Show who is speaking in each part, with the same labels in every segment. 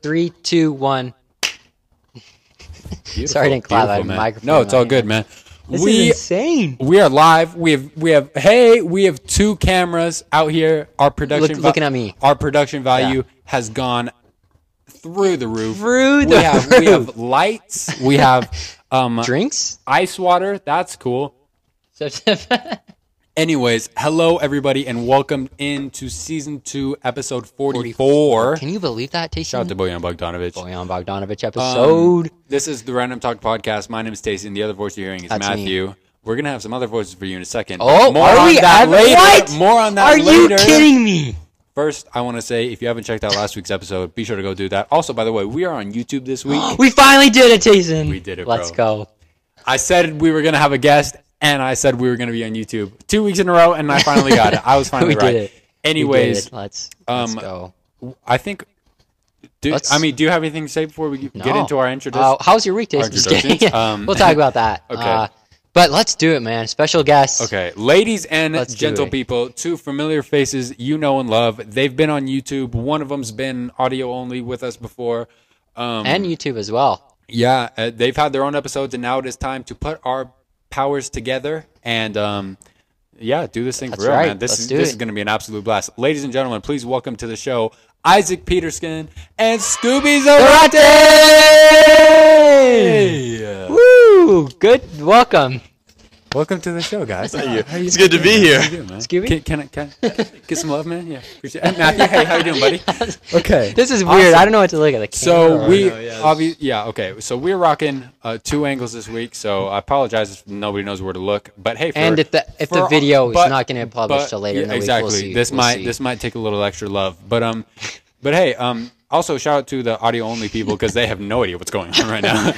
Speaker 1: Three, two, one.
Speaker 2: Beautiful,
Speaker 1: Sorry I didn't clap. I had
Speaker 2: beautiful,
Speaker 1: a
Speaker 2: man.
Speaker 1: microphone
Speaker 2: No,
Speaker 1: in
Speaker 2: it's
Speaker 1: my
Speaker 2: all
Speaker 1: hand.
Speaker 2: good, man.
Speaker 1: This
Speaker 2: we
Speaker 1: is insane.
Speaker 2: we are live. We have we have hey, we have two cameras out here. Our production
Speaker 1: Look- looking at me.
Speaker 2: Our production value has gone through the roof.
Speaker 1: Through
Speaker 2: we
Speaker 1: the
Speaker 2: have we have lights. We have um
Speaker 1: Drinks?
Speaker 2: ice water. That's cool.
Speaker 1: Forty-four.
Speaker 2: Anyways, hello everybody and welcome into season 2 episode 44.
Speaker 1: Can you believe that, Um, Tasty?
Speaker 2: Shout out to Bojan Bogdanovic.
Speaker 1: Boyan Bogdanovich episode.
Speaker 2: Um, This is the Random Talk podcast. My name is Stacy, and the other voice you're hearing is
Speaker 1: That's
Speaker 2: Matthew. We're gonna have some other voices for you in a second.
Speaker 1: oh,
Speaker 2: more
Speaker 1: are
Speaker 2: on
Speaker 1: we? at-
Speaker 2: that later.
Speaker 1: What?
Speaker 2: More on that
Speaker 1: are
Speaker 2: later.
Speaker 1: you kidding me?
Speaker 2: First, I want to say if you haven't checked out last week's episode, be sure to go do that. Also, by the way, we are on YouTube this week.
Speaker 1: We finally did it, Tayson.
Speaker 2: We did it,
Speaker 1: Let's go.
Speaker 2: I said we were gonna have a guest, and I said we were gonna be on YouTube two weeks in a row, and I finally got it. I was finally
Speaker 1: We
Speaker 2: right.
Speaker 1: did it. We did
Speaker 2: Anyways,
Speaker 1: it. let's,
Speaker 2: um,
Speaker 1: let's go.
Speaker 2: I think. Do,
Speaker 1: Let's-
Speaker 2: I mean, do you have anything to say before we get
Speaker 1: No.
Speaker 2: into our introduction?
Speaker 1: Oh, how's your week,
Speaker 2: Our
Speaker 1: Tayson? Just kidding.
Speaker 2: introductions? Um,
Speaker 1: we'll talk about that.
Speaker 2: okay.
Speaker 1: Uh, but let's do it, man. Special guest.
Speaker 2: Okay, ladies and
Speaker 1: Let's do
Speaker 2: gentle
Speaker 1: it.
Speaker 2: people, two familiar faces you know and love. They've been on YouTube. One of them's been audio only with us before. Um,
Speaker 1: And YouTube as well.
Speaker 2: yeah, uh, they've had their own episodes, and now it is time to put our powers together and um, yeah, do this thing
Speaker 1: That's
Speaker 2: for real,
Speaker 1: right.
Speaker 2: man. This
Speaker 1: Let's
Speaker 2: is
Speaker 1: do
Speaker 2: this
Speaker 1: it.
Speaker 2: is going to be an absolute blast, ladies and gentlemen. Please welcome to the show Isaac Peterskin and Scooby Zorate.
Speaker 1: Woo! Good welcome.
Speaker 2: Welcome to the show, guys.
Speaker 3: It's good to be here.
Speaker 1: Scooby?
Speaker 2: Can, can I can I get some love, man? Yeah. Appreciate it. Matthew, hey, how you doing, buddy? Okay.
Speaker 1: This is weird. I don't know what to look at. The camera.
Speaker 2: So we
Speaker 3: know, yeah.
Speaker 2: obvi- yeah, okay. So we're rocking uh, two angles this week. So I apologize if nobody knows where to look. But hey, for,
Speaker 1: And if the- if the
Speaker 2: for-
Speaker 1: video is not gonna be published till later in the week, we'll
Speaker 2: exactly.
Speaker 1: see.
Speaker 2: This
Speaker 1: We'll
Speaker 2: might
Speaker 1: see.
Speaker 2: this might take a little extra love. But um, but hey um, also shout out to the audio only people because they have no idea what's going on right now.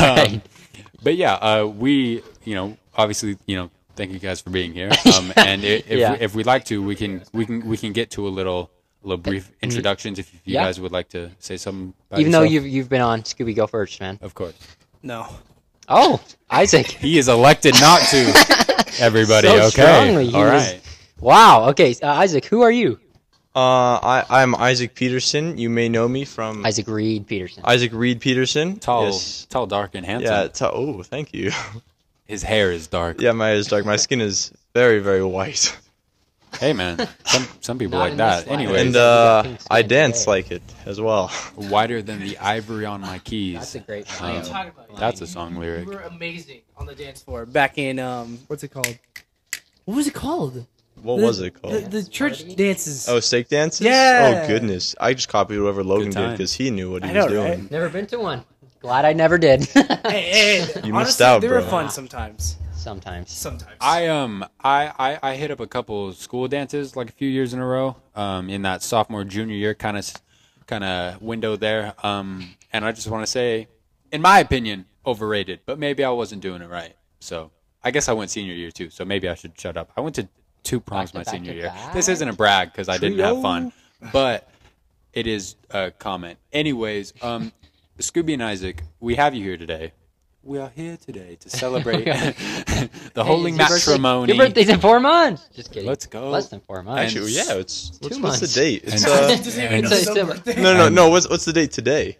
Speaker 2: Um, But yeah, uh, we you know obviously you know thank you guys for being here. Um, and i if,
Speaker 1: Yeah.
Speaker 2: we, if we'd like to, we can we can we can get to a little. Little brief introductions, if you
Speaker 1: Mm-hmm. Yeah.
Speaker 2: guys would like to say something. About
Speaker 1: even though
Speaker 2: yourself.
Speaker 1: you've you've been on Scooby, go first, man.
Speaker 2: Of course.
Speaker 3: No.
Speaker 1: Oh, Isaac.
Speaker 2: He is elected not to. Everybody,
Speaker 1: So
Speaker 2: okay.
Speaker 1: strongly he
Speaker 2: All
Speaker 1: was-
Speaker 2: right.
Speaker 1: Wow. Okay, uh, Isaac. Who are you?
Speaker 3: Uh, I, I'm Isaac Peterson. You may know me from
Speaker 1: Isaac Reed Peterson.
Speaker 3: Isaac Reed Peterson.
Speaker 2: Tall,
Speaker 3: Yes.
Speaker 2: tall, dark, and handsome.
Speaker 3: Yeah. T- oh, thank you.
Speaker 2: His hair is dark.
Speaker 3: yeah, my hair is dark. My skin is very, very white.
Speaker 2: Hey, man. Some some people
Speaker 1: Not
Speaker 2: like
Speaker 1: in
Speaker 2: that.
Speaker 1: this life.
Speaker 2: Anyways,
Speaker 3: And
Speaker 1: you got
Speaker 3: uh,
Speaker 1: pink skin
Speaker 3: I dance
Speaker 1: today.
Speaker 3: like it as well.
Speaker 2: wider than the ivory on my keys.
Speaker 1: That's a great.
Speaker 4: What are you
Speaker 2: Um,
Speaker 4: talking about?
Speaker 2: That's a song lyric.
Speaker 4: You were amazing on the dance floor back in um. What's it called? What was it called?
Speaker 3: What
Speaker 4: The-
Speaker 3: was it
Speaker 4: The,
Speaker 3: called?
Speaker 4: the church dances.
Speaker 3: Oh, steak dances.
Speaker 4: Yeah.
Speaker 3: Oh goodness, I just copied whatever Logan did
Speaker 2: time.
Speaker 3: because he knew what he
Speaker 4: I
Speaker 3: was
Speaker 4: know,
Speaker 3: doing.
Speaker 4: right?
Speaker 1: Never been to one. Glad I never did.
Speaker 4: Hey, hey, hey,
Speaker 3: You
Speaker 4: honestly,
Speaker 3: missed out,
Speaker 4: They were
Speaker 3: bro.
Speaker 4: fun sometimes.
Speaker 1: Sometimes.
Speaker 4: Sometimes.
Speaker 2: I um I, I I hit up a couple school dances like a few years in a row. Um, in that sophomore junior year kind of kind of window there. Um, and I just want to say, in my opinion, overrated. But maybe I wasn't doing it right. So I guess I went senior year too. So maybe I should shut up. I went to two
Speaker 1: Back
Speaker 2: proms
Speaker 1: to
Speaker 2: my
Speaker 1: back
Speaker 2: senior
Speaker 1: to
Speaker 2: year.
Speaker 1: back.
Speaker 2: This isn't a brag because I didn't have
Speaker 3: Trio.
Speaker 2: fun, but it is a comment. Anyways, um, Scooby and Isaac, we have you here today. We are here today to celebrate the holy
Speaker 1: Hey, it's your birthday-
Speaker 2: matrimony.
Speaker 1: Your birthday's in four months. Just kidding.
Speaker 2: Let's go.
Speaker 1: Less than four months.
Speaker 3: Actually, yeah, it's what's,
Speaker 1: Two
Speaker 3: what's the
Speaker 1: months.
Speaker 3: date? It's
Speaker 2: And-
Speaker 3: uh,
Speaker 4: It doesn't
Speaker 2: I
Speaker 4: even
Speaker 2: know.
Speaker 1: It's
Speaker 4: know. It's
Speaker 1: still-
Speaker 4: our birthday.
Speaker 3: no, no, no. What's what's the date today?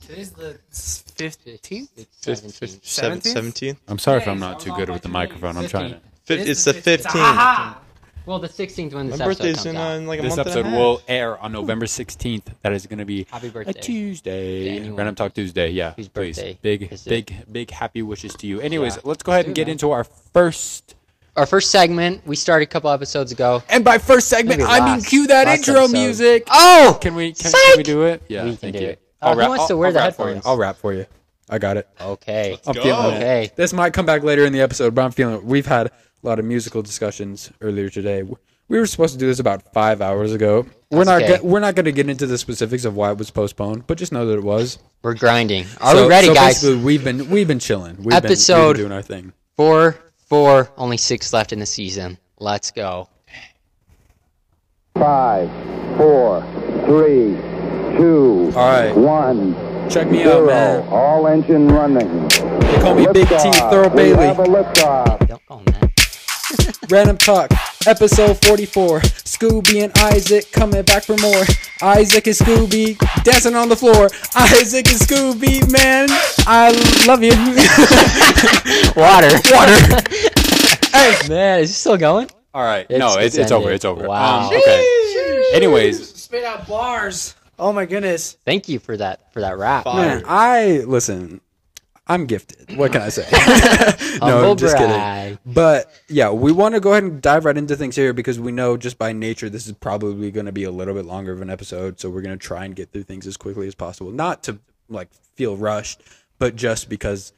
Speaker 4: Today's the fifteenth.
Speaker 1: Seventeenth.
Speaker 4: Seventeenth?
Speaker 3: Seventeenth.
Speaker 2: I'm sorry if
Speaker 4: Hey,
Speaker 2: I'm not too
Speaker 4: I'm
Speaker 2: good
Speaker 4: on
Speaker 2: with the
Speaker 4: my way.
Speaker 2: microphone. I'm trying to.
Speaker 3: It's the fifteenth.
Speaker 4: Aha!
Speaker 1: Well, the sixteenth when
Speaker 3: My
Speaker 1: this episode
Speaker 3: birthday's
Speaker 1: comes
Speaker 3: in
Speaker 1: out.
Speaker 3: uh, in like a
Speaker 2: This
Speaker 3: month
Speaker 2: episode
Speaker 3: and a half.
Speaker 2: will air on November 16th. That is going to be
Speaker 1: Happy
Speaker 2: a
Speaker 1: birthday.
Speaker 2: Tuesday.
Speaker 1: anyone.
Speaker 2: Random Talk Tuesday. Yeah.
Speaker 1: Whose
Speaker 2: Please.
Speaker 1: birthday
Speaker 2: Big,
Speaker 1: is it?
Speaker 2: big, big happy wishes to you. Anyways,
Speaker 1: Yeah.
Speaker 2: let's go ahead
Speaker 1: Do
Speaker 2: and
Speaker 1: it,
Speaker 2: get
Speaker 1: man.
Speaker 2: into our first.
Speaker 1: Our first segment. We started a couple episodes ago.
Speaker 2: And by first segment,
Speaker 1: Maybe
Speaker 2: I mean
Speaker 1: last-
Speaker 2: cue that
Speaker 1: last
Speaker 2: intro
Speaker 1: episode.
Speaker 2: music.
Speaker 1: Oh,
Speaker 2: Can we can,
Speaker 1: Psych!
Speaker 2: can we do it? Yeah,
Speaker 1: We can
Speaker 2: thank
Speaker 1: do
Speaker 2: you.
Speaker 1: it. Uh, who wants to wear the
Speaker 2: rap for you.
Speaker 1: headphones?
Speaker 2: I'll rap for you. I got it.
Speaker 1: Okay.
Speaker 2: I'm
Speaker 3: go.
Speaker 2: feeling it.
Speaker 1: Okay.
Speaker 2: This might come back later in the episode, but I'm feeling it. We've had a lot of musical discussions earlier today. We were supposed to do this about five hours ago. We're
Speaker 1: That's
Speaker 2: not
Speaker 1: okay.
Speaker 2: go- we're not going to get into the specifics of why it was postponed, but just know that it was.
Speaker 1: We're grinding. Are
Speaker 2: So-
Speaker 1: we ready,
Speaker 2: so
Speaker 1: guys?
Speaker 2: basically, We've been we've been chilling. We've been- we've been,
Speaker 1: Episode-
Speaker 2: doing our thing.
Speaker 1: Four, four, only six left in the season. Let's go.
Speaker 5: Five, four, three, two,
Speaker 2: All right.
Speaker 5: one,
Speaker 2: Check me out,
Speaker 5: zero.
Speaker 2: man.
Speaker 5: All engine running.
Speaker 2: They call me Big T,
Speaker 5: Liftoff.
Speaker 2: Thurl
Speaker 5: We
Speaker 2: Bailey.
Speaker 5: have a liftoff.
Speaker 1: Don't call him that.
Speaker 2: Random Talk episode 44. Scooby and Isaac coming back for more. Isaac and Scooby dancing on the floor. Isaac and Scooby, man, I love you.
Speaker 1: Water.
Speaker 2: Water.
Speaker 1: Man, is it still going?
Speaker 2: All right,
Speaker 1: It's-
Speaker 2: no,
Speaker 1: it's
Speaker 2: it's, it's over.
Speaker 1: ended.
Speaker 2: It's over.
Speaker 1: Wow.
Speaker 2: Um, okay. Anyways,
Speaker 4: Spit out bars. Oh my goodness.
Speaker 1: Thank you for that for that rap.
Speaker 2: man, I listen. I'm gifted. What can I say? no,
Speaker 1: Humble
Speaker 2: I'm just
Speaker 1: brag.
Speaker 2: kidding. But yeah, we want to go ahead and dive right into things here because we know just by nature this is probably going to be a little bit longer of an episode. So we're going to try and get through things as quickly as possible, not to like feel rushed, but just because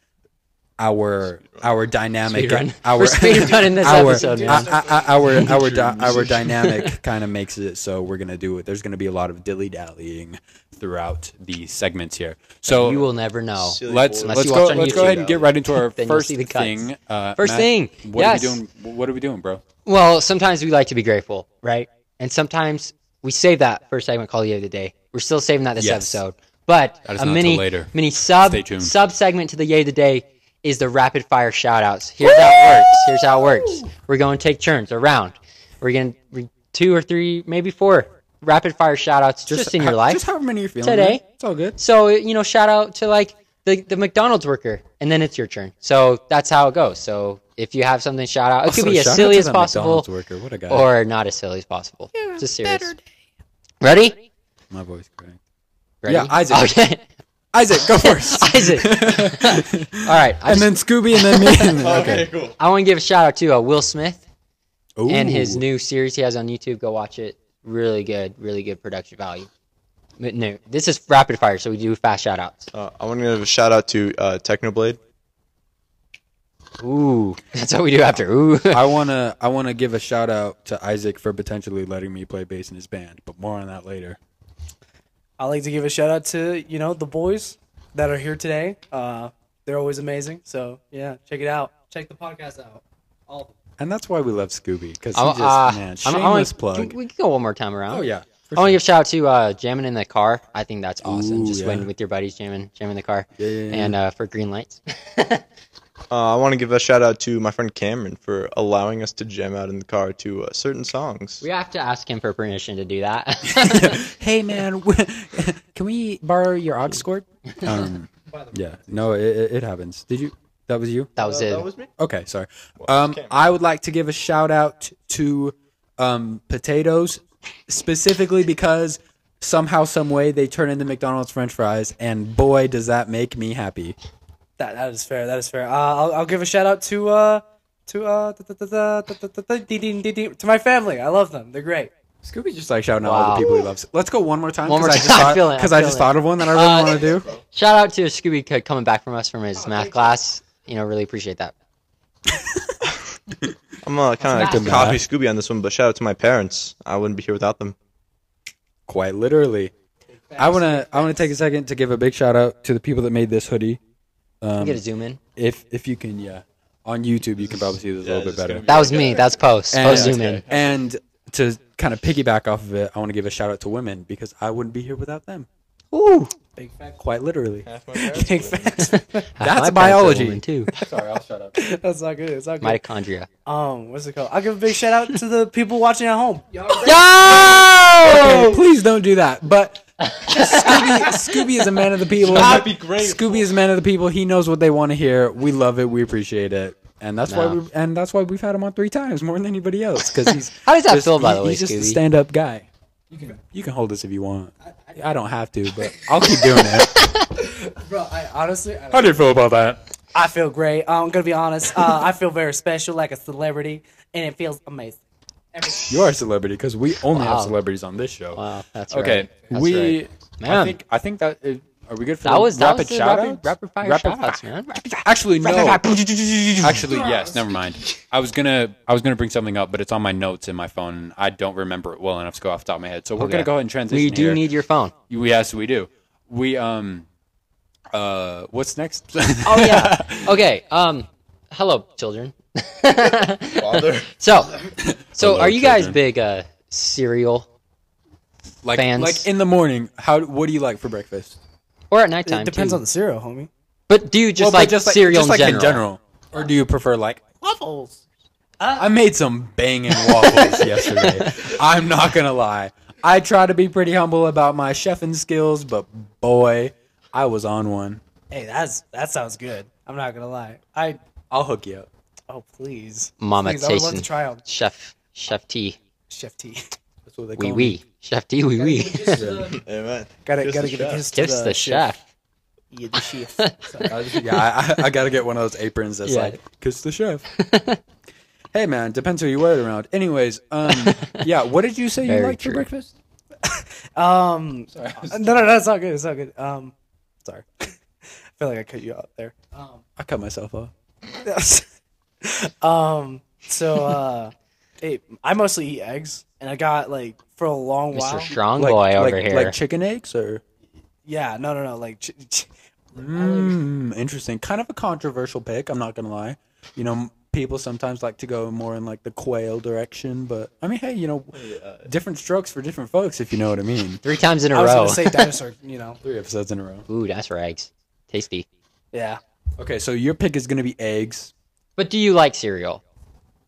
Speaker 2: our our dynamic,
Speaker 1: Speedrun.
Speaker 2: our
Speaker 1: We're speedrunning this
Speaker 2: our,
Speaker 1: episode, man.
Speaker 2: I- I- I- our our di- our dynamic kind of makes it so we're going to do it. There's going to be a lot of dilly dallying throughout the segments here. So
Speaker 1: You will never know.
Speaker 3: Silly
Speaker 2: let's
Speaker 3: boy.
Speaker 1: Unless
Speaker 2: let's
Speaker 1: you
Speaker 2: go
Speaker 1: watch on
Speaker 2: let's go
Speaker 1: YouTube.
Speaker 2: ahead and get right into our
Speaker 1: Then you'll
Speaker 2: first
Speaker 1: see the cuts.
Speaker 2: thing. Uh,
Speaker 1: First
Speaker 2: Matt,
Speaker 1: thing,
Speaker 2: What
Speaker 1: yes.
Speaker 2: are we doing? What are we doing, bro?
Speaker 1: Well, sometimes we like to be grateful, right? And sometimes we save that first segment called the other day. We're still saving that this
Speaker 2: Yes.
Speaker 1: episode. But
Speaker 2: That is
Speaker 1: a
Speaker 2: not till
Speaker 1: mini
Speaker 2: later.
Speaker 1: mini sub
Speaker 2: Stay tuned.
Speaker 1: sub segment to the yay of the day is the rapid fire shout outs. Here's how it works. Here's how it works. We're going to take turns around. We're going to two or three, maybe four rapid fire shout outs just, in your
Speaker 2: ho-
Speaker 1: life.
Speaker 2: Just however many you're feeling
Speaker 1: Today.
Speaker 2: man. It's all good.
Speaker 1: So you know, shout out to like the, the McDonald's worker, and then it's your turn. So that's how it goes. So if you have something, shout out. It could be as silly as possible,
Speaker 2: Worker. What a guy.
Speaker 1: or not as silly as possible. Just serious. Ready?
Speaker 2: My voice cracked.
Speaker 1: Ready?
Speaker 2: Yeah, Isaac.
Speaker 1: Okay,
Speaker 2: Isaac, go first.
Speaker 1: Isaac. All right, I,
Speaker 2: and then Scooby, and then me. and then-
Speaker 3: Okay, cool.
Speaker 1: I want to give a shout out to uh, Will Smith
Speaker 2: Ooh.
Speaker 1: and his new series he has on YouTube. Go watch it. Really good, really good production value. But no, this is rapid fire, so we do fast shout outs.
Speaker 2: Oh.
Speaker 3: Uh, I want to give a shout out to uh, Technoblade.
Speaker 1: Ooh, that's what we do after. Ooh.
Speaker 2: I wanna I wanna give a shout out to Isaac for potentially letting me play bass in his band, but more on that later.
Speaker 4: I like to give a shout out to you know the boys that are here today. Uh, they're always amazing. So yeah, check it out. Check the podcast out. All of them.
Speaker 2: And that's why we love Scooby because he
Speaker 1: I'm,
Speaker 2: just
Speaker 1: uh,
Speaker 2: man
Speaker 1: I'm-
Speaker 2: shameless
Speaker 1: I wanna-
Speaker 2: plug.
Speaker 1: We can go one more time around.
Speaker 2: oh yeah. for
Speaker 1: I want to
Speaker 2: sure.
Speaker 1: give a shout out to uh, jamming in the car. I think that's awesome.
Speaker 2: Ooh,
Speaker 1: Just
Speaker 2: yeah.
Speaker 1: when with your buddies jamming, jamming in the car,
Speaker 2: Yeah, yeah, yeah.
Speaker 1: and uh, for green lights.
Speaker 3: Uh, I want to give a shout out to my friend Cameron for allowing us to jam out in the car to uh, certain songs.
Speaker 1: we have to ask him for permission to do that.
Speaker 2: hey man, can we borrow your aux cord? Um, yeah, no, it, it it happens. Did you? That was you.
Speaker 1: that was it.
Speaker 3: me.
Speaker 2: Okay, sorry. Um, I would like to give a shout out to um, potatoes, specifically because somehow, some way, they turn into McDonald's French fries, and boy, does that make me happy.
Speaker 4: That that is fair. That is fair. Uh, I'll I'll give a shout out to uh to uh da- da- da- da- da- da- da- dee- dee- dee- dee- to my family. I love them. They're great.
Speaker 2: Scooby just like shouting out all
Speaker 1: Wow.
Speaker 2: the people he loves. Let's go one more time.
Speaker 1: One more
Speaker 2: because I
Speaker 1: time.
Speaker 2: just
Speaker 1: I
Speaker 2: thought-
Speaker 1: feel it, I
Speaker 2: 'cause I
Speaker 1: feel
Speaker 2: just
Speaker 1: it. Uh,
Speaker 2: thought of one that I really want to do.
Speaker 1: Shout out to Scooby Co- coming back from us from his math class. Oh, You know, really appreciate that.
Speaker 3: I'm uh, kind of
Speaker 2: That's
Speaker 3: like
Speaker 2: nice.
Speaker 3: to copy Scooby on this one, but shout out to my parents. I wouldn't be here without them.
Speaker 2: quite literally. I want to I want to take a second to give a big shout out to the people that made this hoodie. Um,
Speaker 1: we get a zoom in.
Speaker 2: If if you can, yeah, on YouTube you can probably see this a little bit better.
Speaker 1: That was me. That's post.
Speaker 2: And,
Speaker 1: post zoom in.
Speaker 2: and to kind of piggyback off of it, I want to give a shout out to women because I wouldn't be here without them.
Speaker 1: Ooh,
Speaker 4: Big facts.
Speaker 2: Quite literally.
Speaker 4: Big facts.
Speaker 1: My parents
Speaker 2: That's
Speaker 1: are
Speaker 2: biology.
Speaker 1: women, too.
Speaker 2: Sorry, I'll shut up.
Speaker 4: That's not good. It's not good.
Speaker 1: Mitochondria.
Speaker 4: Um, what's it called? I'll give a big shout out to the people watching at home.
Speaker 2: Okay,
Speaker 1: Oh.
Speaker 2: please don't do that. But Scooby, Scooby is a man of the people.
Speaker 3: That'd be great.
Speaker 2: Scooby is a man of the people. He knows what they want to hear. We love it. We appreciate it. And that's why
Speaker 1: No.
Speaker 2: we and that's why we've had him on three times more than anybody else because he's
Speaker 1: How does that
Speaker 2: just-
Speaker 1: feel, by the way,
Speaker 2: he's just a
Speaker 1: Scooby?
Speaker 2: stand up guy. You can you can hold this if you want. I, don't have to, but I'll keep doing it.
Speaker 4: Bro, I honestly, I,
Speaker 2: How do you feel about that?
Speaker 4: I feel great. I'm gonna be honest. Uh, I feel very special, like a celebrity, and it feels amazing.
Speaker 2: You are a celebrity because we only have
Speaker 1: Wow.
Speaker 2: celebrities on this show.
Speaker 1: Wow, that's
Speaker 2: Okay,
Speaker 1: right. That's
Speaker 2: we
Speaker 1: right.
Speaker 2: I
Speaker 1: Man.
Speaker 2: think I think that is, are we good for
Speaker 1: That
Speaker 2: the
Speaker 1: was that
Speaker 2: rapid
Speaker 1: was the
Speaker 2: shout
Speaker 1: rapid,
Speaker 2: outs?
Speaker 1: rapid fire
Speaker 2: Rapid
Speaker 1: shout outs, man.
Speaker 2: Actually, no.
Speaker 1: Actually,
Speaker 2: Actually, yes. Never mind. I was gonna I was gonna bring something up, but it's on my notes in my phone. and I don't remember it well enough to go off the top of my head. So we're gonna go ahead and transition.
Speaker 1: we do
Speaker 2: here.
Speaker 1: need your phone.
Speaker 2: Yes, we do. We um. Uh, what's next?
Speaker 1: Oh yeah. Okay. Um. Hello, children. so, so
Speaker 2: Hello,
Speaker 1: are you guys
Speaker 2: children.
Speaker 1: big uh cereal
Speaker 2: like,
Speaker 1: Fans.
Speaker 2: like in the morning. How? What do you like for breakfast?
Speaker 1: or at nighttime?
Speaker 4: it depends
Speaker 1: too?
Speaker 4: on the cereal, homie.
Speaker 1: But do you just
Speaker 2: Well, but
Speaker 1: like cereal
Speaker 2: just
Speaker 1: in,
Speaker 2: like
Speaker 1: general?
Speaker 2: or do you prefer like
Speaker 4: Waffles.
Speaker 2: I made some banging waffles yesterday. I'm not gonna lie. I try to be pretty humble about my chefing skills, but boy, I was on one.
Speaker 4: Hey, that's that sounds good. I'm not gonna lie. I
Speaker 2: I'll hook you up.
Speaker 4: oh please,
Speaker 1: Mama
Speaker 4: please, I would love
Speaker 1: Tyson.
Speaker 4: to try out
Speaker 1: Chef Chef T.
Speaker 4: Chef T.
Speaker 2: That's what they
Speaker 1: Wee
Speaker 2: me.
Speaker 1: wee. Chef T. Wee wee.
Speaker 3: Hey, man.
Speaker 4: Gotta
Speaker 3: Kiss
Speaker 4: gotta
Speaker 3: the
Speaker 4: give a
Speaker 3: chef.
Speaker 4: kiss to
Speaker 1: Kiss
Speaker 4: the,
Speaker 1: the chef.
Speaker 4: Yeah, the chef. So,
Speaker 2: I was- yeah, I, I, I gotta get one of those aprons that's
Speaker 1: Yeah.
Speaker 2: like kiss the chef. hey man, depends who you wear it around. Anyways, um, yeah, what did you say
Speaker 1: Very
Speaker 2: you liked for
Speaker 1: true.
Speaker 2: breakfast?
Speaker 4: um,
Speaker 2: Sorry, I, was-
Speaker 4: no, no, no, it's all good. It's all good. Um, sorry, I feel like I cut you out there. Um,
Speaker 2: I cut myself off.
Speaker 4: um, so uh, hey, I mostly eat eggs, and I got like for a long
Speaker 1: Mr.
Speaker 4: while.
Speaker 1: Strong Boy over
Speaker 2: like,
Speaker 1: here.
Speaker 2: like chicken eggs or
Speaker 4: Yeah, no, no, no, like. Ch- ch-
Speaker 2: Mm, interesting. Kind of a controversial pick. I'm not gonna lie. You know, m- people sometimes like to go more in like the quail direction, but I mean, hey, you know, different strokes for different folks, if you know what I mean.
Speaker 1: Three times in a
Speaker 4: I was
Speaker 1: row.
Speaker 4: gonna say dinosaur, you know.
Speaker 2: Three episodes in a row.
Speaker 1: Ooh, that's for eggs. Tasty.
Speaker 4: Yeah,
Speaker 2: Okay, so your pick is gonna be eggs.
Speaker 1: But do you like cereal?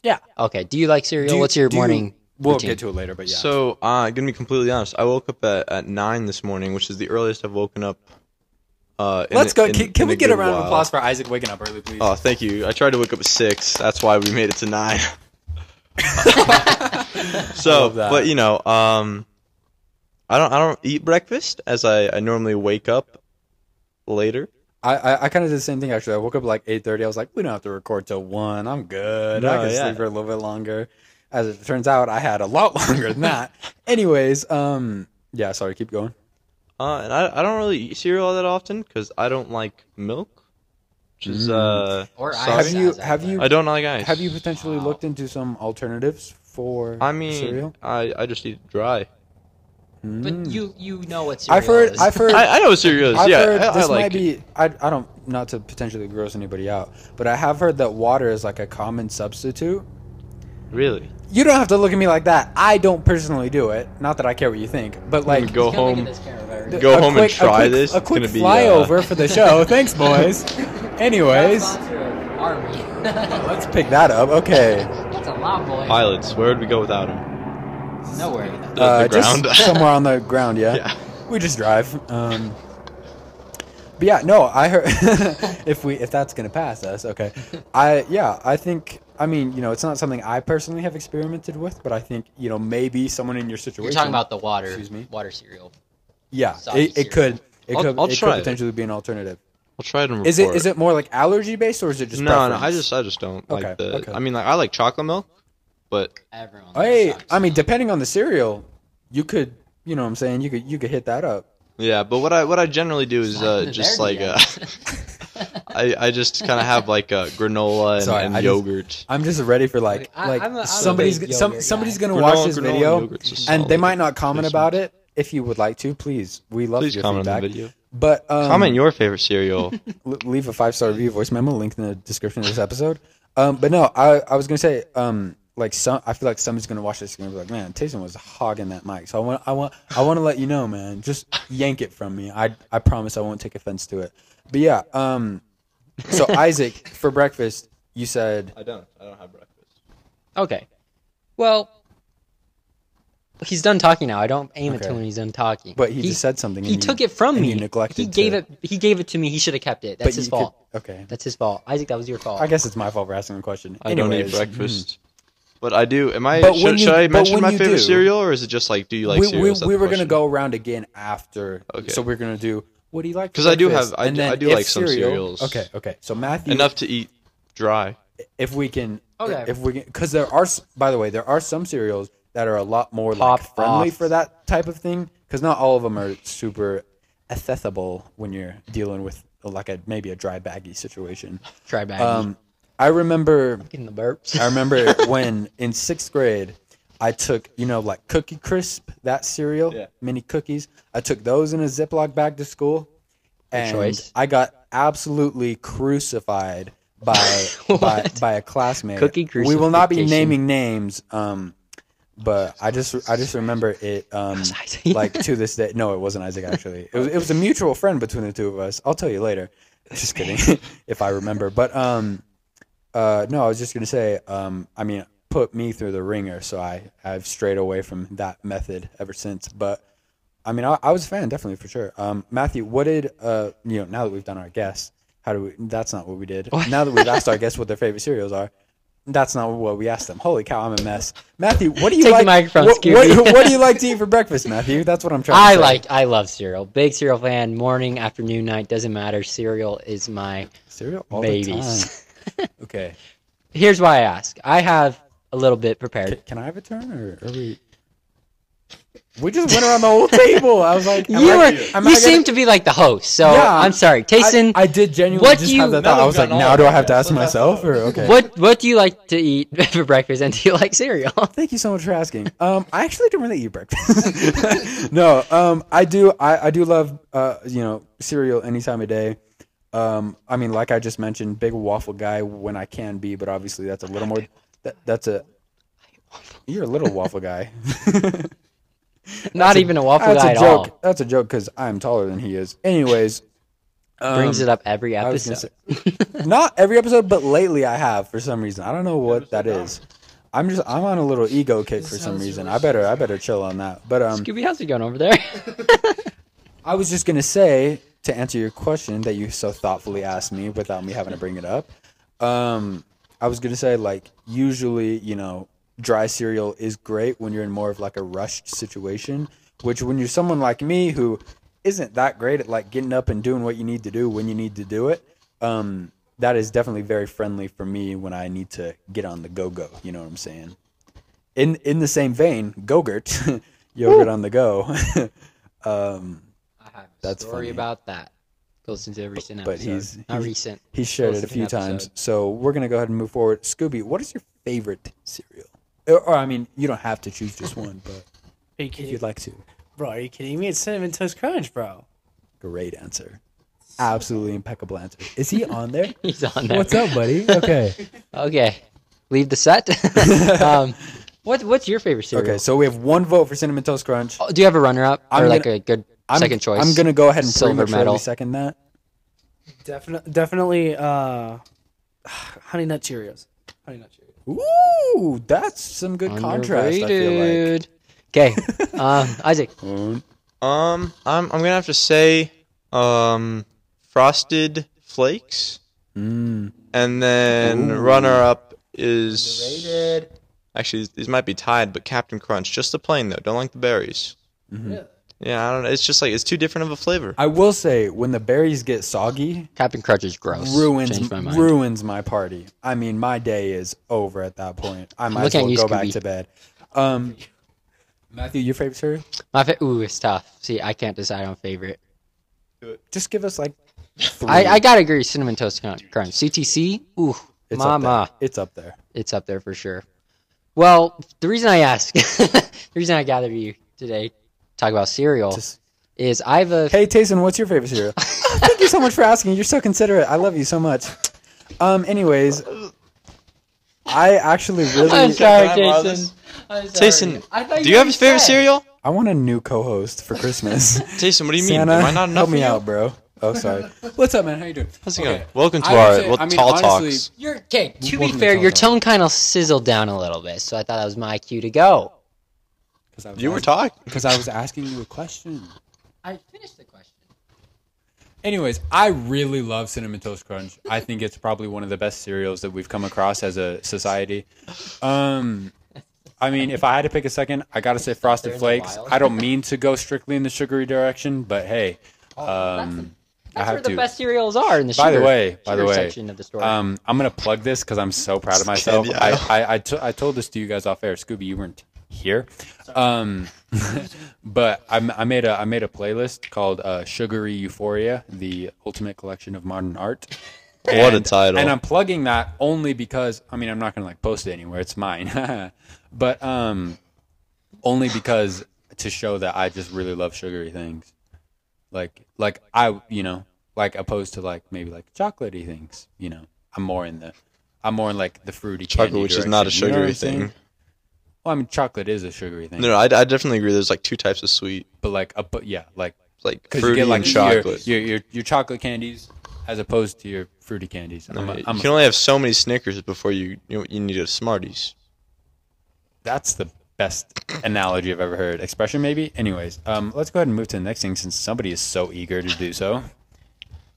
Speaker 4: yeah.
Speaker 1: Okay. Do you like cereal?
Speaker 2: Do you-
Speaker 1: What's your
Speaker 2: do you-
Speaker 1: morning?
Speaker 2: We'll
Speaker 1: routine?
Speaker 2: get to it later, but yeah.
Speaker 3: So, uh, gonna be completely honest. I woke up at, at nine this morning, which is the earliest I've woken up. Uh, in
Speaker 2: Let's
Speaker 3: a-
Speaker 2: go.
Speaker 3: in-
Speaker 2: can can
Speaker 3: in
Speaker 2: we
Speaker 3: a
Speaker 2: get a
Speaker 3: good
Speaker 2: round of
Speaker 3: while.
Speaker 2: applause for Isaac waking up early, please?
Speaker 3: Oh, thank you. I tried to wake up at six. That's why we made it to nine. so,
Speaker 2: love that.
Speaker 3: but you know, um, I don't, I don't eat breakfast as I, I normally wake up later.
Speaker 2: I, I, I kind of did the same thing actually. I woke up like eight thirty. I was like, we don't have to record till one. I'm good. I
Speaker 3: No,
Speaker 2: can
Speaker 3: yeah.
Speaker 2: sleep for a little bit longer. As it turns out, I had a lot longer than that. Anyways, um, yeah. Sorry, keep going.
Speaker 3: Uh, and I, I don't really eat cereal that often because I don't like milk, which is uh,
Speaker 1: Or ice.
Speaker 3: sorry.
Speaker 2: Have you
Speaker 1: Sounds
Speaker 2: have
Speaker 1: like
Speaker 2: you
Speaker 3: I don't like ice.
Speaker 2: Mm. have you potentially looked into some alternatives for
Speaker 3: I mean,
Speaker 2: cereal?
Speaker 3: I, I just eat dry.
Speaker 1: But you you know what cereal
Speaker 2: I've heard
Speaker 1: is.
Speaker 2: I've heard
Speaker 3: I, I know what cereal is.
Speaker 2: I've
Speaker 3: yeah,
Speaker 2: heard
Speaker 3: I, I
Speaker 2: this
Speaker 3: like
Speaker 2: might
Speaker 3: it.
Speaker 2: be. I, I don't not to potentially gross anybody out, but I have heard that water is like a common substitute.
Speaker 3: Really?
Speaker 2: You don't have to look at me like that. I don't personally do it. Not that I care what you think, but like
Speaker 1: Come
Speaker 3: Go
Speaker 1: look at
Speaker 3: home.
Speaker 1: this camera right
Speaker 2: th-
Speaker 1: here.
Speaker 3: Go
Speaker 2: a
Speaker 3: home and
Speaker 2: quick- a
Speaker 3: try
Speaker 2: quick-
Speaker 3: this.
Speaker 2: A
Speaker 3: It's
Speaker 2: quick
Speaker 3: gonna be, uh,
Speaker 2: flyover for the show. Thanks, boys. Anyways,
Speaker 1: Sponsor of Army.
Speaker 2: let's pick that up. Okay,
Speaker 1: That's a lot, boy.
Speaker 3: Pilots. Where would we go without them?
Speaker 1: Nowhere.
Speaker 3: The,
Speaker 2: uh,
Speaker 3: the ground.
Speaker 2: just somewhere on the ground. Yeah,
Speaker 3: Yeah.
Speaker 2: we just drive. Um, but yeah, no, I heard if we if that's gonna pass us, okay. I yeah, I think. I mean, you know, it's not something I personally have experimented with, but I think you know maybe someone in your situation.
Speaker 1: You're talking about the water.
Speaker 2: Excuse me?
Speaker 1: Water cereal.
Speaker 2: yeah,
Speaker 1: soggy
Speaker 2: it, it
Speaker 1: cereal.
Speaker 2: could it
Speaker 3: I'll-
Speaker 2: could,
Speaker 3: I'll
Speaker 2: it
Speaker 3: try
Speaker 2: could
Speaker 3: it.
Speaker 2: potentially be an alternative.
Speaker 3: I'll try it and report.
Speaker 2: Is it is it more like allergy based or is it just
Speaker 3: no,
Speaker 2: preference?
Speaker 3: no. I just I just don't
Speaker 2: Okay,
Speaker 3: like the.
Speaker 2: okay.
Speaker 3: I mean, like I like chocolate milk, but
Speaker 1: Everyone.
Speaker 2: Hey,
Speaker 1: sucks.
Speaker 2: I mean, depending on the cereal, you could, you know, what I'm saying, you could, you could hit that up.
Speaker 3: yeah. But what I what I generally do is uh,
Speaker 1: There
Speaker 3: just uh,
Speaker 1: you
Speaker 3: like
Speaker 1: go.
Speaker 3: uh, I I just kind of have like uh, granola and,
Speaker 2: Sorry,
Speaker 3: and
Speaker 2: I just-
Speaker 3: yogurt.
Speaker 2: I'm just ready for like,
Speaker 1: I-
Speaker 2: like
Speaker 1: I'm a- I'm a
Speaker 2: somebody's
Speaker 1: big
Speaker 2: g- some,
Speaker 1: yogurt
Speaker 2: somebody's
Speaker 1: guy.
Speaker 2: gonna
Speaker 3: Granola-
Speaker 2: watch this
Speaker 3: granola and
Speaker 2: video,
Speaker 3: yogurt's a
Speaker 2: and they
Speaker 3: solid
Speaker 2: might not comment
Speaker 3: replacement.
Speaker 2: about it. If you would like to, please, we love
Speaker 3: Please
Speaker 2: your
Speaker 3: comment on
Speaker 2: feedback.
Speaker 3: the video.
Speaker 2: But um,
Speaker 3: Comment your favorite cereal.
Speaker 2: l- leave a five star review voice memo link in the description of this episode. Um, but no, I, I was gonna say um, like some I feel like somebody's gonna watch this and be like, man, Taysom was hogging that mic. So I want I want I want to let you know, man, just yank it from me. I I promise I won't take offense to it. But yeah, um, so Isaac for breakfast, you said
Speaker 3: I don't. I don't have breakfast.
Speaker 1: Okay. Well, he's done talking now. I don't aim at
Speaker 2: Okay.
Speaker 1: him when he's done talking.
Speaker 2: But he just said something
Speaker 1: He
Speaker 2: and you-
Speaker 1: took it from
Speaker 2: and
Speaker 1: me.
Speaker 2: you neglected
Speaker 1: He gave
Speaker 2: to-
Speaker 1: it. He gave it to me. He should have kept it.
Speaker 2: but
Speaker 1: That's his
Speaker 2: you
Speaker 1: fault.
Speaker 2: could- okay,
Speaker 1: That's his fault, Isaac. That was your fault.
Speaker 2: I guess it's my fault for asking the question.
Speaker 3: I don't eat
Speaker 2: Anyways, mm.
Speaker 3: breakfast. But I do. Am I?
Speaker 2: But when
Speaker 3: Should,
Speaker 2: you-
Speaker 3: should I
Speaker 2: but
Speaker 3: mention
Speaker 2: when
Speaker 3: my
Speaker 2: you
Speaker 3: favorite
Speaker 2: do-
Speaker 3: cereal, or is it just like do you like
Speaker 2: we,
Speaker 3: cereal?
Speaker 2: we,
Speaker 3: Is that
Speaker 2: we
Speaker 3: the
Speaker 2: were gonna
Speaker 3: question?
Speaker 2: go around again after.
Speaker 3: Okay.
Speaker 2: So we're gonna do. What do you like? for
Speaker 3: 'Cause I do have-
Speaker 2: breakfast?
Speaker 3: I
Speaker 2: And
Speaker 3: do-
Speaker 2: then
Speaker 3: I do
Speaker 2: if
Speaker 3: like some cereals.
Speaker 2: Okay, okay. So Matthew,
Speaker 3: enough to eat dry.
Speaker 2: if we can,
Speaker 1: Okay.
Speaker 2: if we can, because there are. s- By the way, there are some cereals that are a lot more
Speaker 1: Pop
Speaker 2: like friendly
Speaker 1: off.
Speaker 2: for that type of thing. Because not all of them are super accessible when you're dealing with like a maybe a dry baggy situation.
Speaker 1: Try back.
Speaker 2: Um, I remember.
Speaker 1: in the burps.
Speaker 2: I remember when in sixth grade, I took you know like Cookie Crisp that cereal,
Speaker 3: Yeah.
Speaker 2: mini cookies. I took those in a Ziploc bag to school, and
Speaker 1: choice.
Speaker 2: I got absolutely crucified by by, by a classmate.
Speaker 1: Cookie
Speaker 2: We will not be
Speaker 1: crucifixion.
Speaker 2: naming names, um, but I just I just remember it um,
Speaker 1: Isaac.
Speaker 2: like to this day. No, it wasn't Isaac actually. It was it was a mutual friend between the two of us. I'll tell you later. Just kidding, if I remember. But um, Uh, no, I was just gonna say. Um, I mean, put me through the ringer, so I I've strayed away from that method ever since. But I mean, I, I was a fan, definitely for sure. Um, Matthew, what did uh, you know? Now that we've done our guess, how do we? That's not what we did. Now that we've asked our guests what their favorite cereals are, that's not what we asked them. Holy cow, I'm a mess. Matthew, what do you
Speaker 1: Take the
Speaker 2: like?
Speaker 1: microphone,
Speaker 2: what,
Speaker 1: Scooby.
Speaker 2: what, what do you like to eat for breakfast, Matthew? That's what I'm trying.
Speaker 1: I
Speaker 2: to say.
Speaker 1: like I love cereal. Big cereal fan. Morning, afternoon, night doesn't matter. Cereal is my
Speaker 2: cereal all the
Speaker 1: babies.
Speaker 2: time. Okay,
Speaker 1: Here's why I ask. I have a little bit prepared.
Speaker 2: can I have a turn, or are we? We just went around the whole table. I was like, am
Speaker 1: you
Speaker 2: I-
Speaker 1: were
Speaker 2: am I
Speaker 1: you
Speaker 2: gonna-
Speaker 1: seem to be like the host, so
Speaker 2: Yeah.
Speaker 1: I'm sorry, Tayson.
Speaker 2: I, I did genuinely
Speaker 1: what
Speaker 2: just
Speaker 1: do
Speaker 2: have
Speaker 1: you-
Speaker 2: that
Speaker 3: Now
Speaker 2: thought. I
Speaker 3: that we've
Speaker 2: was like,
Speaker 3: gotten
Speaker 2: now
Speaker 3: all
Speaker 2: do I
Speaker 3: of
Speaker 2: have
Speaker 3: it,
Speaker 2: to
Speaker 3: yeah,
Speaker 2: ask
Speaker 3: so that's
Speaker 2: myself,
Speaker 3: all.
Speaker 2: or okay?
Speaker 1: what what do you like to eat for breakfast, and do you like cereal?
Speaker 2: Thank you so much for asking. Um, I actually don't really eat breakfast. no, um, I do. I, I do love uh, you know, cereal any time of day. Um, I mean, like I just mentioned, big waffle guy when I can be, but obviously that's a little more. That, that's a. You're a little waffle guy.
Speaker 1: Not even a waffle
Speaker 2: that's
Speaker 1: guy
Speaker 2: a
Speaker 1: at
Speaker 2: joke.
Speaker 1: all.
Speaker 2: That's a joke because I'm taller than he is. Anyways,
Speaker 1: Brings it up every
Speaker 2: Um, I was gonna
Speaker 1: episode.
Speaker 2: say, not every episode, but lately I have for some reason. I don't know what that is. I'm just I'm on a little ego kick for some reason. I better I better chill on that. But um,
Speaker 1: Scooby, how's it going over there?
Speaker 2: I was just gonna say to answer your question that you so thoughtfully asked me without me having to bring it up. Um, I was gonna say like usually you know dry cereal is great when you're in more of like a rushed situation, which when you're someone like me who isn't that great at like getting up and doing what you need to do when you need to do it. Um, that is definitely very friendly for me when I need to get on the go go. You know what I'm saying? In in the same vein, Gogurt, yogurt on the go. um,
Speaker 1: I have a
Speaker 2: That's
Speaker 1: story
Speaker 2: funny.
Speaker 1: about that. Goes into a recent
Speaker 2: but
Speaker 1: episode.
Speaker 2: he's-
Speaker 1: not
Speaker 2: he's-
Speaker 1: recent.
Speaker 2: He shared
Speaker 1: Close
Speaker 2: it a
Speaker 1: to
Speaker 2: few
Speaker 1: an
Speaker 2: times.
Speaker 1: episode.
Speaker 2: So we're going to go ahead and move forward. Scooby, what is your favorite cereal? Or, or, I mean, you don't have to choose just one, but
Speaker 4: Are you
Speaker 2: if
Speaker 4: kidding,
Speaker 2: you'd like to.
Speaker 4: bro? Are you kidding me? It's cinnamon toast crunch, bro.
Speaker 2: Great answer. Absolutely impeccable answer. Is he on there?
Speaker 1: He's on there.
Speaker 2: What's up, buddy? Okay.
Speaker 1: Okay, leave the set. um, what what's your favorite cereal?
Speaker 2: Okay, so we have one vote for Cinnamon Toast Crunch.
Speaker 1: Oh, Do you have a runner up or
Speaker 2: I'm
Speaker 1: like
Speaker 2: gonna-
Speaker 1: a good
Speaker 2: I'm,
Speaker 1: second choice?
Speaker 2: I'm going to go ahead and
Speaker 1: Silver
Speaker 2: silver
Speaker 1: medal.
Speaker 2: medal. second that.
Speaker 4: Definitely, definitely. Uh, honey nut Cheerios. Honey nut Cheerios.
Speaker 2: Ooh, that's some good contrast, I feel like.
Speaker 1: Underrated. Okay, um, Isaac.
Speaker 3: Um, I'm I'm gonna have to say, um, frosted flakes, and then runner up is actually these might be tied, but Captain Crunch, just the plain though. Don't like the berries. Yeah, I don't know. It's just like it's too different of a flavor.
Speaker 2: I will say, when the berries get soggy,
Speaker 1: Captain Crunch is gross.
Speaker 2: ruins
Speaker 1: Changed my mind.
Speaker 2: ruins my party. I mean, my day is over at that point. I might as
Speaker 1: Looking at
Speaker 2: well
Speaker 1: you,
Speaker 2: go back
Speaker 1: Scooby.
Speaker 2: to bed. Um, Matthew, your favorite cereal?
Speaker 1: My fa- ooh, it's tough. See, I can't decide on favorite.
Speaker 2: Just give us like three.
Speaker 1: I, I gotta agree, cinnamon toast Crun- crunch. CTC, ooh,
Speaker 2: it's
Speaker 1: mama,
Speaker 2: Up there. It's up there.
Speaker 1: it's up there for sure. Well, the reason I ask, the reason I gathered you today, to talk about cereal,
Speaker 2: Just-
Speaker 1: is I have a
Speaker 2: Hey, Tayson, what's your favorite cereal? Thank you so much for asking. You're so considerate. I love you so much. Um, anyways, I actually really.
Speaker 1: I'm sorry,
Speaker 3: Can I borrow
Speaker 1: Jason. I'm sorry.
Speaker 3: Jason,
Speaker 1: I thought
Speaker 3: do you have a
Speaker 1: already
Speaker 3: favorite
Speaker 1: said.
Speaker 3: cereal?
Speaker 2: I want a new co-host for Christmas.
Speaker 3: Jason, what do you
Speaker 2: Santa,
Speaker 3: mean? Am I not enough
Speaker 2: help me
Speaker 3: for you?
Speaker 2: out, bro. Oh, sorry. What's up, man? How you doing?
Speaker 3: How's it going? Welcome to
Speaker 2: I would
Speaker 3: our
Speaker 2: say-
Speaker 3: well,
Speaker 2: I mean,
Speaker 3: tall
Speaker 2: honestly-
Speaker 3: talks.
Speaker 1: You're, okay, to be
Speaker 2: Welcome to
Speaker 1: fair, your
Speaker 2: Teletalk.
Speaker 1: tone kind of sizzled down a little bit, so I thought that was my cue to go.
Speaker 2: Cause I was
Speaker 3: You were
Speaker 2: ask-
Speaker 3: talking.
Speaker 2: because I was asking you a question.
Speaker 1: I finished the question.
Speaker 2: Anyways,
Speaker 6: I really love Cinnamon Toast Crunch. I think it's probably one of the best cereals that we've come across as a society. Um, I mean, if I had to pick a second, I gotta say Frosted
Speaker 1: They're in the
Speaker 6: Flakes.
Speaker 1: wild.
Speaker 6: I don't mean to go strictly in the sugary direction, but hey, um, I
Speaker 1: That's where
Speaker 6: have
Speaker 1: the
Speaker 6: to.
Speaker 1: best cereals are in the
Speaker 6: By the
Speaker 1: sugar-
Speaker 6: way, by the
Speaker 1: sugar
Speaker 6: way,
Speaker 1: section of the store.
Speaker 6: Um, I'm gonna plug this because I'm so proud of myself.
Speaker 3: Candy
Speaker 6: I
Speaker 3: aisle.
Speaker 6: I, I, to- I told this to you guys off air. Scooby, you weren't here, um, but I, m- I made a I made a playlist called uh, "Sugary Euphoria: The Ultimate Collection of Modern Art."
Speaker 3: What a title.
Speaker 6: And I'm plugging that only because I mean I'm not gonna like post it anywhere. It's mine, but um, only because to show that I just really love sugary things, like like I you know like opposed to like maybe like chocolatey things. You know, I'm more in the I'm more in like the fruity
Speaker 3: Chocolate,
Speaker 6: candy
Speaker 3: which is not a
Speaker 6: direction, you know what
Speaker 3: sugary
Speaker 6: I'm saying?
Speaker 3: thing.
Speaker 6: Well, I mean, chocolate is a sugary thing,
Speaker 3: No, no, I, I definitely agree. There's like two types of sweet,
Speaker 6: but like a but yeah, like
Speaker 3: like
Speaker 6: because you
Speaker 3: fruity
Speaker 6: get like
Speaker 3: and chocolate.
Speaker 6: Your, your your your chocolate candies as opposed to your
Speaker 2: fruity candies. I'm
Speaker 3: No,
Speaker 2: a-
Speaker 3: you
Speaker 2: I'm a-
Speaker 3: can only have so many Snickers before you you, you need a Smarties.
Speaker 2: that's the best analogy I've ever heard. Expression, maybe. Anyways, um, let's go ahead and move to the next thing since somebody is so eager to do so.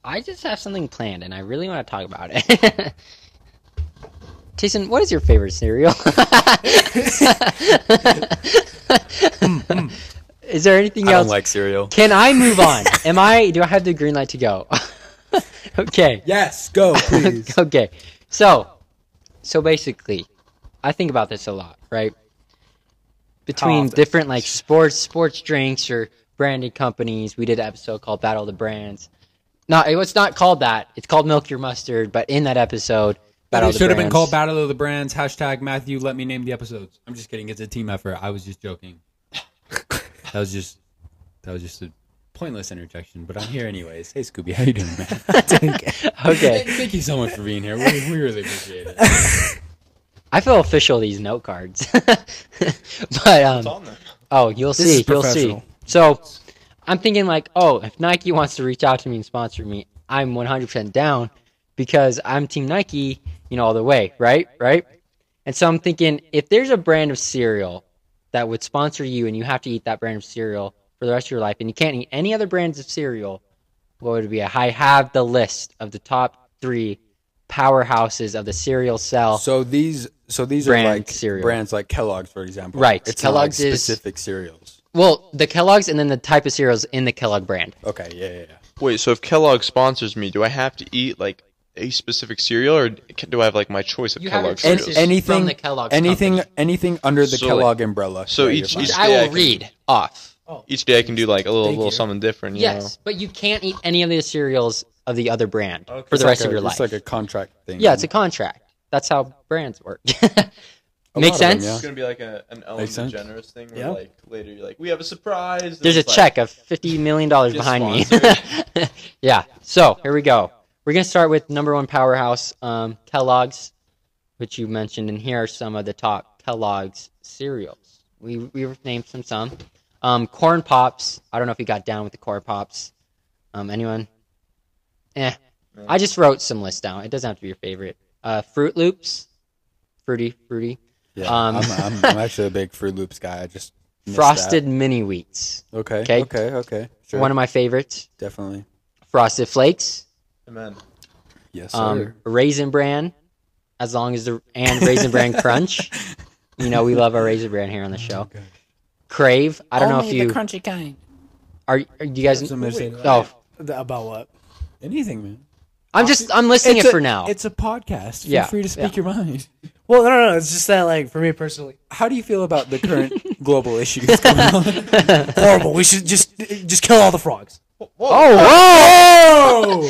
Speaker 1: I just have something planned, and I really want to talk about it. Jason, what is your favorite cereal? is there anything
Speaker 2: Mm, I don't
Speaker 1: else?
Speaker 2: like cereal.
Speaker 1: Can I move on? Am I? Do I have the green light to go? okay.
Speaker 4: Yes, go please.
Speaker 1: Okay. So, so basically, I think about this a lot, right? Between
Speaker 4: often?
Speaker 1: different like sports sports drinks or branded companies, we did an episode called Battle of the Brands. No, it was not called that. It's called Milk Your Mustard, but in that episode, Battle of
Speaker 2: It
Speaker 1: the
Speaker 2: should have been
Speaker 1: Brands-
Speaker 2: called Battle of the Brands. Hashtag Matthew, let me name the episodes. I'm just kidding. It's a team effort. I was just joking. that was just that was just a pointless interjection. But I'm here anyways. Hey Scooby, how you doing, man?
Speaker 1: Okay.
Speaker 2: Thank you so much for being here. We, we really appreciate it.
Speaker 1: I feel official these note cards. but um, oh, you'll
Speaker 4: is
Speaker 1: see, you'll see.
Speaker 4: professional.
Speaker 1: So I'm thinking like, oh, if Nike wants to reach out to me and sponsor me, I'm 100% down because I'm Team Nike, you know, all the way, right? Right? And so I'm thinking if there's a brand of cereal that would sponsor you and you have to eat that brand of cereal for the rest of your life and you can't eat any other brands of cereal, what would it be? I have the list of the top three powerhouses of the cereal cell.
Speaker 7: So these, so these
Speaker 1: Brand
Speaker 7: are like
Speaker 1: cereal.
Speaker 7: brands like Kellogg's, for example.
Speaker 1: Right.
Speaker 7: It's Kellogg's
Speaker 1: Kellogg's is-
Speaker 7: specific cereals.
Speaker 1: Well, the Kellogg's and then the type of cereals in the Kellogg brand.
Speaker 7: Okay. Yeah. Yeah. yeah.
Speaker 3: Wait, so if Kellogg sponsors me, do I have to eat like a specific cereal, or can, do I have like my choice of
Speaker 1: You have your
Speaker 3: Kellogg
Speaker 1: choices.
Speaker 3: cereals?
Speaker 1: This is
Speaker 7: anything,
Speaker 1: from the Kellogg's
Speaker 7: anything,
Speaker 1: company.
Speaker 7: anything under the
Speaker 3: So, like-
Speaker 7: Kellogg umbrella.
Speaker 3: so
Speaker 7: Yeah,
Speaker 3: each-
Speaker 7: you're
Speaker 1: Which
Speaker 7: fine.
Speaker 1: I
Speaker 3: day I
Speaker 1: will
Speaker 3: can-
Speaker 1: reach off.
Speaker 3: Each day I can do like a little,
Speaker 4: Thank
Speaker 3: little
Speaker 4: you.
Speaker 3: something different. You
Speaker 1: Yes, but you can't eat any of the cereals of the other brand for
Speaker 7: It's
Speaker 1: the rest
Speaker 7: like
Speaker 1: of
Speaker 7: a-
Speaker 1: your life.
Speaker 7: It's like a contract thing.
Speaker 1: yeah, it's a contract. That's how brands work. Makes
Speaker 7: lot of them,
Speaker 1: sense.
Speaker 7: yeah.
Speaker 3: gonna be like a, an Ellen
Speaker 7: Makes sense.
Speaker 3: DeGeneres thing,
Speaker 4: Yeah.
Speaker 3: like later you're like, we have a surprise.
Speaker 1: There's a check of fifty million dollars
Speaker 3: Just
Speaker 1: behind me. yeah. So here we go. We're gonna start with number one powerhouse, um, Kellogg's, which you mentioned, and here are some of the top Kellogg's cereals. We we named some some. Um, corn pops. I don't know if you got down with the corn pops. Um, anyone? Eh. I just wrote some lists down. It doesn't have to be your favorite. Uh, Fruit Loops, fruity, fruity.
Speaker 7: Yeah,
Speaker 1: Um,
Speaker 7: I'm, I'm, I'm actually a big Fruit Loops guy. I just missed
Speaker 1: Frosted Mini Wheats.
Speaker 7: That. Okay.
Speaker 1: 'Kay.
Speaker 7: Okay. Okay. Sure.
Speaker 1: One of my favorites.
Speaker 7: Definitely.
Speaker 1: Frosted Flakes.
Speaker 3: Amen.
Speaker 7: Yes.
Speaker 1: um,
Speaker 7: sir.
Speaker 1: Raisin Bran, as long as the and Raisin Bran Crunch. You know, we love our Raisin Bran here on the show. Crave. I don't know if you
Speaker 2: crunchy kind.
Speaker 1: are, are you guys.
Speaker 7: Somebody say that.
Speaker 1: Oh,
Speaker 4: About what?
Speaker 2: Anything, man.
Speaker 1: I'm just I'm listing it for now.
Speaker 2: It's a podcast. Feel
Speaker 1: Yeah,
Speaker 2: free to speak your mind.
Speaker 4: Well, no, no, no. It's just that, like, for me personally,
Speaker 2: How do you feel about the current global issues going on?
Speaker 4: horrible. We should just just kill all the frogs.
Speaker 2: Oh,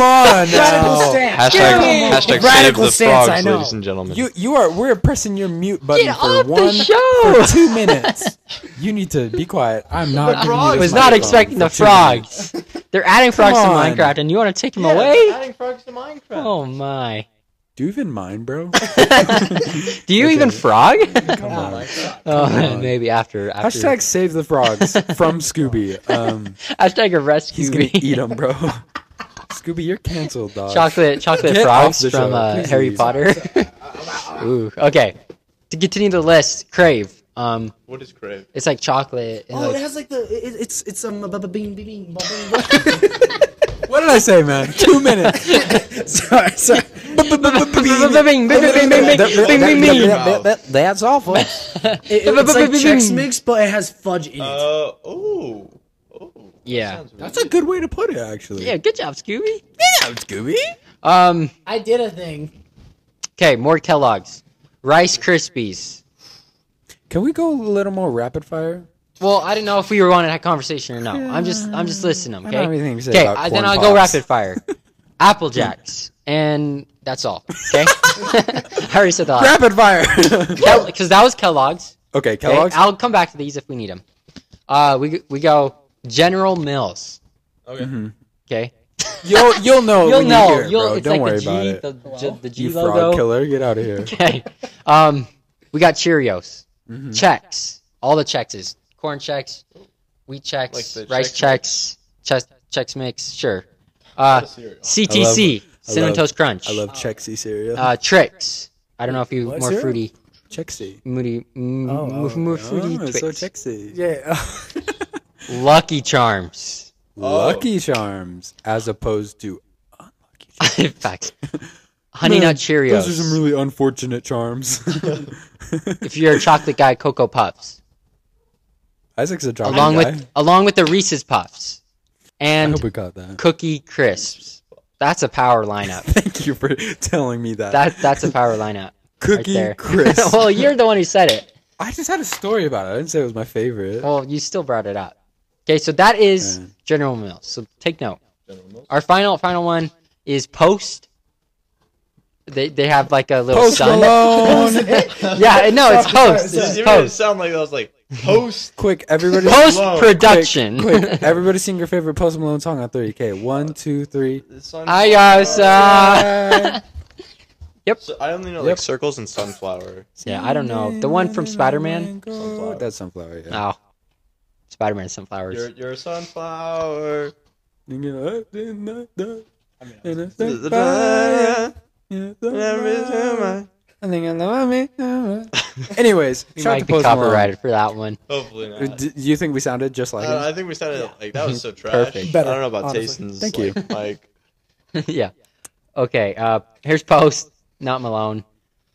Speaker 2: on now.
Speaker 3: Hashtag, hashtag save
Speaker 4: Radical
Speaker 3: the
Speaker 4: stance, I
Speaker 3: frogs,
Speaker 4: know.
Speaker 3: ladies and gentlemen.
Speaker 2: You you are we're pressing your mute button
Speaker 1: Get
Speaker 2: for
Speaker 1: off the
Speaker 2: one
Speaker 1: show!
Speaker 2: for two minutes. you need to be quiet. I'm not. giving you
Speaker 1: I
Speaker 2: this
Speaker 1: was not
Speaker 2: microphone
Speaker 1: expecting
Speaker 2: for
Speaker 1: the
Speaker 2: two minutes.
Speaker 1: frogs. They're adding frogs to
Speaker 2: on.
Speaker 1: Minecraft, and you want to take them away?
Speaker 3: adding frogs to Minecraft.
Speaker 1: Oh my!
Speaker 2: Do you even mind, bro?
Speaker 1: Do you even frog?
Speaker 2: Come on.
Speaker 1: oh, maybe after after
Speaker 2: Hashtag save the frogs from Scooby. Um,
Speaker 1: hashtag a rescue.
Speaker 2: he's gonna
Speaker 1: me.
Speaker 2: eat them, bro. Scooby, you're canceled, dog.
Speaker 1: chocolate chocolate
Speaker 2: Get
Speaker 1: frogs
Speaker 2: off the
Speaker 1: from
Speaker 2: show,
Speaker 1: uh,
Speaker 2: please.
Speaker 1: Harry Potter. Ooh, okay. To continue the list, crave. Um,
Speaker 3: What is crave?
Speaker 1: it's like chocolate. and like-
Speaker 4: has like the Oh, it, it's it's um bing bing bing.
Speaker 2: What did I say, man? Two minutes.
Speaker 4: Sorry, sorry.
Speaker 1: Bing, bing, bing, bing, bing, bing, bing, bing, bing.
Speaker 2: That's awful.
Speaker 4: It's like Chex Mix, but it has fudge in it.
Speaker 3: Uh oh. Oh.
Speaker 1: Yeah,
Speaker 2: That's a good way to put it, actually.
Speaker 1: yeah. Good job, Scooby.
Speaker 2: Damn, Scooby.
Speaker 1: Um,
Speaker 4: I did a thing.
Speaker 1: okay, more Kellogg's, Rice Krispies.
Speaker 2: Can we go a little more rapid fire?
Speaker 1: Well, I don't know if we were on that conversation or not. I'm just, I'm just listening. Okay.
Speaker 2: have anything to say
Speaker 1: okay,
Speaker 2: about
Speaker 1: I, then
Speaker 2: corn
Speaker 1: I'll go
Speaker 2: pops.
Speaker 1: rapid fire. Apple Jacks, and that's all. Okay. I already said that.
Speaker 2: Rapid fire.
Speaker 1: Because that was Kellogg's.
Speaker 2: okay,
Speaker 1: Okay,
Speaker 2: Kellogg's.
Speaker 1: I'll come back to these if we need them. Uh, we we go General Mills.
Speaker 3: Okay.
Speaker 1: Okay,
Speaker 2: You'll you'll know.
Speaker 1: you'll
Speaker 2: when
Speaker 1: know.
Speaker 2: You hear it,
Speaker 1: you'll
Speaker 2: bro.
Speaker 1: it's
Speaker 2: Don't
Speaker 1: like
Speaker 2: worry
Speaker 1: the G,
Speaker 2: about it.
Speaker 1: The, J- the G
Speaker 2: you frog
Speaker 1: logo.
Speaker 2: killer, get out of here.
Speaker 1: Okay, um, we got Cheerios,
Speaker 2: Mm-hmm.
Speaker 1: checks, all the checks is corn checks, wheat
Speaker 3: Like
Speaker 1: checks,
Speaker 3: the
Speaker 1: rice checks, checks, checks mix. Sure. Uh,
Speaker 3: cereal.
Speaker 1: CTC. Cinnamon
Speaker 2: love-
Speaker 1: Toast Crunch.
Speaker 2: I love Chexy cereal.
Speaker 1: uh, Tricks. I don't know if you
Speaker 4: What
Speaker 1: more
Speaker 4: cereal?
Speaker 1: fruity,
Speaker 2: Chexy.
Speaker 1: moody, m-
Speaker 4: Oh,
Speaker 1: m-
Speaker 4: oh,
Speaker 1: more
Speaker 2: Oh,
Speaker 1: fruity
Speaker 2: it's so
Speaker 1: Twix.
Speaker 2: Chexy.
Speaker 4: Yeah.
Speaker 1: Lucky Charms.
Speaker 2: Lucky Charms, as opposed to
Speaker 1: Fact. Honey Nut Cheerios.
Speaker 2: Those are some really unfortunate charms.
Speaker 1: if you're a chocolate guy, Cocoa Puffs,
Speaker 2: Isaac's a chocolate
Speaker 1: along
Speaker 2: guy.
Speaker 1: with along with the Reese's Puffs,
Speaker 2: I
Speaker 1: and
Speaker 2: hope we got that.
Speaker 1: Cookie Crisps. That's a power lineup.
Speaker 2: Thank you for telling me that.
Speaker 1: That that's a power lineup.
Speaker 2: Cookie
Speaker 1: there.
Speaker 2: crisp.
Speaker 1: well, you're the one who said it.
Speaker 2: I just had a story about it. I didn't say it was my favorite.
Speaker 1: Well, you still brought it up. Okay, so that is General Mills. So take note. Our final final one is Post. They they have like a little
Speaker 2: Post
Speaker 1: sun.
Speaker 2: Malone.
Speaker 1: yeah, no, it's Post.
Speaker 3: It
Speaker 1: It's
Speaker 3: didn't even
Speaker 1: Post.
Speaker 3: sound like that. I was like, post.
Speaker 2: quick, everybody.
Speaker 1: Post
Speaker 3: Malone.
Speaker 1: production.
Speaker 2: Quick, everybody sing your favorite Post Malone song on 30K. One, two, three.
Speaker 1: I
Speaker 4: uh,
Speaker 1: guys. Uh,
Speaker 3: So I only know
Speaker 2: Yep.
Speaker 3: like circles and sunflower.
Speaker 1: yeah, I don't know the one from Spider Man.
Speaker 3: Sunflower.
Speaker 2: That's Sunflower, yeah.
Speaker 1: Oh, Spider Man
Speaker 3: You're,
Speaker 1: sunflowers.
Speaker 3: you're a sunflower.
Speaker 2: Anyways,
Speaker 1: We
Speaker 2: shout out to
Speaker 1: might be
Speaker 2: Post Malone.
Speaker 1: copyrighted for that one.
Speaker 3: Hopefully
Speaker 2: Do
Speaker 3: not.
Speaker 2: do you think we sounded just like
Speaker 3: Uh,
Speaker 2: him?
Speaker 3: I think we sounded like that was so trash.
Speaker 1: Perfect.
Speaker 4: Better,
Speaker 3: I don't know about
Speaker 4: honestly.
Speaker 3: Tyson's.
Speaker 2: Thank
Speaker 3: like, Like,
Speaker 1: yeah. Okay. Uh, here's Post, not Malone.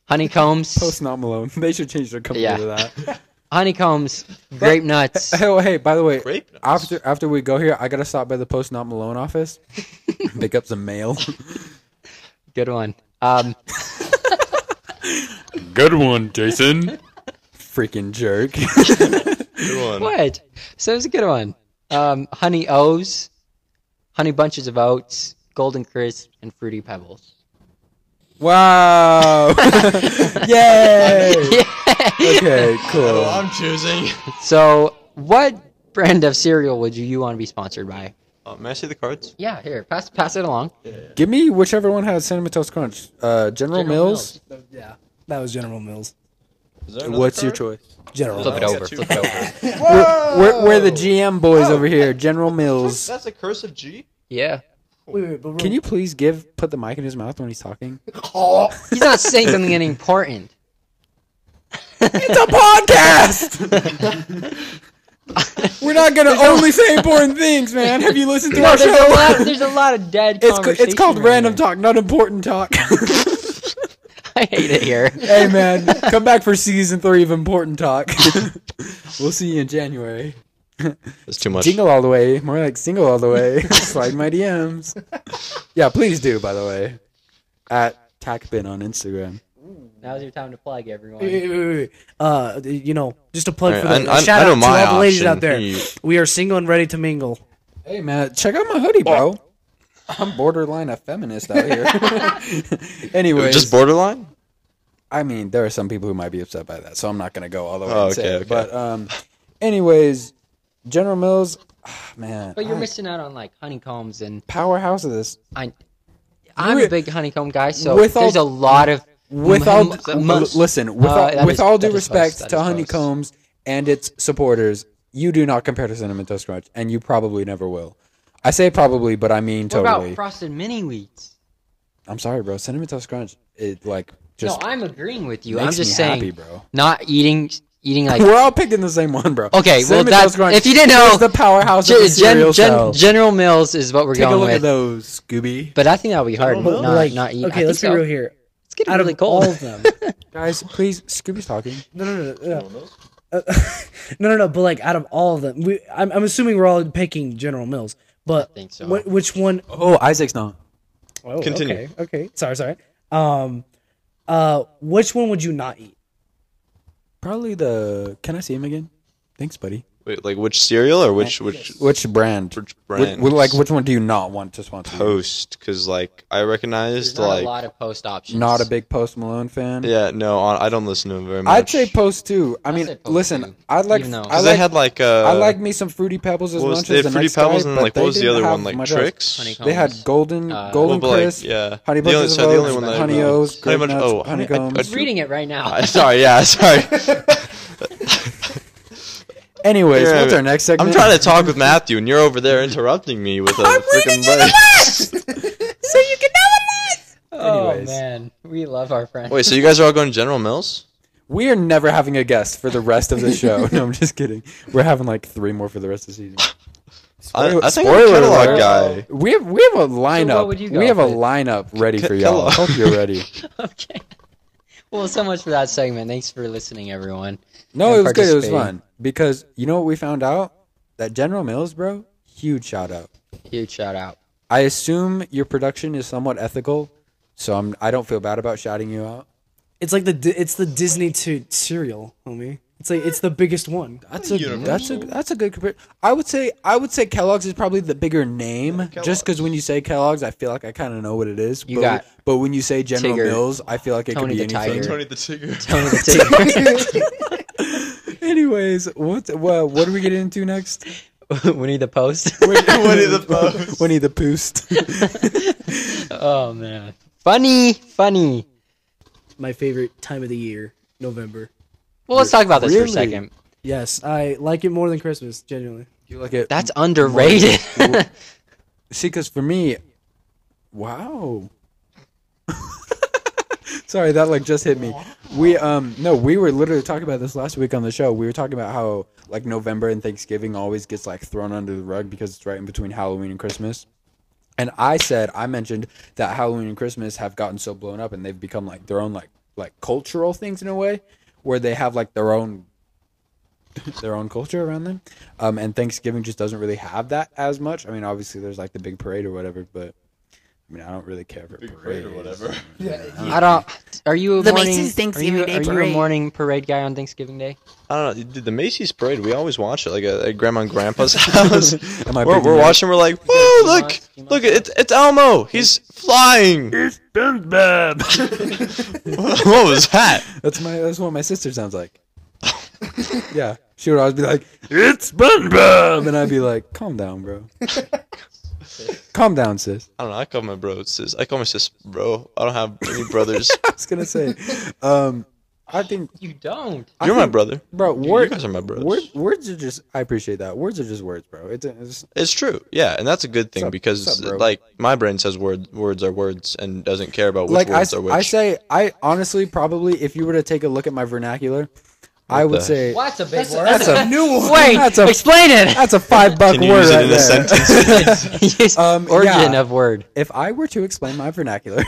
Speaker 1: Honeycombs.
Speaker 2: Post not Malone. They should change their company
Speaker 1: Yeah.
Speaker 2: to that.
Speaker 1: honeycombs, grape nuts.
Speaker 2: hey, oh, hey, by the way,
Speaker 3: Grape nuts.
Speaker 2: after after we go here, I gotta stop by the Post Not Malone office, pick up some mail.
Speaker 1: Good one. Um,
Speaker 7: Good one, Jason.
Speaker 2: Freaking jerk.
Speaker 3: good one.
Speaker 1: what? So it was a good one. Um, honey O's, honey bunches of oats, golden crisp, and fruity pebbles.
Speaker 2: wow. Yay. Okay,
Speaker 3: Oh,
Speaker 2: cool.
Speaker 3: I'm choosing.
Speaker 1: So, what brand of cereal would you, you want to be sponsored by?
Speaker 3: Uh, may I see the cards?
Speaker 1: Yeah, here, pass pass it along.
Speaker 2: Give me whichever one has cinnamon toast crunch. Uh, General, Mills.
Speaker 4: yeah. That was General Mills.
Speaker 3: Is there another
Speaker 2: What's your
Speaker 3: card?
Speaker 2: choice?
Speaker 4: General
Speaker 1: Flip it
Speaker 4: Mills.
Speaker 1: over. Flip it over.
Speaker 2: We're, we're the GM boys over here. General Mills.
Speaker 3: That's a cursive G.
Speaker 1: Yeah.
Speaker 4: Wait, wait, but
Speaker 2: Can you please give put the mic in his mouth when he's talking?
Speaker 3: Oh.
Speaker 1: He's not saying something important.
Speaker 2: It's a podcast. We're not gonna only say important things, man. Have you listened to
Speaker 1: No,
Speaker 2: our
Speaker 1: there's a
Speaker 2: show?
Speaker 1: lot. There's a lot of dead.
Speaker 2: It's co- it's called
Speaker 1: conversation right
Speaker 2: random
Speaker 1: here.
Speaker 2: talk, not important talk.
Speaker 1: I hate it here.
Speaker 2: hey, man, come back for season three of important talk. we'll see you in January.
Speaker 3: That's too much.
Speaker 2: Jingle all the way, more like single all the way. Slide my DMs. Yeah, please do. By the way, at Tackbin on Instagram.
Speaker 1: Now's your time to plug,
Speaker 4: Wait,
Speaker 1: everyone.
Speaker 4: wait, wait, wait. Uh, you know, just a plug
Speaker 3: All
Speaker 4: for
Speaker 3: right,
Speaker 4: the
Speaker 3: I- I-
Speaker 4: shout
Speaker 3: I know
Speaker 4: out to
Speaker 3: my
Speaker 4: all the ladies
Speaker 3: option.
Speaker 4: out there.
Speaker 3: You-
Speaker 4: We are single and ready to mingle.
Speaker 2: Hey man, check out my hoodie, bro. I'm borderline a feminist out here. anyway,
Speaker 3: Just borderline?
Speaker 2: I mean, there are some people who might be upset by that, so I'm not gonna go all the way.
Speaker 3: Oh,
Speaker 2: and say
Speaker 3: okay,
Speaker 2: it.
Speaker 3: okay.
Speaker 2: But um, anyways, General Mills, ah, man,
Speaker 1: But you're
Speaker 2: I-
Speaker 1: missing out on like honeycombs and
Speaker 2: powerhouse of this.
Speaker 1: I, I'm a
Speaker 2: With-
Speaker 1: big honeycomb guy, so
Speaker 2: with all-
Speaker 1: there's a lot of
Speaker 2: With all,
Speaker 1: m-
Speaker 2: l-
Speaker 1: must-
Speaker 2: listen, with
Speaker 1: Uh,
Speaker 2: all,
Speaker 1: that
Speaker 2: with
Speaker 1: is-
Speaker 2: all
Speaker 1: that
Speaker 2: due
Speaker 1: is close,
Speaker 2: respect
Speaker 1: that
Speaker 2: to
Speaker 1: is close.
Speaker 2: Honeycombs and its supporters, you do not compare to Cinnamon Toast Crunch, and you probably never will. I say probably, but I mean
Speaker 1: What
Speaker 2: totally.
Speaker 1: about frosted mini wheats?
Speaker 2: I'm sorry, bro. Cinnamon Toast Crunch, it like
Speaker 1: No,
Speaker 2: just
Speaker 1: I'm agreeing with you.
Speaker 2: makes
Speaker 1: I'm just
Speaker 2: me
Speaker 1: saying,
Speaker 2: happy, bro.
Speaker 1: not eating, eating like
Speaker 2: We're all picking the same one, bro.
Speaker 1: Okay, well,
Speaker 2: Cinnamon
Speaker 1: that-
Speaker 2: Toast Crunch
Speaker 1: if you didn't know,
Speaker 2: is the powerhouse of
Speaker 1: Gen-
Speaker 2: the cereal
Speaker 1: Gen- Gen-
Speaker 2: show.
Speaker 1: General Mills is what we're
Speaker 2: Take a
Speaker 1: going
Speaker 2: look at
Speaker 1: with.
Speaker 2: those, Scooby.
Speaker 1: But I think that'll be hard.
Speaker 3: General
Speaker 1: Not,
Speaker 3: Mills?
Speaker 1: like, not eating.
Speaker 4: Okay, let's be real here.
Speaker 1: It's getting
Speaker 4: Out
Speaker 1: really
Speaker 4: of all
Speaker 1: cold.
Speaker 4: of them,
Speaker 2: Guys, please, Scooby's talking.
Speaker 4: no, no, no, no, no. Uh, no, no, no. But like, out of all of them, we, I'm, I'm assuming we're all picking General Mills. But
Speaker 1: think so.
Speaker 4: wh- which one?
Speaker 2: Oh, Isaac's not.
Speaker 4: Oh,
Speaker 3: Continue.
Speaker 4: Okay, okay. Sorry, sorry. Um, uh, which one would you not eat?
Speaker 2: Probably the. Can I see him again? Thanks, buddy.
Speaker 3: Wait, like which cereal or which which
Speaker 2: Which brand?
Speaker 3: Which brand?
Speaker 2: Wh- wh- like, which one do you not want to sponsor?
Speaker 3: post? Because like I recognized
Speaker 1: There's not
Speaker 3: like
Speaker 1: a lot of post options.
Speaker 2: Not a big Post Malone fan.
Speaker 3: yeah no on, I don't listen to him very much.
Speaker 2: I'd say Post too. I mean,
Speaker 1: say Post,
Speaker 2: listen,
Speaker 1: too.
Speaker 2: I'd like.
Speaker 1: Even though-
Speaker 2: I
Speaker 3: because
Speaker 2: like.
Speaker 3: they had like uh,
Speaker 2: I like me some fruity pebbles as
Speaker 3: what was,
Speaker 2: much
Speaker 3: they
Speaker 2: as
Speaker 3: had
Speaker 2: the
Speaker 3: Fruity
Speaker 2: next
Speaker 3: Pebbles
Speaker 2: guy, but
Speaker 3: and then like
Speaker 2: they
Speaker 3: what was the
Speaker 2: didn't
Speaker 3: other
Speaker 2: have
Speaker 3: one like
Speaker 2: much else.
Speaker 3: tricks?
Speaker 1: Honeycomb.
Speaker 2: They had golden,
Speaker 1: Uh,
Speaker 2: golden
Speaker 3: Well, but, like,
Speaker 2: crisp,
Speaker 3: yeah.
Speaker 2: honey
Speaker 3: The only-
Speaker 2: bunches
Speaker 3: so the
Speaker 2: of
Speaker 3: only
Speaker 2: oats,
Speaker 3: one that I
Speaker 2: honey
Speaker 3: remember-
Speaker 2: o's,
Speaker 3: Honey
Speaker 2: grape
Speaker 3: bunch-
Speaker 2: nuts,
Speaker 3: oh, I- I-
Speaker 2: honeycombs.
Speaker 3: I-
Speaker 1: I'm reading it right now.
Speaker 3: Uh, sorry, yeah, sorry.
Speaker 2: Anyways,
Speaker 3: Yeah,
Speaker 2: what's
Speaker 3: but-
Speaker 2: our next segment?
Speaker 3: I'm trying to talk with Matthew, and you're over there interrupting me with a freaking.
Speaker 2: so you can Anyways,
Speaker 1: Oh man, we love our friends.
Speaker 3: Wait, so you guys are all going to General Mills?
Speaker 2: we are never having a guest for the rest of the show. no, I'm just kidding. We're having like three more for the rest of the season.
Speaker 3: I,
Speaker 2: Spoiler-
Speaker 3: I think I'm a
Speaker 2: spoiler
Speaker 3: catalog
Speaker 2: alert.
Speaker 3: guy.
Speaker 2: We have we have a lineup.
Speaker 1: would you
Speaker 2: we
Speaker 1: go
Speaker 2: have a
Speaker 1: with?
Speaker 2: lineup ready
Speaker 3: Ca-
Speaker 2: for y'all.
Speaker 3: catalog.
Speaker 2: I hope you're ready.
Speaker 1: okay. Well, so much for that segment. Thanks for listening, everyone.
Speaker 2: No,
Speaker 1: and
Speaker 2: it was good. It was
Speaker 1: participating.
Speaker 2: fun because you know what we found out that General Mills, bro, huge shout out.
Speaker 1: Huge shout out.
Speaker 2: I assume your production is somewhat ethical, so I'm I don't feel bad about shouting you out.
Speaker 4: It's like the Di- it's the Disney to cereal, homie. It's like it's the biggest one.
Speaker 2: That's a that's a that's a good compar- I would say I would say Kellogg's is probably the bigger name, Just 'cause just because when you say Kellogg's, I feel like I kind of know what it is.
Speaker 1: You
Speaker 2: but,
Speaker 1: got
Speaker 2: but when you say General
Speaker 1: Tigger,
Speaker 2: Mills, I feel like it
Speaker 1: Tony
Speaker 2: could be
Speaker 1: the
Speaker 2: anything.
Speaker 1: Tiger.
Speaker 3: the Tigger.
Speaker 1: Tony the
Speaker 2: Anyways, what what what do we get into next?
Speaker 1: Tiger. Winnie the Post.
Speaker 3: Winnie the Pooh.
Speaker 2: Winnie the Poost.
Speaker 1: oh man. Funny, funny.
Speaker 4: My favorite time of the year, November.
Speaker 1: Well, let's talk about this for a
Speaker 2: Really?
Speaker 1: second.
Speaker 4: Yes, I like it more than Christmas, genuinely.
Speaker 2: you like it?
Speaker 1: That's underrated.
Speaker 2: See, because for me, wow. Sorry, that like just hit me. We um no, we were literally talking about this last week on the show. We were talking about how like November and Thanksgiving always gets like thrown under the rug because it's right in between Halloween and Christmas. And I said I mentioned that Halloween and Christmas have gotten so blown up and they've become like their own like like cultural things in a way where they have like their own their own culture around them. Um, and Thanksgiving just doesn't really have that as much. I mean, obviously there's like the big parade or whatever, but I mean, I don't really care for parade or whatever.
Speaker 1: I don't. Are you a
Speaker 8: The
Speaker 1: morning?
Speaker 8: Macy's Thanksgiving
Speaker 1: are you,
Speaker 8: Day
Speaker 1: are you a
Speaker 8: parade.
Speaker 1: morning parade guy on Thanksgiving Day?
Speaker 3: I don't know. Dude, the Macy's parade, we always watch it, like at, at Grandma and Grandpa's house.
Speaker 2: Am I
Speaker 3: we're
Speaker 2: picking
Speaker 3: we're
Speaker 2: that?
Speaker 3: watching, we're like, whoa, look,
Speaker 1: Elmo, Elmo.
Speaker 3: look, it's, it's Elmo. He's flying. what was that?
Speaker 2: That's my that's what my sister sounds like. yeah, she would always be like, "It's SpongeBob," and I'd be like, "Calm down, bro. Calm down, sis."
Speaker 3: I don't know. I call my bro sis. I call my sis bro. I don't have any brothers.
Speaker 2: I was gonna say, um, I think,
Speaker 1: You don't.
Speaker 2: I
Speaker 3: You're my
Speaker 2: think-
Speaker 3: brother.
Speaker 2: bro.
Speaker 3: You-
Speaker 2: Word,
Speaker 3: you guys are my brothers.
Speaker 2: word- words are just. I appreciate that. Words are just words, bro. It's, it's
Speaker 3: It's true. Yeah, and that's a good thing
Speaker 2: up-
Speaker 3: because
Speaker 2: what's up, bro?
Speaker 3: like my brain says word, words are words and doesn't care about which
Speaker 2: like I, s-
Speaker 3: words are which.
Speaker 2: I say. I honestly probably, if you were to take a look at my vernacular, I would
Speaker 3: the-
Speaker 2: say
Speaker 1: What's a big word?
Speaker 2: that's a new
Speaker 1: Wait,
Speaker 2: That's a
Speaker 1: explain it.
Speaker 2: that's a five buck
Speaker 3: Can you
Speaker 2: word
Speaker 3: use it
Speaker 2: right
Speaker 3: in
Speaker 2: there.
Speaker 3: a sentence?
Speaker 1: Yes,
Speaker 2: Um,
Speaker 1: Origin
Speaker 2: yeah.
Speaker 1: of word.
Speaker 2: if I were to explain my vernacular,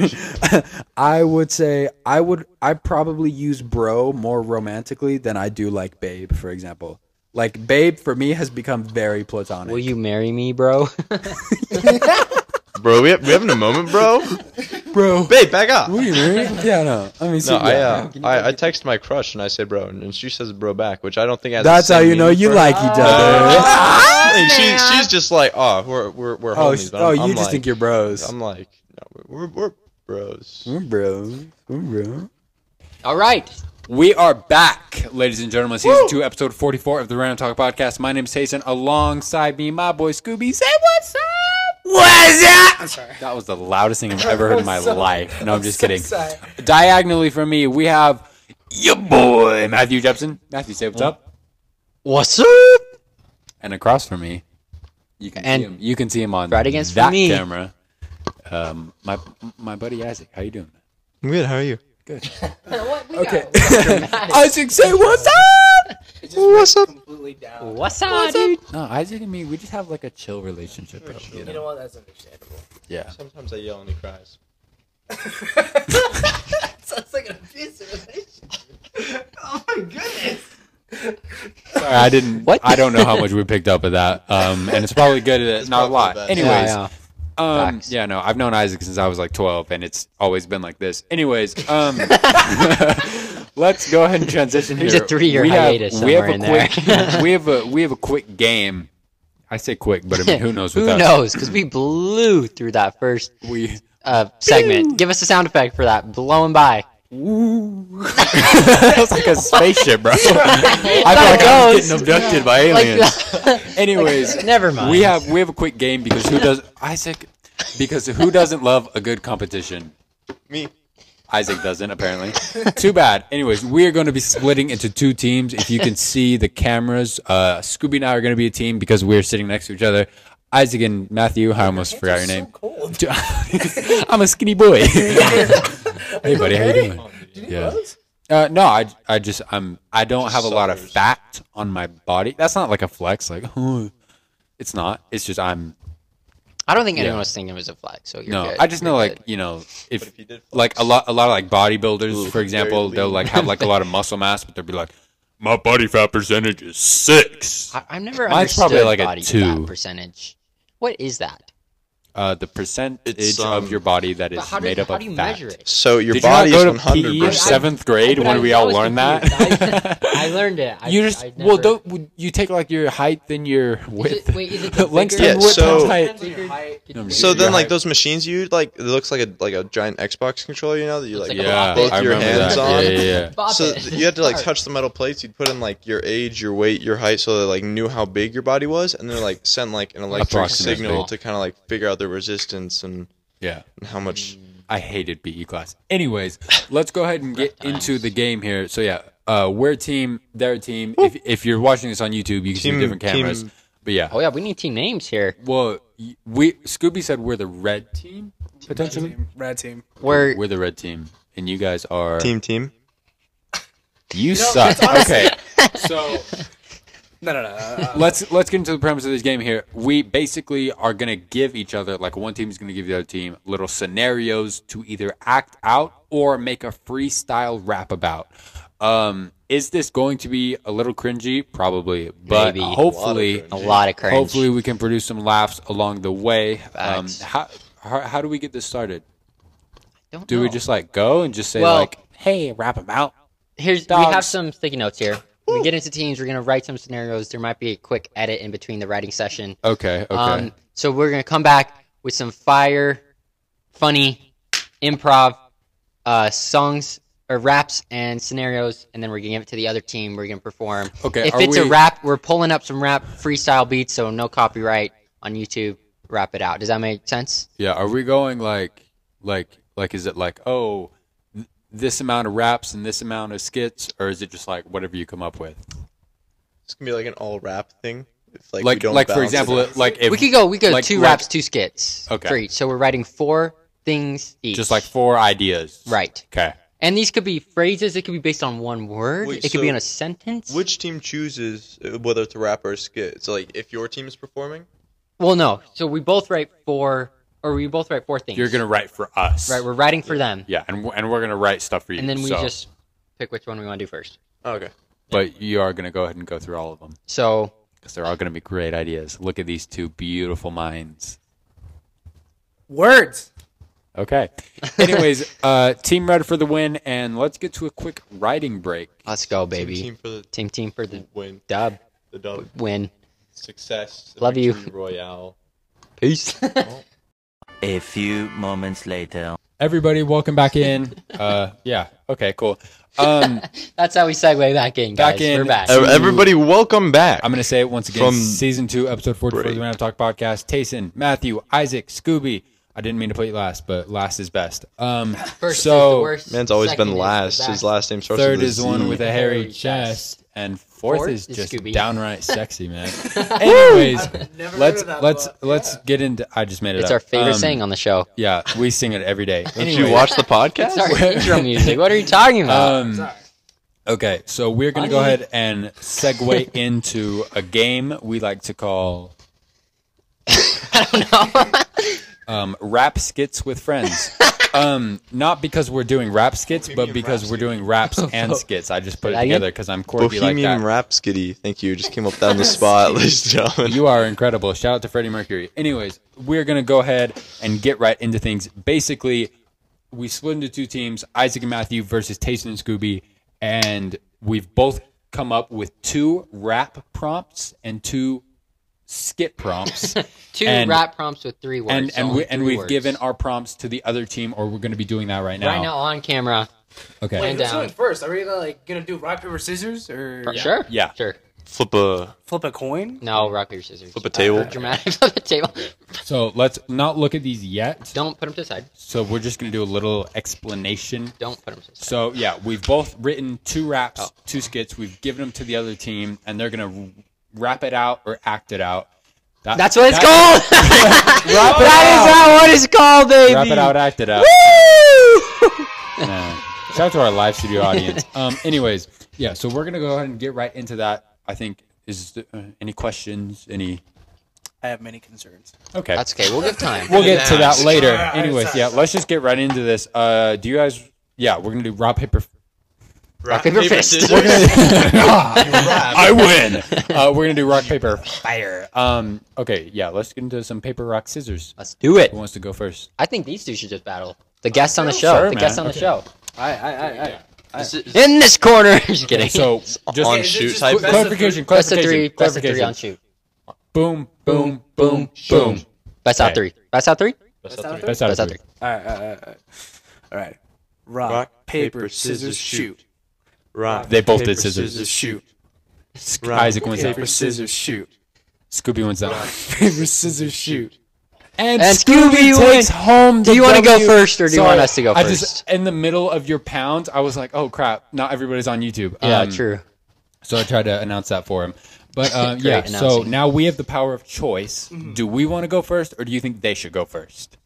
Speaker 2: I would say I would I probably use bro more romantically than I do like babe, for example. Like babe for me has become very platonic.
Speaker 1: Will you marry me, bro?
Speaker 3: bro, we have, we having a moment, bro.
Speaker 2: bro?
Speaker 3: Babe, back up.
Speaker 2: Will you marry me? Yeah, no. I mean, see,
Speaker 3: No, I,
Speaker 2: yeah.
Speaker 3: uh, I I text my crush and I say bro, and she says bro back, which I don't think has the
Speaker 2: that's how
Speaker 3: same
Speaker 2: you know
Speaker 3: meaning
Speaker 2: you
Speaker 3: for-
Speaker 2: like each other.
Speaker 3: Uh, like, she, she's just like, oh, we're we're we're
Speaker 2: Oh,
Speaker 3: homies.
Speaker 2: sh-
Speaker 3: but
Speaker 2: oh,
Speaker 3: I'm-
Speaker 2: you
Speaker 3: I'm
Speaker 2: just
Speaker 3: like-
Speaker 2: think you're bros.
Speaker 3: I'm like, no, we're we're bros.
Speaker 2: We're bros. We're bros.
Speaker 1: All right.
Speaker 9: We are back, ladies and gentlemen. Season two, episode forty-four of the Random Talk podcast. My name is Tayson. Alongside me, my boy Scooby. Say what's up. What's up? I'm sorry. That was the loudest thing I've ever heard in my life. No, I'm, just kidding. Diagonally from me, we have your boy Matthew Jepson. Matthew, say what's up.
Speaker 1: What's up?
Speaker 9: And across from me, you can
Speaker 1: And
Speaker 9: see him. You can see him on
Speaker 1: right against
Speaker 9: that
Speaker 1: me.
Speaker 9: camera. Um, my my buddy Isaac. How you doing?
Speaker 3: I'm good. How are you?
Speaker 2: Okay. Isaac, say what's up.
Speaker 3: What's up?
Speaker 1: What's up, dude?
Speaker 9: No, Isaac and me, we just have like a chill relationship. Bro, you know?
Speaker 4: what? That's understandable.
Speaker 9: Yeah.
Speaker 3: Sometimes I yell and he cries.
Speaker 8: Sounds like an abusive relationship.
Speaker 9: Sorry, I didn't.
Speaker 1: What?
Speaker 9: I don't know how much we picked up of that. Um, and it's probably good. That, not a
Speaker 3: probably
Speaker 9: lot.
Speaker 3: the best.
Speaker 9: Anyways,
Speaker 1: Yeah,
Speaker 9: um, yeah, no, I've known Isaac since I was like 12, and it's always been like this. Anyways, um, let's go ahead and transition
Speaker 1: There's
Speaker 9: here.
Speaker 1: a three-year
Speaker 9: have-
Speaker 1: hiatus somewhere in there.
Speaker 9: quick, we have a we have a quick game. I say quick, but I mean, who knows?
Speaker 1: Who
Speaker 9: with us?
Speaker 1: knows? Because we blew through that first
Speaker 9: We
Speaker 1: uh, segment. Give us a sound effect for that. Blowing by.
Speaker 9: that's like a spaceship, bro. I feel like I'm
Speaker 1: goes.
Speaker 9: getting abducted by
Speaker 1: Like,
Speaker 9: aliens. Anyways,
Speaker 1: never mind.
Speaker 9: We have we have a quick game because who does Isaac? Because who doesn't love a good competition?
Speaker 3: Me.
Speaker 9: Isaac doesn't apparently. Too bad. Anyways, we are going to be splitting into two teams. If you can see the cameras, uh, Scooby and I are going to be a team because we're sitting next to each other.
Speaker 7: Isaac and Matthew. I almost forgot
Speaker 4: It's
Speaker 7: your
Speaker 4: so
Speaker 7: name.
Speaker 4: cold.
Speaker 7: I'm a skinny boy. hey, buddy, how you doing? Yeah. Uh, no, I, I just I'm I don't have a lot of fat on my body. That's not like a flex. Like, it's not. It's just I'm
Speaker 1: I don't think anyone
Speaker 7: Yeah.
Speaker 1: was thinking it was a flag, so you're
Speaker 7: no.
Speaker 1: good.
Speaker 7: I just know
Speaker 1: You're
Speaker 7: like
Speaker 1: good.
Speaker 7: you know if,
Speaker 3: if you did
Speaker 7: like a lot a lot of like bodybuilders for example
Speaker 3: lean.
Speaker 7: they'll like have like a lot of muscle mass but they'll be like my body fat percentage is six.
Speaker 1: I, I've never
Speaker 7: Mine's
Speaker 1: understood
Speaker 7: probably like a
Speaker 1: body
Speaker 7: two.
Speaker 1: fat percentage. What is that?
Speaker 7: Uh, the percentage
Speaker 3: It's, um,
Speaker 7: of your body that is
Speaker 1: But how,
Speaker 7: made
Speaker 1: do,
Speaker 7: up
Speaker 1: how
Speaker 7: of
Speaker 1: do you
Speaker 7: fat.
Speaker 1: measure it?
Speaker 3: So your
Speaker 7: Did
Speaker 3: body
Speaker 7: you not go
Speaker 3: is
Speaker 7: to E PE in
Speaker 3: 100%.
Speaker 7: seventh grade
Speaker 1: But
Speaker 7: when
Speaker 1: I-
Speaker 7: we
Speaker 1: I
Speaker 7: all
Speaker 1: was
Speaker 7: learned
Speaker 1: confused.
Speaker 7: that?
Speaker 1: I, I learned it. I,
Speaker 7: you just
Speaker 1: I
Speaker 7: well
Speaker 1: never-
Speaker 7: don't would you take like your height then your width.
Speaker 1: it- wait, is it the
Speaker 7: length
Speaker 1: bigger-
Speaker 7: and
Speaker 3: Yeah,
Speaker 7: width
Speaker 3: so-
Speaker 7: and height?
Speaker 3: So
Speaker 7: Your
Speaker 3: then, like
Speaker 7: height.
Speaker 3: those machines you like, it looks like a like a giant Xbox controller, you know, that you like,
Speaker 1: Looks like a
Speaker 7: Yeah,
Speaker 1: both
Speaker 7: I
Speaker 3: your
Speaker 7: remember
Speaker 3: hands
Speaker 7: that.
Speaker 3: on.
Speaker 7: Yeah, yeah, yeah.
Speaker 1: Bop
Speaker 3: so
Speaker 1: it.
Speaker 3: th- you had to like
Speaker 1: Sorry.
Speaker 3: touch the metal plates. You'd put in like your age, your weight, your height, so they like knew how big your body was, and then like sent like an electric
Speaker 7: Approximately.
Speaker 3: signal to kind of like figure out the resistance and,
Speaker 7: Yeah.
Speaker 3: and how much.
Speaker 7: I hated PE class. Anyways, let's go ahead and get into the game here. So yeah, uh, we're team, they're team. If, if you're watching this on YouTube, you can see
Speaker 3: Team-
Speaker 7: different cameras.
Speaker 3: team-
Speaker 7: But yeah,
Speaker 1: Oh yeah, we need team names here.
Speaker 7: well, y- we Scooby said we're the red team potentially.
Speaker 4: Rad team.
Speaker 1: We're
Speaker 7: We're the red team, and you guys are
Speaker 3: Team, team.
Speaker 7: You suck. Okay, so
Speaker 4: No, no, no. uh,
Speaker 7: let's let's get into the premise of this game here. We basically are gonna give each other like one team is gonna give the other team little scenarios to either act out or make a freestyle rap about. Um, is this going to be a little cringy? Probably, but
Speaker 1: Maybe.
Speaker 7: hopefully,
Speaker 1: a lot of cringe.
Speaker 7: hopefully we can produce some laughs along the way. Um,
Speaker 1: Facts.
Speaker 7: how, how how do we get this started?
Speaker 1: Don't
Speaker 7: Do we
Speaker 1: know.
Speaker 7: just like go and just say
Speaker 1: Well-
Speaker 7: like, "Hey, rap about"?
Speaker 1: Here's we have
Speaker 7: Dogs.
Speaker 1: some sticky notes here. When we get into teams, we're gonna write some scenarios. There might be a quick edit in between the writing session.
Speaker 7: Okay, okay.
Speaker 1: Um, so we're gonna come back with some fire, funny, improv, uh, songs or raps and scenarios, and then we're gonna give it to the other team. We're gonna perform.
Speaker 7: Okay,
Speaker 1: If
Speaker 7: are
Speaker 1: it's a
Speaker 7: we-
Speaker 1: rap, we're pulling up some rap freestyle beats, so no copyright on YouTube. Rap it out. Does that make sense?
Speaker 7: Yeah, are we going like like like is it like oh th- this amount of raps and this amount of skits or is it just like whatever you come up with?
Speaker 3: It's gonna be like an all rap thing. If, like we
Speaker 7: Like
Speaker 3: don't
Speaker 7: like for
Speaker 3: balance it
Speaker 7: example
Speaker 3: out.
Speaker 7: like if
Speaker 1: we could go. We could
Speaker 7: like-
Speaker 1: two
Speaker 7: like-
Speaker 1: raps, two skits.
Speaker 7: Okay.
Speaker 1: for each. So we're writing four things each.
Speaker 7: just like four ideas.
Speaker 1: right.
Speaker 7: Okay.
Speaker 1: And these could be phrases. It could be based on one word.
Speaker 3: Wait,
Speaker 1: it could be
Speaker 3: so
Speaker 1: on a sentence.
Speaker 3: which team chooses uh, whether it's a rap or a skit? So like, if your team is performing,
Speaker 1: Well, no. So we both write four, or we both write four things.
Speaker 7: You're going to write for us.
Speaker 1: right. We're writing for them,
Speaker 7: yeah, and we're- and we're going to write stuff for you.
Speaker 1: and then we
Speaker 7: so-
Speaker 1: just pick which one we want to do first.
Speaker 3: oh, okay.
Speaker 7: but you are going to go ahead and go through all of them
Speaker 1: So
Speaker 7: cuz they're all going to be great ideas. Look at these two beautiful minds.
Speaker 4: Words.
Speaker 7: Okay. Anyways, uh team red for the win and let's get to a quick writing break.
Speaker 1: let's go,
Speaker 3: Team,
Speaker 1: baby.
Speaker 3: team for the
Speaker 1: team, team for the
Speaker 3: win,
Speaker 1: dub
Speaker 3: the dub,
Speaker 1: win.
Speaker 3: success, the
Speaker 1: Love you.
Speaker 3: victory royale.
Speaker 1: Peace.
Speaker 10: A few moments later.
Speaker 7: Everybody, welcome back in. Uh, yeah. Okay. Cool. Um,
Speaker 1: That's how we segue back in, guys.
Speaker 7: Back in.
Speaker 1: We're back.
Speaker 7: Uh,
Speaker 3: E- Everybody, welcome back.
Speaker 7: I'm gonna say it once again.
Speaker 3: From
Speaker 7: season two, episode forty-four of
Speaker 3: break.
Speaker 7: the Random Talk podcast. Tayson, Matthew, Isaac, Scooby. I didn't mean to put you last, but last is best. Um,
Speaker 1: First is the
Speaker 7: so
Speaker 1: worst.
Speaker 3: Man's always
Speaker 1: second
Speaker 3: been
Speaker 1: is the
Speaker 3: last.
Speaker 1: best.
Speaker 3: His last name starts
Speaker 7: third
Speaker 3: with a
Speaker 7: is the one
Speaker 3: Z.
Speaker 7: with a hairy chest, and fourth,
Speaker 1: Fourth
Speaker 7: is
Speaker 1: is
Speaker 7: just
Speaker 1: Scooby.
Speaker 7: downright sexy, man. Anyways,
Speaker 4: Never
Speaker 7: let's
Speaker 4: heard of that
Speaker 7: let's
Speaker 4: book.
Speaker 7: let's get into. I just made it.
Speaker 1: It's
Speaker 7: up.
Speaker 1: our favorite
Speaker 7: Um,
Speaker 1: saying on the show.
Speaker 7: Yeah, we sing it every day.
Speaker 3: Did
Speaker 7: Anyways,
Speaker 3: you watch the
Speaker 1: It's
Speaker 3: podcast?
Speaker 1: our intro music. What are you talking about?
Speaker 7: Um, Okay, so we're going to go ahead and segue into a game we like to call um, Rap Skits with Friends. Um, not because we're doing rap skits, but because we're doing raps and skits. I just put it
Speaker 1: Like it?
Speaker 7: together because I'm quirky like
Speaker 3: Bohemian
Speaker 7: that.
Speaker 3: Rhapsody. Thank you. Just came up down the spot, ladies and gentlemen.
Speaker 7: You are incredible. Shout out to Freddie Mercury. Anyways, we're going to go ahead and get right into things. Basically, we split into two teams Isaac and Matthew versus Tayson and Scooby. And we've both come up with two rap prompts and two skit prompts.
Speaker 1: Two
Speaker 7: and-
Speaker 1: rap prompts with three words.
Speaker 7: and and,
Speaker 1: only
Speaker 7: we, and
Speaker 1: three
Speaker 7: we've
Speaker 1: words.
Speaker 7: given our prompts to the other team, or we're going to be doing that right now.
Speaker 1: right now on camera.
Speaker 7: Okay.
Speaker 1: Wait,
Speaker 4: Wait, who's
Speaker 1: down.
Speaker 4: doing first? Are we gonna, like gonna do rock paper scissors or
Speaker 1: Sure.
Speaker 7: Yeah.
Speaker 1: Sure.
Speaker 3: flip a
Speaker 4: flip a coin?
Speaker 1: No, rock paper scissors. Uh,
Speaker 3: Flip a table.
Speaker 1: dramatic. Flip a table.
Speaker 7: So let's not look at these yet.
Speaker 1: Don't put them to the side.
Speaker 7: So we're just going to do a little explanation
Speaker 1: Don't put them to the side.
Speaker 7: So yeah, we've both written two raps, two skits. We've given them to the other team, and they're gonna rap it out or act it out. That-
Speaker 1: That's what it's called.
Speaker 7: that-
Speaker 1: that is not what it's called, baby.
Speaker 7: Wrap it out, act it out.
Speaker 1: Woo!
Speaker 7: Yeah. Shout out to our live studio audience. Um, anyways, yeah, so we're gonna go ahead and get right into that. I think is th- uh, any questions? Any?
Speaker 4: I have many concerns.
Speaker 7: Okay,
Speaker 1: That's okay. We'll give time.
Speaker 7: we'll get to that later. Anyways, yeah, let's just get right into this. Uh, do you guys? Yeah, we're gonna do rock paper.
Speaker 3: Rock,
Speaker 1: paper, fist.
Speaker 3: scissors.
Speaker 7: I win. Uh, we're gonna do rock paper fire. Um, okay, yeah, let's get into some paper rock scissors.
Speaker 1: Let's do it.
Speaker 7: Who wants to go first?
Speaker 1: I think these two should just battle. The guests on the show.
Speaker 7: Sure,
Speaker 1: the guests
Speaker 7: man.
Speaker 1: on the show.
Speaker 4: I, I, I, I.
Speaker 3: This is
Speaker 1: In this corner. just kidding.
Speaker 7: So just
Speaker 3: on shoot type.
Speaker 11: Best of
Speaker 7: clarification, clarification,
Speaker 1: best of three.
Speaker 7: clarification.
Speaker 1: Best of three on shoot.
Speaker 7: Boom, boom, boom, boom.
Speaker 1: Best out three. Best out three.
Speaker 7: That's out
Speaker 1: Best
Speaker 7: of
Speaker 1: out
Speaker 7: three.
Speaker 1: three.
Speaker 4: All right, all right, all right, all right. All right. Rock,
Speaker 3: Rock,
Speaker 4: paper, scissors, shoot.
Speaker 3: Rock.
Speaker 7: They both
Speaker 3: paper,
Speaker 7: did scissors.
Speaker 4: Shoot.
Speaker 3: rock,
Speaker 7: Isaac wins
Speaker 4: Paper,
Speaker 7: out.
Speaker 4: scissors, shoot.
Speaker 7: Scooby wins out.
Speaker 4: Paper, scissors, shoot.
Speaker 7: And,
Speaker 1: And
Speaker 7: Scooby,
Speaker 1: Scooby
Speaker 7: takes
Speaker 1: wins.
Speaker 7: home.
Speaker 1: Do
Speaker 7: the
Speaker 1: you wanna go
Speaker 7: W.
Speaker 1: first or do you
Speaker 7: Sorry,
Speaker 1: want us to go
Speaker 7: I
Speaker 1: first?
Speaker 7: Just, in the middle of your pound, I was like, "Oh crap! Not everybody's on YouTube."
Speaker 1: Yeah,
Speaker 7: Um,
Speaker 1: true.
Speaker 7: So I tried to announce that for him. But um,
Speaker 1: Great
Speaker 7: yeah, so
Speaker 1: announcing.
Speaker 7: now we have the power of choice.
Speaker 4: Mm-hmm.
Speaker 7: Do we want to go first, or do you think they should go first?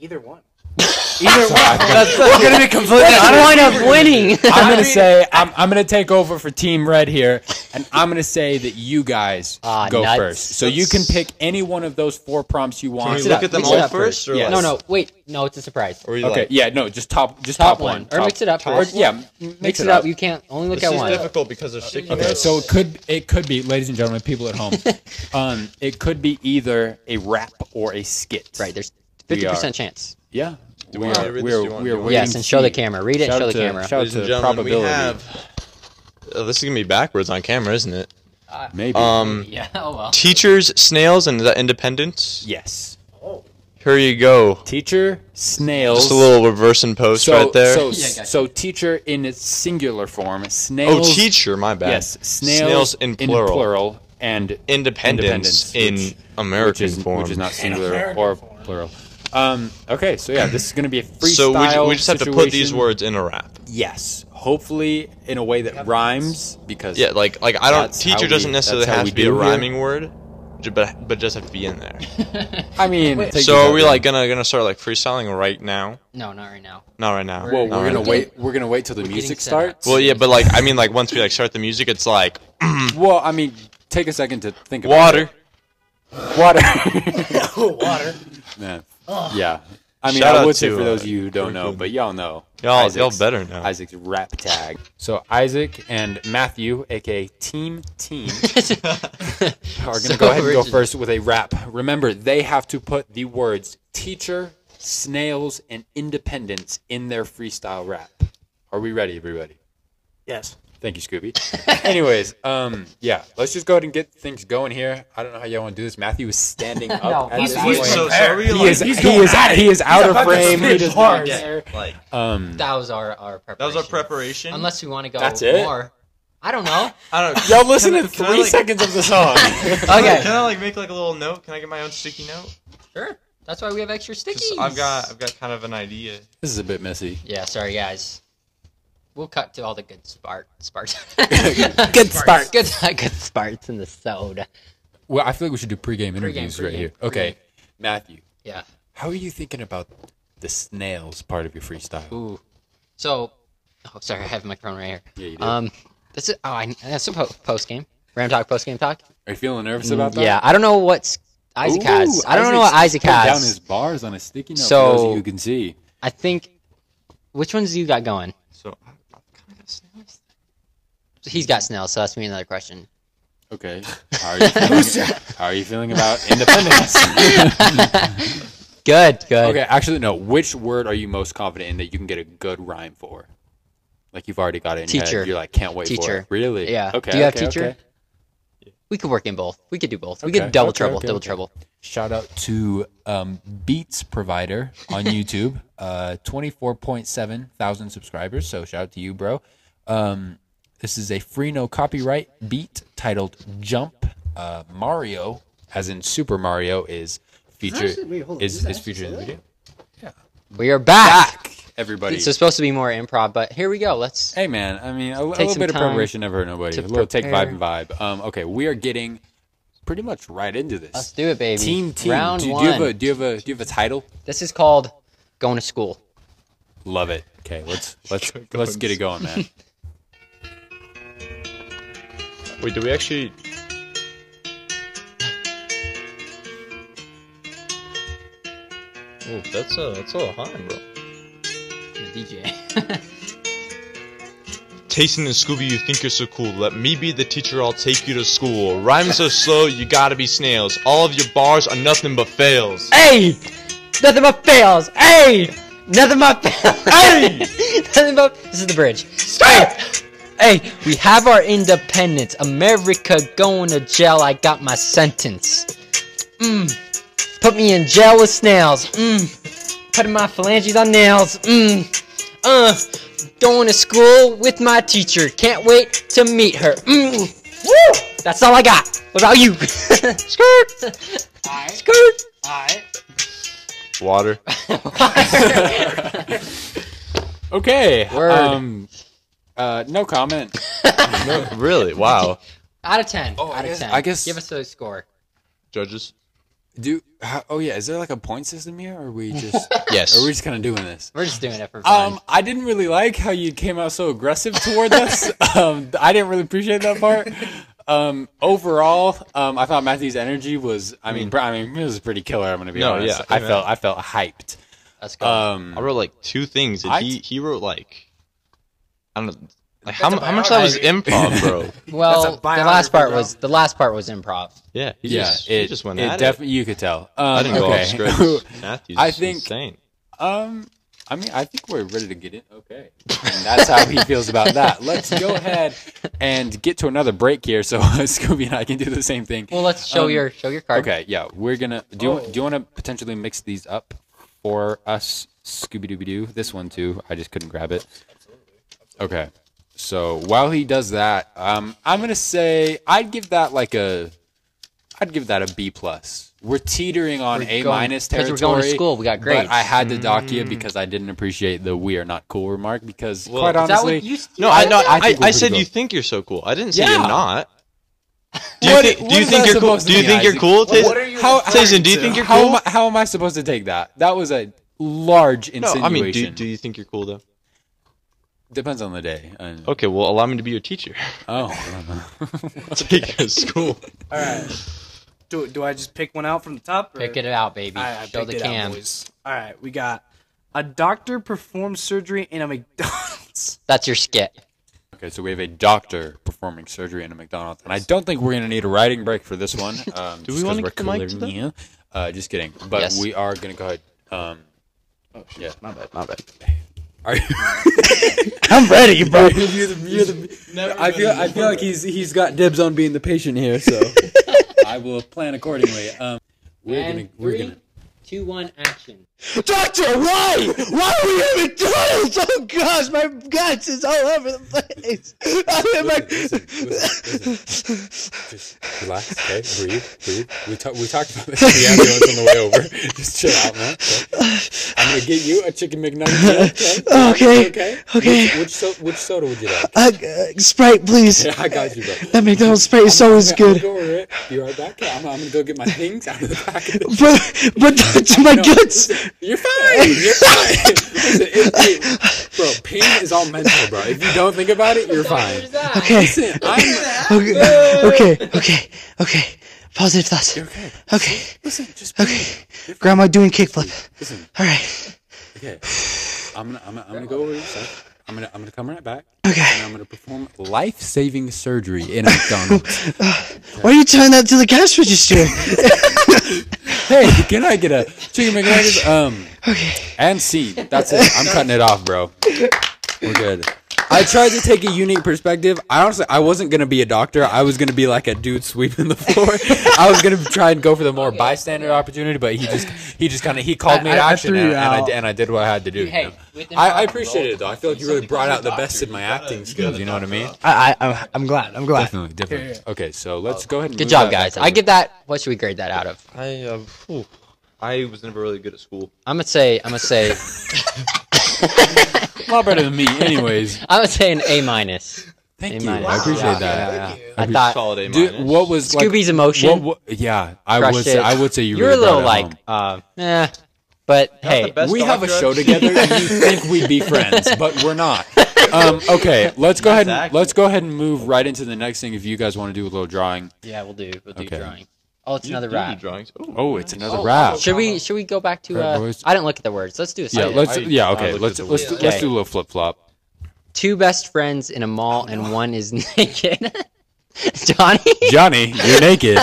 Speaker 4: Either one. Either one.
Speaker 1: We're gonna be completely. What's the point of winning?
Speaker 7: I'm gonna say I'm, I'm gonna take over for Team Red here, and I'm gonna say that you guys
Speaker 1: Ah,
Speaker 7: go
Speaker 1: nuts.
Speaker 7: first. So you can pick any one of those four prompts you want.
Speaker 3: we
Speaker 1: it
Speaker 3: look
Speaker 1: up,
Speaker 3: at them
Speaker 1: mix it
Speaker 3: all
Speaker 1: up
Speaker 3: first, or
Speaker 7: Yes.
Speaker 1: No, no. Wait. No, it's a surprise.
Speaker 3: Or
Speaker 1: Top,
Speaker 3: you
Speaker 7: Okay,
Speaker 3: like-
Speaker 7: yeah, no, just top, just top,
Speaker 1: one.
Speaker 7: top-
Speaker 1: Or mix it up.
Speaker 7: Or,
Speaker 1: first.
Speaker 7: yeah, mix,
Speaker 1: Mix it up. You can't only look
Speaker 3: This
Speaker 1: at
Speaker 3: is
Speaker 1: one.
Speaker 3: difficult because there's sticky
Speaker 7: Okay,
Speaker 3: notes.
Speaker 7: so it could it could be, ladies and gentlemen, people at home, um, it could be either a rap or a skit.
Speaker 1: Right. There's
Speaker 7: We
Speaker 1: fifty
Speaker 7: are.
Speaker 1: percent chance.
Speaker 7: Yeah. We
Speaker 3: wanna
Speaker 7: are.
Speaker 3: read
Speaker 7: We
Speaker 3: this? Do
Speaker 7: are.
Speaker 3: you wanna
Speaker 7: We
Speaker 3: do
Speaker 7: are.
Speaker 3: it?
Speaker 1: Yes, and show the camera. Read it.
Speaker 7: Shout
Speaker 1: Show the
Speaker 7: out to-
Speaker 1: camera.
Speaker 7: Shout out
Speaker 3: Ladies and
Speaker 7: to
Speaker 3: gentlemen, we
Speaker 7: probability.
Speaker 3: have. Oh, this is gonna be backwards on camera, isn't it?
Speaker 7: Maybe.
Speaker 3: Um,
Speaker 1: Yeah. Oh well.
Speaker 3: teachers, snails, and is that independence?
Speaker 7: yes.
Speaker 3: Here you go.
Speaker 7: Teacher snails.
Speaker 3: Just a little reverse and post
Speaker 7: so,
Speaker 3: right there.
Speaker 7: So,
Speaker 1: Yeah, gotcha.
Speaker 7: so teacher in its singular form.
Speaker 3: oh,
Speaker 7: Snails.
Speaker 3: teacher, my bad.
Speaker 7: Yes. Snails,
Speaker 3: in plural.
Speaker 7: and
Speaker 3: Independence,
Speaker 7: Independence,
Speaker 3: in
Speaker 7: which-
Speaker 3: American
Speaker 7: which is,
Speaker 3: form.
Speaker 7: which is not singular or plural. Um, okay, so yeah, this is going to be a freestyle.
Speaker 3: so we, ju- we just have to put these
Speaker 7: situation.
Speaker 3: words in a rap.
Speaker 7: Yes, hopefully in a way that rhymes because
Speaker 3: Yeah, like like I don't.
Speaker 7: That's how
Speaker 3: teacher
Speaker 7: we-
Speaker 3: doesn't necessarily
Speaker 7: that's how
Speaker 3: have
Speaker 7: we
Speaker 3: to be a
Speaker 7: do here.
Speaker 3: rhyming word, ju- but but just have to be in there.
Speaker 7: I mean, take
Speaker 3: so
Speaker 7: it
Speaker 3: are
Speaker 7: out
Speaker 3: we
Speaker 7: there.
Speaker 3: like gonna gonna start like freestyling right now?
Speaker 1: No, not right now.
Speaker 3: Not right now.
Speaker 7: Well,
Speaker 3: Not
Speaker 7: we're
Speaker 3: right
Speaker 7: gonna
Speaker 3: now.
Speaker 7: wait. We're gonna wait till the music
Speaker 1: getting set up.
Speaker 7: starts.
Speaker 3: Well, yeah, but like I mean, like once we like start the music, it's like
Speaker 7: Well, I mean, take a second to think about
Speaker 3: water.
Speaker 7: it. Water.
Speaker 4: Water.
Speaker 7: yeah. yeah. I mean,
Speaker 3: Shout
Speaker 7: I
Speaker 3: out
Speaker 7: would say
Speaker 3: to,
Speaker 7: for those
Speaker 3: uh,
Speaker 7: of you who don't know, but y'all know.
Speaker 3: Y'all
Speaker 7: Isaac's-
Speaker 3: y'all better now.
Speaker 7: Isaac's rap tag. So Isaac and Matthew, aka Team Team, are gonna
Speaker 1: So
Speaker 7: go ahead and go
Speaker 1: original.
Speaker 7: first with a rap. Remember, they have to put the words teacher, snails, and independence in their freestyle rap. Are we ready, everybody?
Speaker 4: Yes.
Speaker 7: Thank you, Scooby. Anyways, um, yeah, let's just go ahead and get things going here. I don't know how y'all want to do this. Matthew is standing up. at
Speaker 1: he's-
Speaker 7: this
Speaker 1: he's
Speaker 7: point.
Speaker 3: so, so are we,
Speaker 7: he
Speaker 3: like-
Speaker 7: is he is he is out of frame. He does not
Speaker 4: hard.
Speaker 7: care.
Speaker 3: like
Speaker 7: Um,
Speaker 1: That was our our preparation.
Speaker 3: that was our preparation.
Speaker 1: Unless we want to go
Speaker 7: That's it?
Speaker 1: more. I don't know.
Speaker 3: I don't.
Speaker 7: y'all listen to
Speaker 3: can I,
Speaker 7: three
Speaker 3: like-
Speaker 7: seconds of the song.
Speaker 1: Okay.
Speaker 3: Can I like make like a little note? Can I get my own sticky note?
Speaker 1: Sure. That's why we have extra
Speaker 3: Because
Speaker 1: stickies.
Speaker 3: I've got I've got kind of an idea.
Speaker 7: this is a bit messy.
Speaker 1: Yeah, sorry guys. We'll cut to all the good spark sparks.
Speaker 4: Good spark.
Speaker 1: good good sparks in the soda.
Speaker 7: Well, I feel like we should do pregame interviews right
Speaker 1: pregame,
Speaker 7: here. Okay, Matthew,
Speaker 1: Yeah.
Speaker 7: how are you thinking about the snails part of your freestyle?
Speaker 1: Ooh. So, oh sorry, I have my phone right here.
Speaker 7: Yeah, you do.
Speaker 1: Um, this is oh, I, that's a po- post game Ram talk post game talk.
Speaker 7: Are you feeling nervous about that?
Speaker 1: Yeah, I don't know what Isaac
Speaker 7: Ooh,
Speaker 1: has. I don't know what Isaac
Speaker 7: Isaac's putting
Speaker 1: has.
Speaker 7: Down his bars on a sticky note. So
Speaker 1: So-
Speaker 7: for those of you who can see.
Speaker 1: I think. Which ones do you got going?
Speaker 3: So I- I've kind of snails.
Speaker 1: He's got snails, so that's me another question.
Speaker 7: Okay. How are you feeling, how are you feeling about independence?
Speaker 1: Good, good.
Speaker 7: okay, actually, no. Which word are you most confident in that you can get a good rrime for? Like you've already got it in your head,
Speaker 1: Teacher.
Speaker 7: You're like, can't wait for
Speaker 1: Teacher.
Speaker 7: it. Really?
Speaker 1: Yeah.
Speaker 7: Okay.
Speaker 1: Do you have
Speaker 7: okay,
Speaker 1: teacher?
Speaker 7: okay.
Speaker 1: We could work in both. We could do both. We
Speaker 7: Okay,
Speaker 1: could double
Speaker 7: okay,
Speaker 1: trouble,
Speaker 7: okay,
Speaker 1: double
Speaker 7: okay.
Speaker 1: trouble.
Speaker 7: Shout out to um, Beats Provider on YouTube. uh, 24.7 thousand subscribers. So shout out to you, bro. Um, this is a free no copyright beat titled Jump. Uh, Mario, as in Super Mario, is featured is, is featured in the video.
Speaker 1: We are back.
Speaker 7: Everybody.
Speaker 1: It's supposed to be more improv, but here we go. Let's.
Speaker 7: Hey man, I mean a, a
Speaker 1: Take
Speaker 7: little
Speaker 1: some
Speaker 7: bit of
Speaker 1: time
Speaker 7: preparation never hurt nobody. A
Speaker 1: to
Speaker 7: little take five
Speaker 1: prepare.
Speaker 7: and vibe. Um, okay, we are getting pretty much right into this.
Speaker 1: Let's do it, baby.
Speaker 7: Team team.
Speaker 1: Round
Speaker 7: do,
Speaker 1: one.
Speaker 7: do you have a do you have a do you have a title?
Speaker 1: This is called going to school.
Speaker 7: Love it. Okay, let's let's let's get it going, man.
Speaker 3: Wait, do we actually? Oh, that's a that's a high, bro.
Speaker 1: DJ.
Speaker 3: Tayson and Scooby, you think you're so cool. Let me be the teacher, I'll take you to school. Rhyming so slow, you gotta be snails. All of your bars are nothing but fails.
Speaker 1: hey, nothing but fails. Hey, nothing but fails. Hey, nothing but. This is the bridge. Hey, hey, we have our independence. America going to jail. I got my sentence. Mmm. Put me in jail with snails. Mmm. Putting my phalanges on nails. Mmm. Uh. Going to school with my teacher. Can't wait to meet her. Mmm. Woo! That's all I got. What about you? Skirt. Skirt.
Speaker 3: Water.
Speaker 7: Okay.
Speaker 1: Word.
Speaker 7: Um uh no comment.
Speaker 3: No, really? Wow.
Speaker 1: out of ten.
Speaker 7: Oh, I
Speaker 1: out of
Speaker 7: guess-
Speaker 1: ten.
Speaker 7: I guess-
Speaker 1: Give us a score.
Speaker 3: Judges?
Speaker 7: Do how, oh yeah, is there like a point system here or are we just are
Speaker 3: Yes.
Speaker 7: we just kind of doing this?
Speaker 1: We're just doing it for fun.
Speaker 7: Um, I didn't really like how you came out so aggressive toward us. um, I didn't really appreciate that part. Um, overall, um, I thought Matthew's energy was. I mean, br- I mean, it was pretty killer. I'm gonna be
Speaker 3: Mm. No,
Speaker 7: honest.
Speaker 3: yeah,
Speaker 7: I
Speaker 3: yeah.
Speaker 7: felt, I felt hyped.
Speaker 1: Let's go.
Speaker 3: I
Speaker 7: Um,
Speaker 3: wrote like two things, and
Speaker 7: I-
Speaker 3: he, he wrote like I don't know, like how, mu- how much that was improv, bro.
Speaker 1: well,
Speaker 4: that's
Speaker 1: the
Speaker 4: a
Speaker 1: last part
Speaker 4: biography,
Speaker 1: was the last part was improv.
Speaker 3: yeah, he
Speaker 7: yeah,
Speaker 3: just,
Speaker 7: it
Speaker 3: he just went
Speaker 7: it
Speaker 3: at it.
Speaker 7: definitely. You could tell. Um,
Speaker 3: I didn't
Speaker 7: okay.
Speaker 3: go off script. Matthew's
Speaker 7: I think-
Speaker 3: insane.
Speaker 7: Um, I mean, I think we're ready to get it. Okay, and that's how he feels about that. Let's go ahead and get to another break here, so Scooby and I can do the same thing.
Speaker 1: Well, let's show
Speaker 7: Um,
Speaker 1: your show your card.
Speaker 7: Okay, yeah, we're gonna do. You, Do you want to potentially mix these up for us, Scooby Dooby Doo? This one too. I just couldn't grab it. Okay, so while he does that, um, I'm gonna say I'd give that like a, I'd give that a B plus. We're teetering on
Speaker 1: We're
Speaker 7: A
Speaker 1: going-
Speaker 7: minus
Speaker 1: 'cause
Speaker 7: territory.
Speaker 1: we're going to school, we got grades.
Speaker 7: But I had to dock
Speaker 3: Mm.
Speaker 7: you because I didn't appreciate the "we are not cool" remark because
Speaker 3: Well-
Speaker 7: quite
Speaker 3: Is
Speaker 1: Is that
Speaker 7: honestly,
Speaker 1: what you?
Speaker 3: No, I no,
Speaker 7: I think we're
Speaker 3: I, I
Speaker 7: pretty
Speaker 3: said
Speaker 7: good.
Speaker 3: you think you're so cool. I didn't say
Speaker 7: Yeah.
Speaker 3: you're not. Do you,
Speaker 7: What-
Speaker 3: think,
Speaker 7: what
Speaker 3: do you
Speaker 7: is
Speaker 3: think
Speaker 7: that
Speaker 3: you're cool?
Speaker 7: supposed
Speaker 3: Do
Speaker 7: to
Speaker 3: you
Speaker 7: mean,
Speaker 3: think you're
Speaker 7: Isaac?
Speaker 3: cool, Tays-
Speaker 4: what are you
Speaker 7: how,
Speaker 3: Tyson, do you think you're
Speaker 7: how
Speaker 3: cool?
Speaker 7: Am I, how am I supposed to take that? That was a large
Speaker 3: No,
Speaker 7: insinuation.
Speaker 3: I mean, do, do you think you're cool though?
Speaker 7: Depends on the day. I-
Speaker 3: Okay, well, allow me to be your teacher.
Speaker 7: Oh,
Speaker 3: Take you to school.
Speaker 4: All right. Do, do I just pick one out from the top? Or?
Speaker 1: Pick it out, baby.
Speaker 4: I, I
Speaker 1: show
Speaker 4: picked
Speaker 1: the
Speaker 4: it
Speaker 1: cam.
Speaker 4: Out, boys. All right, we got a doctor performs surgery in a McDonald's.
Speaker 1: That's your skit.
Speaker 7: okay. So we have a doctor performing surgery in a McDonald's, and I don't think we're gonna need a writing break for this one. Um, Do
Speaker 3: we wanna get the mic to them?
Speaker 7: Uh, just kidding. But
Speaker 1: Yes.
Speaker 7: we are gonna go ahead. Um,
Speaker 4: my bad, my bad.
Speaker 7: are you-
Speaker 2: I'm ready, bro.
Speaker 7: I feel I feel like he's he's got dibs on being the patient here, so I will plan accordingly. Um, we're gonna
Speaker 1: And
Speaker 7: we're
Speaker 1: three,
Speaker 7: gonna.
Speaker 1: two, one, action.
Speaker 2: Doctor, why? Why are we having trials? Oh gosh, my guts is all over the place. I am like,
Speaker 7: Just relax, okay? Breathe, breathe. We, talk, we talked about this in the ambulance on the way over. Just chill out, man. okay? I'm going to get you a chicken McNugget. yeah,
Speaker 2: Okay,
Speaker 7: Okay.
Speaker 2: okay.
Speaker 7: Which, which, so, which soda would you like?
Speaker 2: uh, uh, Sprite, please.
Speaker 7: Yeah, I got you, bro.
Speaker 2: That McDonald's Sprite is always
Speaker 7: I'm gonna
Speaker 2: good.
Speaker 7: go over it. Be right back. I'm, I'm going to go get my things out of the package.
Speaker 2: But, but Doctor, my guts.
Speaker 7: You're fine. You're fine. Listen, it, it- bro, pain is all mental, bro. If you don't think about it, you're fine.
Speaker 2: Okay,
Speaker 7: Listen, I'm,
Speaker 2: okay, okay, okay, okay. Positive thoughts.
Speaker 7: okay,
Speaker 2: Okay,
Speaker 7: listen, just
Speaker 2: okay. Grandma doing kickflip.
Speaker 7: listen.
Speaker 2: All right.
Speaker 7: Okay. I'm gonna, I'm gonna, I'm gonna go over your stuff. I'm gonna, I'm gonna come right back.
Speaker 2: Okay.
Speaker 7: And I'm gonna perform life-saving surgery in a McDonald's.
Speaker 2: Why are you telling that to the cash register?
Speaker 7: hey, can I get a chicken McNuggets? Um, and scene. That's it. I'm cutting it off, bro. We're good. I tried to take a unique perspective. I honestly, I wasn't gonna be a doctor. I was gonna be like a dude sweeping the floor. I was gonna try and go for the more bystander opportunity, but he just, he just kind of, he called me
Speaker 4: I-
Speaker 7: to
Speaker 4: I
Speaker 7: action,
Speaker 4: threw
Speaker 7: and,
Speaker 4: you
Speaker 7: and
Speaker 4: out.
Speaker 7: I, and I did what I had to do. you
Speaker 1: Hey,
Speaker 7: know?
Speaker 1: with
Speaker 7: I, I
Speaker 1: improv,
Speaker 7: appreciate it though. I feel like you really brought out the best in my acting skills. You know what I mean?
Speaker 4: I, I I'm glad. I'm glad. Oh.
Speaker 7: Definitely, definitely. Okay, so let's go ahead. and
Speaker 1: Good
Speaker 7: move
Speaker 1: job,
Speaker 7: that back
Speaker 1: guys. I
Speaker 7: over.
Speaker 1: give that. What should we grade that out of?
Speaker 3: I uh, phew. I was never really good at school.
Speaker 1: I'm gonna say. I'm gonna say.
Speaker 7: a lot better than me, anyways.
Speaker 1: I'm gonna say an A minus.
Speaker 7: Thank
Speaker 1: A
Speaker 7: you.
Speaker 1: minus.
Speaker 7: I appreciate
Speaker 1: Yeah,
Speaker 7: that.
Speaker 1: yeah,
Speaker 12: Thank you.
Speaker 1: I
Speaker 7: Every
Speaker 1: thought
Speaker 3: Solid A
Speaker 7: Dude,
Speaker 3: minus.
Speaker 7: what was like,
Speaker 1: Scooby's emotion.
Speaker 7: What, wa- yeah, I
Speaker 1: crushed
Speaker 7: would say
Speaker 1: it.
Speaker 7: I would say you
Speaker 1: You're
Speaker 7: really
Speaker 1: a little
Speaker 7: brought it
Speaker 1: like, uh, eh, but
Speaker 3: Not the
Speaker 1: hey,
Speaker 3: best
Speaker 7: home. we have a
Speaker 3: doctor.
Speaker 7: show together. and you think we'd be friends, but we're not. Um, okay, let's go ahead. And,
Speaker 3: Exactly.
Speaker 7: let's go ahead and move right into the next thing. If you guys want to do a little drawing,
Speaker 1: yeah, we'll do. We'll do
Speaker 7: Okay.
Speaker 1: drawing. Oh, it's
Speaker 3: You-
Speaker 1: another
Speaker 3: you do
Speaker 1: wrap.
Speaker 3: drawings. Ooh.
Speaker 7: oh, it's another wrap.
Speaker 1: Should we? Should we go back to?
Speaker 7: Alright,
Speaker 1: Uh,
Speaker 7: boys.
Speaker 1: I didn't look at the words. Let's do a.
Speaker 7: Yeah,
Speaker 1: side.
Speaker 7: let's.
Speaker 3: I-
Speaker 7: yeah,
Speaker 3: I
Speaker 7: okay.
Speaker 3: looked
Speaker 7: Let's
Speaker 3: at the
Speaker 7: let's do,
Speaker 3: word.
Speaker 7: let's
Speaker 1: Okay.
Speaker 7: do a little flip flop.
Speaker 1: two best friends in a mall, and one is naked. Johnny.
Speaker 7: Johnny, you're naked.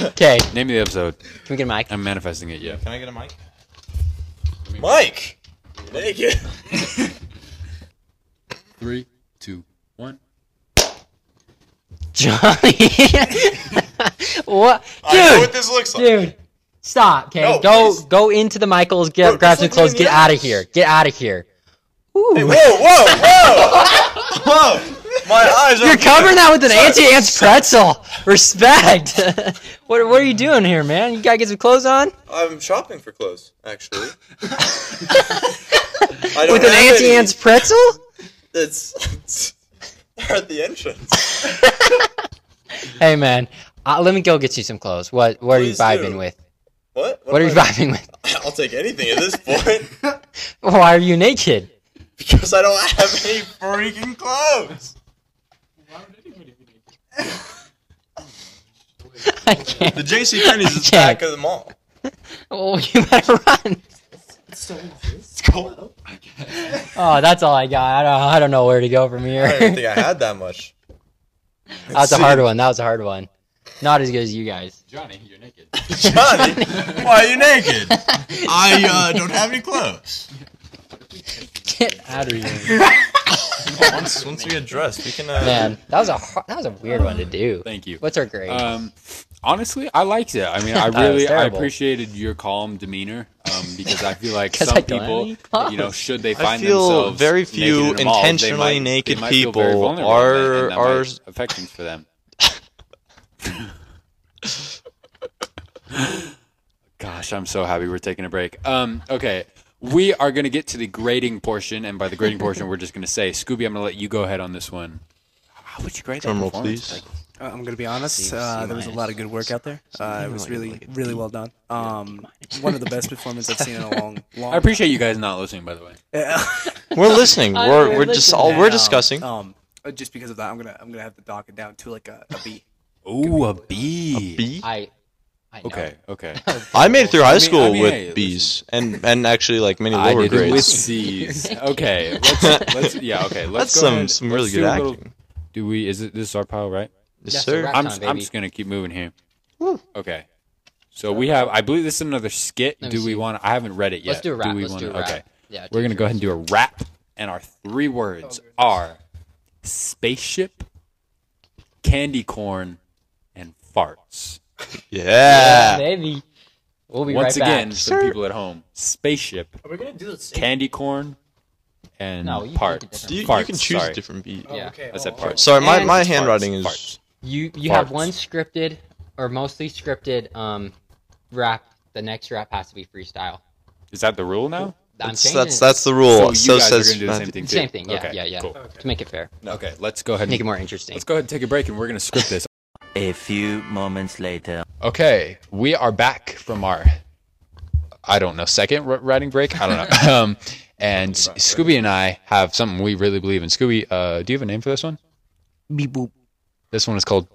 Speaker 1: Okay, can
Speaker 7: Name of the episode.
Speaker 1: we get a
Speaker 3: Um,
Speaker 1: mic?
Speaker 7: I'm manifesting it. Yeah.
Speaker 3: Can I get a mic? Mike. Thank you.
Speaker 7: Three, two, one.
Speaker 1: Johnny. what,
Speaker 3: I know what
Speaker 1: dude?
Speaker 3: this looks like.
Speaker 1: Dude, stop. Okay,
Speaker 3: No,
Speaker 1: go
Speaker 3: please.
Speaker 1: go into the Michaels. Get
Speaker 3: Bro,
Speaker 1: grab
Speaker 3: just
Speaker 1: some
Speaker 3: look
Speaker 1: clothes.
Speaker 3: me in
Speaker 1: Get
Speaker 3: the
Speaker 1: out of
Speaker 3: eyes.
Speaker 1: here. Get out of here.
Speaker 3: Hey, whoa, whoa, whoa, whoa! My eyes are.
Speaker 1: You're covering that with an anti-ants pretzel. Respect. what what are you doing here, man? You gotta get some clothes on
Speaker 3: I'm shopping for clothes, actually. I don't
Speaker 1: with an
Speaker 3: have any.
Speaker 1: anti-ants pretzel.
Speaker 3: It's, it's they're at the entrance.
Speaker 1: Hey, man. Uh, let me go get you some clothes. What what are you
Speaker 3: Please
Speaker 1: vibing
Speaker 3: do.
Speaker 1: with?
Speaker 3: What?
Speaker 1: What are you
Speaker 3: am I-
Speaker 1: vibing with?
Speaker 3: I'll take anything at this point
Speaker 1: Why are you naked?
Speaker 3: because I don't have any freaking clothes.
Speaker 1: I can't.
Speaker 3: The JC Penney's is
Speaker 1: Okay.
Speaker 3: back of the mall.
Speaker 1: Oh, you better run. Oh, that's all I got. I don't, I don't know where to go from
Speaker 3: I didn't
Speaker 1: here.
Speaker 3: think I had that much.
Speaker 1: that was a hard one. That was a hard one. Not as good as you guys.
Speaker 7: Johnny, you're naked.
Speaker 3: Johnny, why are you naked? I uh, don't have any clothes.
Speaker 1: Get out of here,
Speaker 3: Once, once we get dressed, we can. Uh,
Speaker 1: man. That was a har that was a weird one to do.
Speaker 7: Thank you.
Speaker 1: What's our grade?
Speaker 7: Um, honestly, I liked it. I mean, I
Speaker 1: That was
Speaker 7: really I
Speaker 1: terrible.
Speaker 7: appreciated your calm demeanor um, because I feel like
Speaker 1: 'Cause
Speaker 7: some
Speaker 1: I don't have
Speaker 7: people,
Speaker 1: any clothes.
Speaker 7: you know, should they
Speaker 3: I
Speaker 7: find
Speaker 3: feel
Speaker 7: themselves
Speaker 3: very
Speaker 7: naked
Speaker 3: few
Speaker 7: in a mall, they
Speaker 3: intentionally
Speaker 7: might- they
Speaker 3: naked
Speaker 7: might feel very
Speaker 3: people
Speaker 7: vulnerable
Speaker 3: are-
Speaker 7: and that might
Speaker 3: are-
Speaker 7: affections for them. Gosh, I'm so happy we're taking a break. Um, okay. We are going to get to the grading portion, and by the grading portion, we're just going to say, Scooby, I'm going to let you go ahead on this one. How would you grade that
Speaker 3: Drum roll,
Speaker 7: performance?
Speaker 3: please.
Speaker 7: Like,
Speaker 4: Uh, I'm gonna be honest. Uh, there was a lot of good work out there. Uh, it was really, really well done. Um, one of the best performances I've seen in a long, long.
Speaker 7: I appreciate you guys not listening, by the way.
Speaker 3: We're listening. We're we're just all we're
Speaker 4: And, um,
Speaker 3: discussing.
Speaker 4: Um, uh, just because of that, I'm gonna, I'm gonna have to dock it down to like a, a B.
Speaker 7: Ooh, a B.
Speaker 3: B.
Speaker 1: I, I know.
Speaker 7: Okay, okay.
Speaker 3: I made it through high school
Speaker 7: I mean,
Speaker 3: with
Speaker 7: hey,
Speaker 3: B's and and actually like many
Speaker 7: I
Speaker 3: lower
Speaker 7: did it with
Speaker 3: grades.
Speaker 7: C's. Okay, let's, let's yeah, okay.
Speaker 3: That's
Speaker 7: Let's go
Speaker 3: some
Speaker 7: ahead.
Speaker 3: some
Speaker 7: Let's
Speaker 3: really
Speaker 7: do
Speaker 3: good
Speaker 7: a little-
Speaker 3: acting.
Speaker 7: do we? Is it this is our pile, right?
Speaker 3: Yes,
Speaker 1: That's a
Speaker 3: sir.
Speaker 1: wrap.
Speaker 7: I'm
Speaker 1: time,
Speaker 7: I'm
Speaker 1: baby.
Speaker 7: just gonna keep moving here. Okay. So we have. I believe this is another skit.
Speaker 1: Let me
Speaker 7: Do we
Speaker 1: see.
Speaker 7: want? I haven't read it yet.
Speaker 1: Let's do a rap.
Speaker 7: we
Speaker 1: Let's do a
Speaker 7: wanna-
Speaker 1: rap.
Speaker 7: Okay.
Speaker 1: Yeah,
Speaker 7: We're
Speaker 1: do
Speaker 7: gonna go ahead and do a rap, and our three words are spaceship, candy corn, and farts.
Speaker 3: Yeah.
Speaker 1: Maybe. We'll be
Speaker 7: Once
Speaker 1: right
Speaker 7: again,
Speaker 1: back.
Speaker 7: for the people at home, spaceship,
Speaker 12: Are we gonna do the same?
Speaker 7: candy corn, and
Speaker 1: No, you pick a
Speaker 7: parts.
Speaker 1: different
Speaker 3: You, you
Speaker 7: Farts,
Speaker 3: can choose
Speaker 7: sorry.
Speaker 3: a different B.
Speaker 1: Yeah.
Speaker 12: Okay.
Speaker 7: I said
Speaker 12: oh,
Speaker 7: parts.
Speaker 3: Sorry, my,
Speaker 1: And-
Speaker 3: my handwriting is
Speaker 7: Farts.
Speaker 1: You you have
Speaker 7: Farts.
Speaker 1: one scripted or mostly scripted um rap. The next rap has to be freestyle.
Speaker 7: Is that the rule now?
Speaker 1: I'm
Speaker 3: that's
Speaker 1: changing
Speaker 3: that's,
Speaker 1: it.
Speaker 3: that's the rule.
Speaker 7: you
Speaker 3: So,
Speaker 7: guys
Speaker 3: says
Speaker 7: are gonna do the same thing. Too.
Speaker 1: Same thing, yeah,
Speaker 7: Okay,
Speaker 1: yeah, yeah.
Speaker 7: Cool.
Speaker 1: to make it fair,
Speaker 7: Okay, let's go ahead.
Speaker 1: make it
Speaker 7: And,
Speaker 1: more interesting.
Speaker 7: let's go ahead and take a break, and we're gonna script this.
Speaker 10: A few moments later.
Speaker 7: Okay, we are back from our, I don't know, second r- writing break. I don't know. um, and S- Scooby and I have something we really believe in. Scooby, uh, do you have a name for this one?
Speaker 1: Beep boop.
Speaker 7: This one is called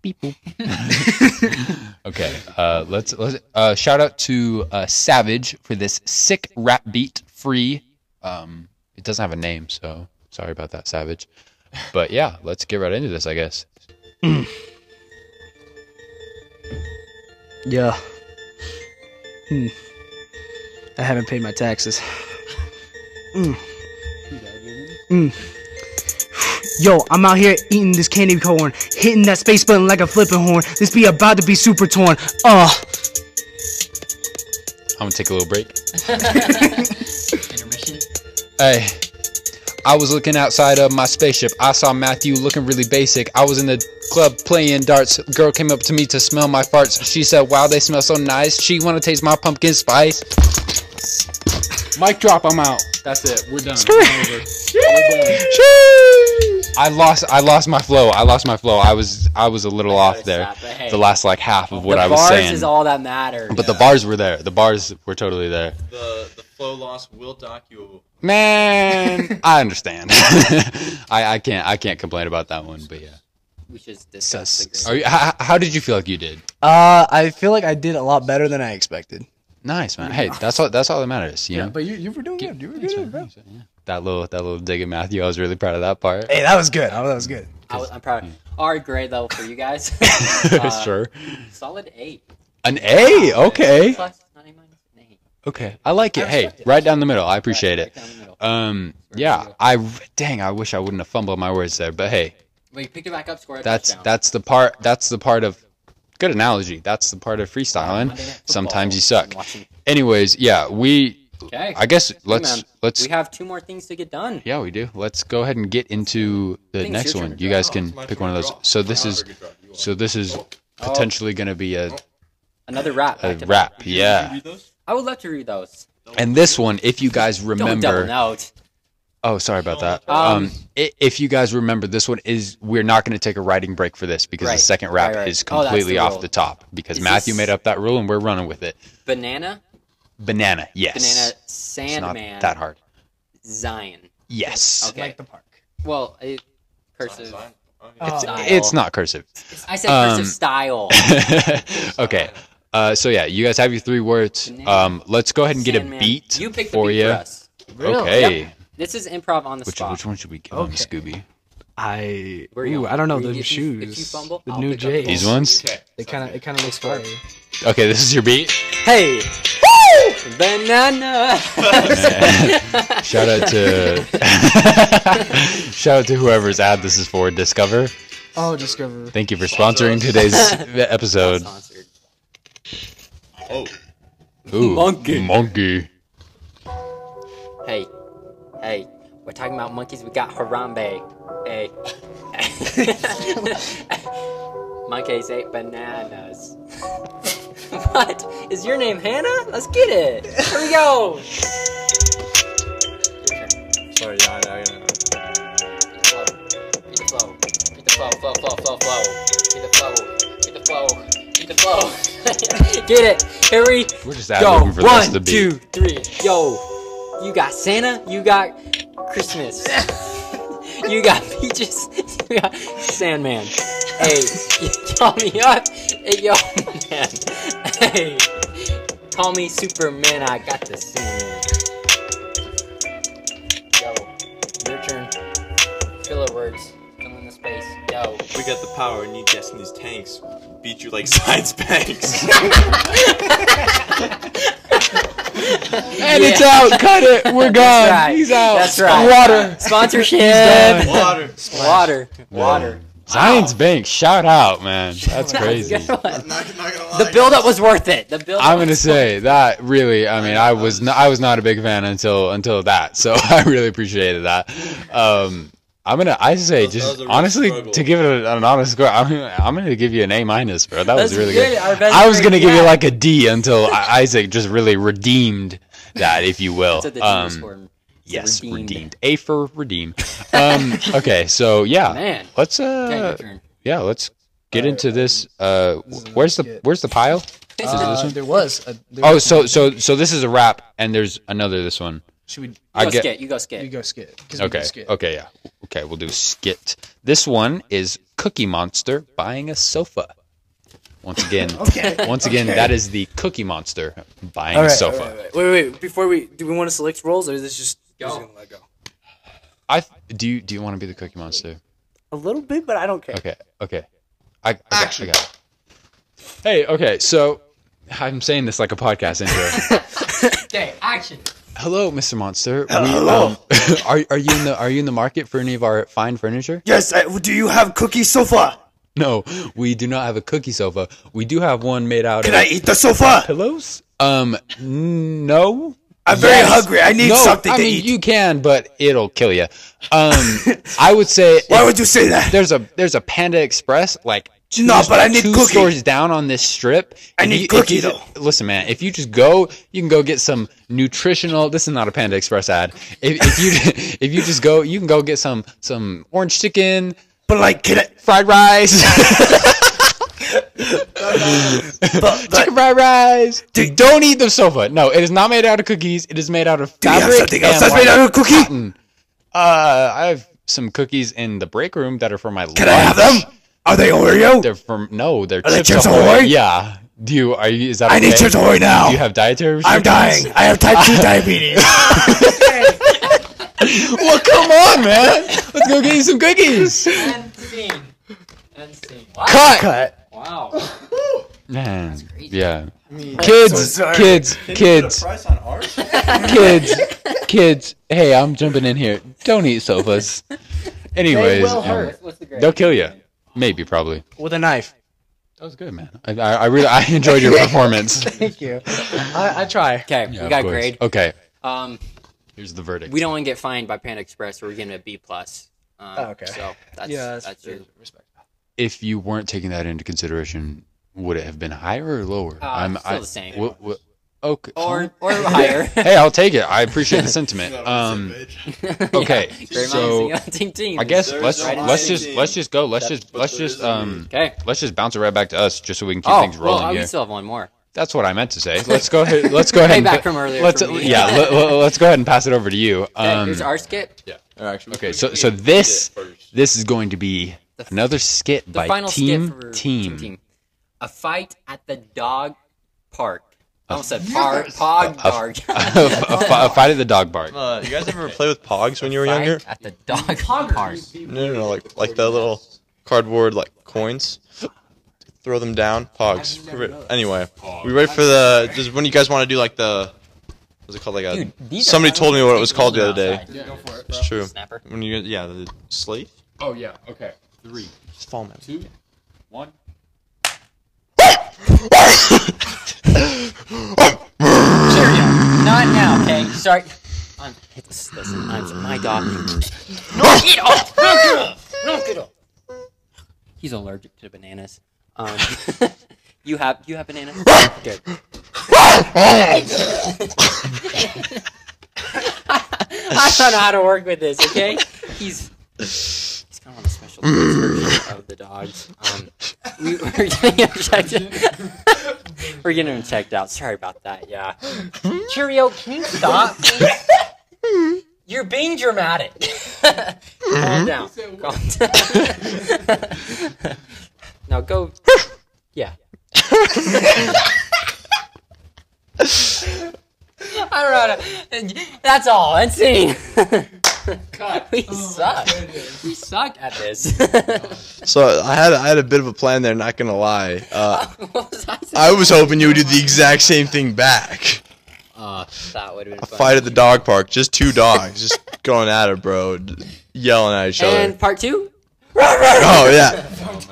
Speaker 7: Beep Boop. okay, uh, let's let's uh, shout out to uh, Savage for this sick rap beat free. Um, it doesn't have a name, so sorry about that, Savage. But yeah, let's get right into this, I guess.
Speaker 4: Yeah. Hmm. I haven't paid my taxes. Hmm. Mm. Mm. Hmm. Yo, I'm out here eating this candy corn, hitting that space button like a flipping horn. This be about to be super torn. Uh,
Speaker 7: I'm gonna take a little break.
Speaker 1: Intermission.
Speaker 7: Hey, I was looking outside of my spaceship. I saw Matthew looking really basic. I was in the club playing darts. Girl came up to me to smell my farts. She said, "Wow, they smell so nice." She wanna taste my pumpkin spice. Mic drop. I'm out. That's it. We're done. We're over. I lost. I lost my flow. I lost my flow. I was. I was a little off there.
Speaker 1: stop it. Hey.
Speaker 7: The last like half of what
Speaker 1: the
Speaker 7: I was
Speaker 1: bars
Speaker 7: saying.
Speaker 1: is all that matters.
Speaker 7: but the bars were there. The bars were totally there.
Speaker 3: The the flow loss will dock you.
Speaker 7: Man, I understand. I, I can't. I can't complain about that one. But yeah.
Speaker 1: we should discuss. the
Speaker 7: Are you, how, how did you feel like you did?
Speaker 4: Uh, I feel like I did a lot better than I expected.
Speaker 7: Nice man. Hey, that's all. That's all that matters. You know.
Speaker 4: you, you were doing good. You were good, bro.
Speaker 7: that little. That little dig at Matthew. I was really proud of that part.
Speaker 4: Hey, that was good. Oh, that was good.
Speaker 1: I was, I'm proud. Our grade level for you guys,
Speaker 4: uh,
Speaker 7: sure.
Speaker 1: solid eight
Speaker 7: An A. Okay.
Speaker 1: plus nine minus an eight.
Speaker 7: Okay, I like it. hey, right down the middle. I appreciate it.
Speaker 1: down the middle.
Speaker 7: Um, yeah, I dang, I wish I wouldn't have fumbled my words there. But hey,
Speaker 1: We picked it back up, scored. a
Speaker 7: that's
Speaker 1: touchdown.
Speaker 7: that's the part. That's the part of good analogy. That's the part of freestyling.
Speaker 1: Monday Night Football.
Speaker 7: Sometimes you suck.
Speaker 1: Watching-
Speaker 7: Anyways, yeah, we.
Speaker 1: Okay.
Speaker 7: I guess let's
Speaker 1: man.
Speaker 7: let's.
Speaker 1: We have two more things to get done.
Speaker 7: Yeah, we do. Let's go ahead and get into the
Speaker 1: it's
Speaker 7: next
Speaker 1: your turn Oh,
Speaker 7: one.
Speaker 1: to
Speaker 7: You guys can pick one of those. So this is, so this is
Speaker 1: Oh.
Speaker 7: potentially going to be a,
Speaker 1: Another rap.
Speaker 7: a
Speaker 1: back to back.
Speaker 7: rap. Yeah,
Speaker 1: I would love to read those.
Speaker 7: and this one, if you guys
Speaker 1: Don't double
Speaker 7: remember,
Speaker 1: note.
Speaker 7: Oh, sorry about that.
Speaker 1: Um,
Speaker 7: Um, i- if you guys remember, this one is we're not going to take a writing break for this because
Speaker 1: Right,
Speaker 7: the second rap
Speaker 1: right, right.
Speaker 7: is
Speaker 1: Oh, that's the
Speaker 7: completely off
Speaker 1: rule.
Speaker 7: the top because
Speaker 1: Is
Speaker 7: Matthew
Speaker 1: this-
Speaker 7: made up that rule and we're running with it.
Speaker 1: Banana,
Speaker 7: Banana, yes.
Speaker 1: banana,
Speaker 7: it's not
Speaker 1: Sandman,
Speaker 7: that hard.
Speaker 1: Zion.
Speaker 7: Yes.
Speaker 1: Okay. the park. Well, it, cursive.
Speaker 7: It's,
Speaker 1: Style.
Speaker 7: Oh. it's not cursive.
Speaker 1: I said
Speaker 7: Um,
Speaker 1: cursive style.
Speaker 7: okay. Uh, so yeah, you guys have your three words.
Speaker 1: Banana.
Speaker 7: Um, let's go ahead and get
Speaker 1: Sandman.
Speaker 7: a beat
Speaker 1: You picked the
Speaker 7: for
Speaker 1: beat
Speaker 7: you.
Speaker 1: for us.
Speaker 7: Okay.
Speaker 1: Yep. This is improv on the
Speaker 7: Which
Speaker 1: spot.
Speaker 7: which one should we give him, Scooby?
Speaker 13: I
Speaker 1: Where you
Speaker 13: ooh,
Speaker 1: going?
Speaker 13: I don't know
Speaker 1: If you-
Speaker 13: them
Speaker 1: if you-
Speaker 13: shoes.
Speaker 1: if you fumble,
Speaker 13: the
Speaker 1: I'll
Speaker 13: new
Speaker 1: pick up the
Speaker 13: J's.
Speaker 7: These ones.
Speaker 13: They kind of it kind of looks funny.
Speaker 7: Okay, this is your beat.
Speaker 1: Hey, banana.
Speaker 7: Shout out to shout out to whoever's ad this is for Discover.
Speaker 13: Oh, Discover.
Speaker 7: Thank you for sponsoring today's episode.
Speaker 1: Sponsored.
Speaker 7: Ooh,
Speaker 1: Monkey.
Speaker 7: monkey.
Speaker 1: Hey, hey, we're talking about monkeys. We got Harambe. eh? Hey. monkeys ate bananas. what? Is your name Hannah? Let's get it. Here we go.
Speaker 3: Sorry, yeah, yeah, yeah.
Speaker 1: Beat the flow. Beat the flow. Flow, flow, flow, flow. Beat the flow. Beat the flow. Beat the flow. Get it. Here we
Speaker 7: We're just
Speaker 1: go.
Speaker 7: ad for this
Speaker 1: One,
Speaker 7: to be.
Speaker 1: two, three. Yo, you got Santa. You got Christmas. you got peaches. You got Sandman. Hey, you call me up. Hey, yo, man. Hey, call me Superman. I got the Sandman. Yo, your turn. Fill the words. Fill in the space. Yo.
Speaker 3: We got the power, and you guessing these tanks beat you like science banks.
Speaker 7: And it's out. Cut it. We're gone.
Speaker 1: right.
Speaker 7: He's out.
Speaker 1: That's right.
Speaker 7: Water.
Speaker 1: Sponsorship.
Speaker 3: Water.
Speaker 1: Water. Water.
Speaker 7: Science Bank. Shout out, man. That's crazy.
Speaker 1: The build up was worth it. The build
Speaker 7: I'm gonna say that really. I mean, I was not, I was not a big fan until until that. So I really appreciated that. Um, I'm gonna I say
Speaker 3: that
Speaker 7: just
Speaker 3: was a real
Speaker 7: honestly
Speaker 3: struggle.
Speaker 7: to give it a- an honest score. I'm, gonna- I'm gonna give you an A minus, bro. That was
Speaker 1: That's
Speaker 7: really
Speaker 1: good.
Speaker 7: good.
Speaker 1: Our best
Speaker 7: I was
Speaker 1: grade
Speaker 7: gonna give you
Speaker 1: yet.
Speaker 7: like a D until I- Isaac just really redeemed that, if you will.
Speaker 1: to the
Speaker 7: Um,
Speaker 1: um,
Speaker 7: yes, redeemed. A for redeem. Um, okay, so yeah,
Speaker 1: Man.
Speaker 7: let's
Speaker 1: Okay, your
Speaker 7: uh,
Speaker 1: turn.
Speaker 7: yeah, let's get into this. Uh, where's the where's the pile?
Speaker 13: Uh, there was. A, there
Speaker 7: Oh,
Speaker 13: was-
Speaker 7: so so so this is a wrap, and there's another this one.
Speaker 13: should we?
Speaker 1: You
Speaker 7: I
Speaker 1: go
Speaker 7: get-
Speaker 1: skit. You go
Speaker 13: You
Speaker 1: skit.
Speaker 13: go skit. 'cause we
Speaker 7: Okay,
Speaker 13: did skit.
Speaker 7: okay, yeah, okay. We'll do skit. This one is Cookie Monster buying a sofa. Once again, once again, that is the Cookie Monster buying a sofa.
Speaker 4: Wait, wait. Before we do, we want to select roles, or is this just go?
Speaker 7: I th- do you do you want to be the Cookie Monster?
Speaker 4: A little bit, but I don't care.
Speaker 7: Okay, okay. I, I got- I got, it. Hey, okay. So I'm saying this like a podcast intro.
Speaker 1: Okay, action.
Speaker 7: Hello, Mr. Monster.
Speaker 14: Uh,
Speaker 7: We, um, are are you in the are you in the market for any of our fine furniture?
Speaker 14: Yes, I, do you have cookie sofa?
Speaker 7: No, we do not have a cookie sofa. We do have one made out
Speaker 14: Can
Speaker 7: of
Speaker 14: I eat the sofa?
Speaker 7: pillows. Um, n- no.
Speaker 14: I'm very hungry. I need
Speaker 7: no,
Speaker 14: something
Speaker 7: I
Speaker 14: to
Speaker 7: mean,
Speaker 14: eat.
Speaker 7: you can, but it'll kill you. Um, I would say
Speaker 14: Why would you say that?
Speaker 7: there's a there's a Panda Express like
Speaker 1: two,
Speaker 14: No, but I need
Speaker 7: two
Speaker 14: cookie.
Speaker 7: stores down on this strip.
Speaker 14: I
Speaker 7: If
Speaker 14: need
Speaker 7: if
Speaker 14: cookie,
Speaker 7: you-
Speaker 14: though.
Speaker 7: Listen, man, if you just go, you can go get some nutritional. This is not a Panda Express ad. If, if you if you just go, you can go get some some orange chicken,
Speaker 14: But like, can I?
Speaker 7: fried rice,
Speaker 14: But, like,
Speaker 7: chicken fried rice. Dude, don't eat the sofa. No, it is not made out of cookies. It is made out of
Speaker 14: do you have
Speaker 7: fabric
Speaker 14: something else
Speaker 7: and
Speaker 14: that's made
Speaker 7: like
Speaker 14: out of cookie?
Speaker 7: cotton. Uh, I have some cookies in the break room that are for my.
Speaker 14: Can I have them? Are they Oreo?
Speaker 7: They're from no, they're
Speaker 14: Are they
Speaker 7: chips,
Speaker 14: Chips
Speaker 7: Ahoy.
Speaker 14: Ahoy?
Speaker 7: Yeah. Do you are you is that
Speaker 14: I
Speaker 7: okay?
Speaker 14: need Chips Ahoy now.
Speaker 7: Do you have dietary
Speaker 14: I'm
Speaker 7: restrictions?
Speaker 14: dying. I have type 2 diabetes.
Speaker 7: well, come on, man. Let's go get you some cookies.
Speaker 11: And scene. And scene. Wow.
Speaker 7: Cut.
Speaker 11: Wow.
Speaker 7: Man, yeah. Kids, kids, kids, kids, kids. Hey, I'm jumping in here. Don't eat sofas. Anyways,
Speaker 11: will
Speaker 7: um,
Speaker 11: hurt. What's the grade?
Speaker 7: they'll kill you. Maybe, probably.
Speaker 4: with a knife.
Speaker 7: That was good, man. I, I, I really, I enjoyed your performance.
Speaker 4: Thank you. I, I try.
Speaker 1: Okay,
Speaker 7: Yeah,
Speaker 1: we
Speaker 7: of
Speaker 1: got
Speaker 7: course.
Speaker 1: grade.
Speaker 7: Okay,
Speaker 1: Um,
Speaker 7: here's the verdict.
Speaker 1: we don't want to get fined by Panda Express, so we're giving it a B plus. Um,
Speaker 4: Oh, okay.
Speaker 1: So that's
Speaker 4: Yeah,
Speaker 1: that's,
Speaker 4: that's,
Speaker 1: your
Speaker 4: respect.
Speaker 7: if you weren't taking that into consideration, would it have been higher or lower?
Speaker 1: Uh, still the same.
Speaker 7: wha- wha- okay.
Speaker 1: or or higher.
Speaker 7: hey, I'll take it. I appreciate the sentiment. Um, Okay,
Speaker 1: Very
Speaker 7: so-
Speaker 1: much. Ting, ting.
Speaker 7: I guess
Speaker 1: There's
Speaker 7: let's
Speaker 1: right in
Speaker 7: let's
Speaker 1: the-
Speaker 7: just let's just go. Let's just let's
Speaker 3: there
Speaker 7: just
Speaker 3: is a
Speaker 7: um
Speaker 1: Okay.
Speaker 7: let's just bounce it right back to us, just so we can keep
Speaker 1: Oh,
Speaker 7: things rolling
Speaker 1: well, uh,
Speaker 7: here.
Speaker 1: we still have one more.
Speaker 7: That's what I meant to say. Let's go ahead. Let's go ahead.
Speaker 1: Payback
Speaker 7: and,
Speaker 1: from earlier
Speaker 7: Let's
Speaker 1: for me.
Speaker 7: yeah. let, us go ahead and pass it over to you.
Speaker 1: Okay,
Speaker 7: Um,
Speaker 1: here's our skit.
Speaker 7: okay, so so this this is going to be another skit
Speaker 1: The
Speaker 7: by
Speaker 1: final
Speaker 7: team,
Speaker 1: skit for
Speaker 7: team
Speaker 1: A fight at the dog park. I almost said park, pog park.
Speaker 7: a, fi- a fight at the dog park.
Speaker 3: Uh, you guys ever play with Pogs when you were younger?
Speaker 1: Fight at the dog park.
Speaker 3: No, no, no, like like the little cardboard like coins. Throw them down. Pogs. Re- Anyway, we ready for the? Does when you guys want to do like the? What's it called? Like a.
Speaker 1: Dude, these are
Speaker 3: somebody
Speaker 1: not
Speaker 3: told me what it was
Speaker 1: particularly
Speaker 3: called the other day.
Speaker 1: outside.
Speaker 3: It's true.
Speaker 1: Snapper.
Speaker 3: When you yeah the slate.
Speaker 7: Oh yeah. Okay. Three,
Speaker 3: Just fall man.
Speaker 7: two, one.
Speaker 1: Cheerio. Not now, okay? Sorry. I'm, it's, listen, I'm my dog. No, get off! No, get off! No, get off! He's allergic to bananas. Um, you have you have bananas? Good. I don't know how to work with this. Okay, he's he's kind of on the special needs version of the dogs. Um, we, we're getting him checked. we're getting him checked out. Sorry about that. Yeah. Cheerio, can you stop? please? You're being dramatic. Calm down. Calm down. now go. Yeah. I don't know. How to, that's all. That's scene. we suck. We suck at this.
Speaker 3: So I had I had a bit of a plan there. Not gonna lie. Uh,
Speaker 1: what was I saying?
Speaker 3: I was hoping you would do the exact same thing back.
Speaker 1: Uh, that would have been
Speaker 3: A
Speaker 1: fun.
Speaker 3: fight at the dog park. Just two dogs just going at it, bro. d- Yelling at each other.
Speaker 1: And part two.
Speaker 3: Oh yeah,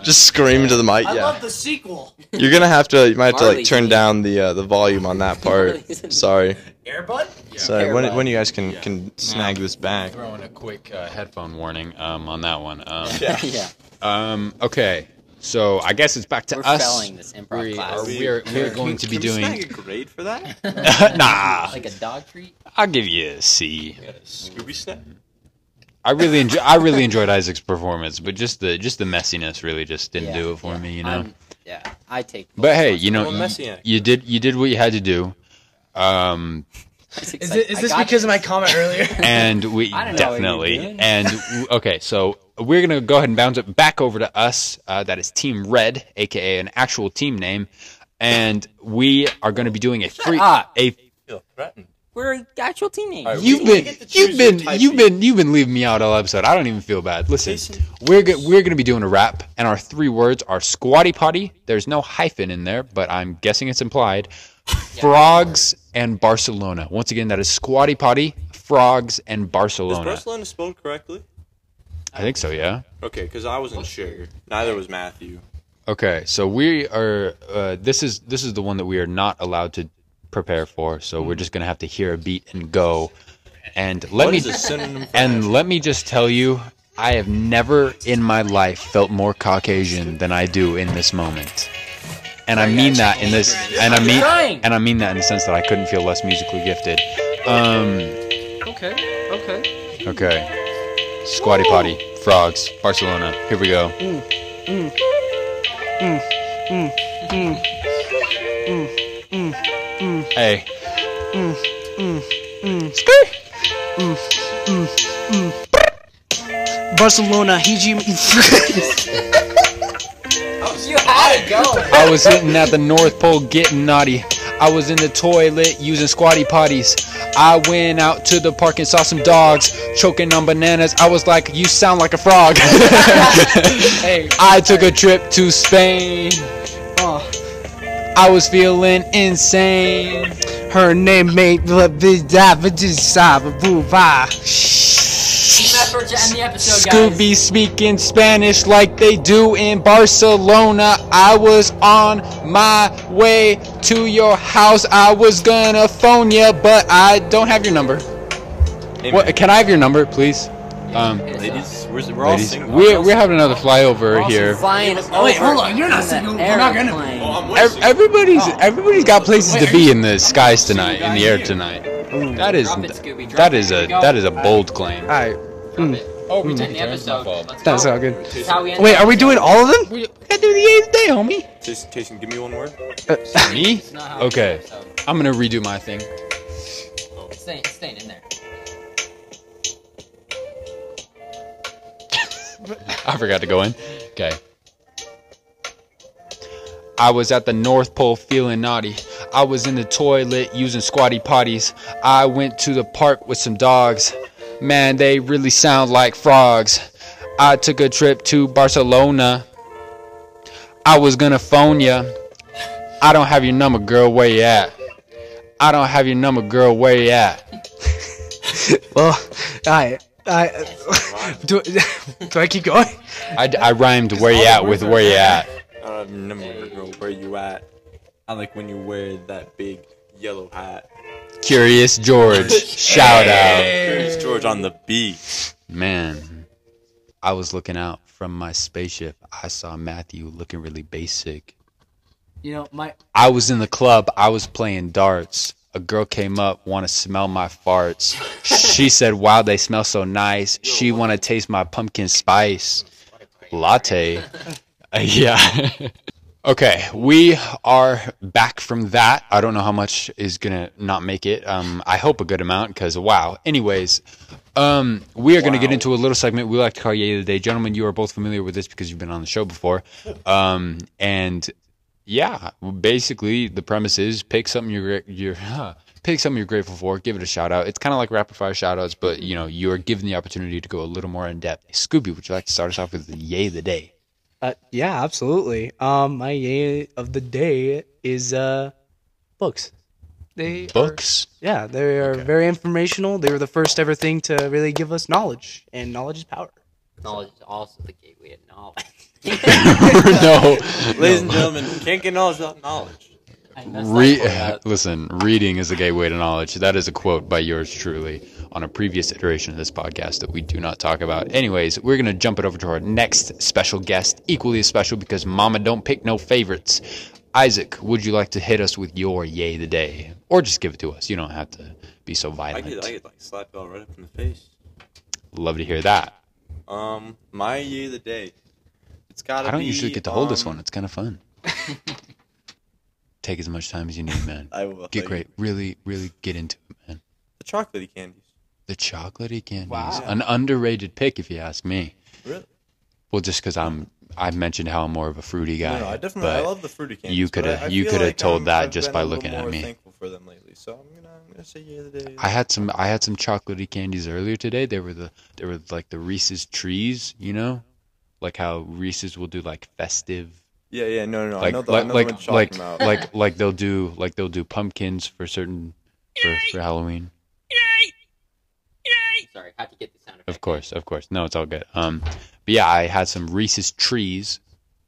Speaker 3: just scream into the mic.
Speaker 11: I
Speaker 3: Yeah,
Speaker 11: love the sequel.
Speaker 3: you're gonna have to. You might have to
Speaker 1: Marley.
Speaker 3: like turn down the uh, the volume on that part.
Speaker 1: Marley's in-
Speaker 3: Sorry,
Speaker 11: Airbud?
Speaker 3: sorry. When
Speaker 1: Airbud.
Speaker 3: when you guys can can snag this back?
Speaker 7: Throwing a quick uh, headphone warning um, on that one. Um,
Speaker 1: yeah.
Speaker 7: Um. Okay. So I guess it's back to
Speaker 1: We're
Speaker 7: us.
Speaker 1: failing this improv
Speaker 7: We
Speaker 1: class.
Speaker 7: are, we are, we are going to be doing.
Speaker 3: grade for that?
Speaker 7: nah,
Speaker 1: Like a dog treat.
Speaker 7: I'll give you a C.
Speaker 3: Scooby snap.
Speaker 7: I really enjoy. I really enjoyed Isaac's performance, but just the just the messiness really just didn't
Speaker 1: Yeah,
Speaker 7: do it for me, you know.
Speaker 1: I'm- yeah, I take.
Speaker 7: but hey, you know,
Speaker 3: I'm a
Speaker 7: you-
Speaker 3: messy
Speaker 7: you,
Speaker 3: actor.
Speaker 7: did you did what you had to do, um,
Speaker 13: Is, it, is this because of my comment earlier?
Speaker 7: and we
Speaker 1: I don't know what you're
Speaker 7: definitely
Speaker 1: doing.
Speaker 7: and w- okay. So we're gonna go ahead and bounce it back over to us. Uh, that is Team Red, aka an actual team name, and we are gonna be doing a free
Speaker 1: up.
Speaker 7: a
Speaker 1: We're the actual teammates.
Speaker 7: You've been, you've been, you've been, you've been leaving me out all episode. I don't even feel bad. Listen, we're go- we're gonna be doing a rap, and our three words are squatty potty. There's no hyphen in there, but I'm guessing it's implied. Frogs and Barcelona. Once again, that is squatty potty, frogs and Barcelona.
Speaker 3: spelled correctly?
Speaker 7: I think so. Yeah.
Speaker 3: Okay, because I wasn't sure. Neither was Matthew.
Speaker 7: Okay, so we are. Uh, this is this is the one that we are not allowed to prepare for. So we're just gonna have to hear a beat and go. And let me
Speaker 3: synonym?
Speaker 7: And let me just tell you, I have never in my life felt more Caucasian than I do in this moment. And I mean that in this and I mean and I mean that in the sense that I couldn't feel less musically gifted. Um
Speaker 11: Okay. Okay.
Speaker 7: okay. Squatty potty, frogs, Barcelona. Here we go. Hey.
Speaker 13: Barcelona, Hiji.
Speaker 11: Oh, You had it. Go.
Speaker 7: I was sitting at the North Pole getting naughty. I was in the toilet using squatty potties. I went out to the park and saw some dogs choking on bananas. I was like, you sound like a frog. I took a trip to Spain. I was feeling insane.
Speaker 13: Her name made
Speaker 11: Effort to end the episode, guys.
Speaker 7: Scooby speaking Spanish like they do in Barcelona. I was on my way to your house. I was gonna phone you, but I don't have your number. What, can I have your number, please? Um,
Speaker 3: Ladies, we're, we're all
Speaker 7: ladies,
Speaker 3: singing.
Speaker 7: we're, we're having another flyover here.
Speaker 1: Flying
Speaker 13: Oh, Wait,
Speaker 1: over
Speaker 13: hold on. You're not single. We're not gonna.
Speaker 1: airplane.
Speaker 3: Oh, I'm
Speaker 7: Ev-
Speaker 3: wasting.
Speaker 7: Everybody's everybody's got places to be in the skies tonight, in the air tonight. That is
Speaker 11: Drop it, Scooby. Drop
Speaker 7: that
Speaker 11: it.
Speaker 7: is
Speaker 11: Here
Speaker 7: a
Speaker 11: we go.
Speaker 7: that is a bold claim.
Speaker 13: Alright,
Speaker 7: Oh, we
Speaker 11: End the episode. Let's
Speaker 13: that's
Speaker 11: go.
Speaker 13: all good.
Speaker 11: That's how we end
Speaker 13: Wait, are we doing all of them?
Speaker 7: We gotta do the eighth day, homie.
Speaker 3: Jason, Jason, give me one word.
Speaker 7: Me?
Speaker 11: It's not how we
Speaker 7: Okay.
Speaker 11: end the episode.
Speaker 7: I'm gonna redo my thing.
Speaker 11: It's staying, it's staying in there.
Speaker 7: I forgot to go in. Okay. I was at the North Pole feeling naughty. I was in the toilet using squatty potties. I went to the park with some dogs. Man, they really sound like frogs. I took a trip to Barcelona. I was gonna phone ya. I don't have your number, girl. Where you at? I don't have your number, girl. Where you at?
Speaker 13: Well, alright. I do. Do I keep going?
Speaker 7: I, I rhymed where you at with where you at.
Speaker 3: I don't have your number, girl. Where you at? I like when you wear that big yellow hat.
Speaker 7: Curious George. Shout out.
Speaker 3: Curious George on the beat.
Speaker 7: Man, I was looking out from my spaceship. I saw Matthew looking really basic.
Speaker 4: You know, my
Speaker 7: I was in the club. I was playing darts. A girl came up, want to smell my farts. She said, "Wow, they smell so nice." She want to taste my pumpkin spice latte. Uh, yeah. okay, we are back from that. I don't know how much is gonna not make it. Um, I hope a good amount because wow. Anyways, um, we are gonna get into a little segment we like to call Yay of the Day, gentlemen. You are both familiar with this because you've been on the show before. Um, and yeah, well, basically the premise is pick something you're gra- you're pick something you're grateful for, give it a shout out. It's kind of like rapid fire shout outs, but you know you're given the opportunity to go a little more in depth. Scooby, would you like to start us off with the yay of the day?
Speaker 4: uh, yeah, absolutely. Um, my yay of the day is uh, books. They are-
Speaker 7: Books.
Speaker 4: yeah, they are very informational. They were the first ever thing to really give us knowledge, and knowledge is power.
Speaker 11: Knowledge is also the gateway to knowledge.
Speaker 7: no.
Speaker 3: Ladies and gentlemen, can't get knowledge without knowledge.
Speaker 11: I messed up
Speaker 7: Re-
Speaker 11: for that.
Speaker 7: listen, reading is the gateway to knowledge. That is a quote by yours truly on a previous iteration of this podcast that we do not talk about. Anyways, we're going to jump it over to our next special guest, equally as special because mama don't pick no favorites. Isaac, would you like to hit us with your yay of the day? Or just give it to us. You don't have to be so
Speaker 3: I
Speaker 7: violent.
Speaker 3: could, I could like slap y'all right up in the face.
Speaker 7: Love to hear that.
Speaker 3: Um, my year of the day. It's gotta
Speaker 7: I don't
Speaker 3: be,
Speaker 7: usually get to hold this
Speaker 3: um,
Speaker 7: one. It's kind of fun. Take as much time as you need, man.
Speaker 3: I will
Speaker 7: Get
Speaker 3: thank
Speaker 7: great. Really, really get into it, man.
Speaker 3: The chocolatey candies.
Speaker 7: The chocolatey candies. An underrated pick, if you ask me.
Speaker 3: Really?
Speaker 7: Well, just because I'm, I mentioned how I'm more of a fruity guy.
Speaker 3: No, no, I definitely I
Speaker 7: but
Speaker 3: love the fruity candies.
Speaker 7: you
Speaker 3: but
Speaker 7: coulda-
Speaker 3: I- I
Speaker 7: you
Speaker 3: feel
Speaker 7: coulda
Speaker 3: like
Speaker 7: told
Speaker 3: I'm-
Speaker 7: that
Speaker 3: I've
Speaker 7: just
Speaker 3: been
Speaker 7: by
Speaker 3: a little
Speaker 7: looking at
Speaker 3: more
Speaker 7: me.
Speaker 3: Thankful for them lately, so I'm gonna I'm gonna say year of the day.
Speaker 7: I had some, I had some chocolatey candies earlier today. They were the, they were like the Reese's trees, you know, like how Reese's will do like festive,
Speaker 3: yeah, yeah, no, no, no. I
Speaker 7: like
Speaker 3: know the, I
Speaker 7: like
Speaker 3: know the one
Speaker 7: like
Speaker 3: you're
Speaker 7: like
Speaker 3: talking about.
Speaker 7: like like they'll do like they'll do pumpkins for certain for, for Halloween.
Speaker 11: Sorry, had to get the sound effect.
Speaker 7: Of course, of course. No, it's all good. Um, but yeah, I had some Reese's trees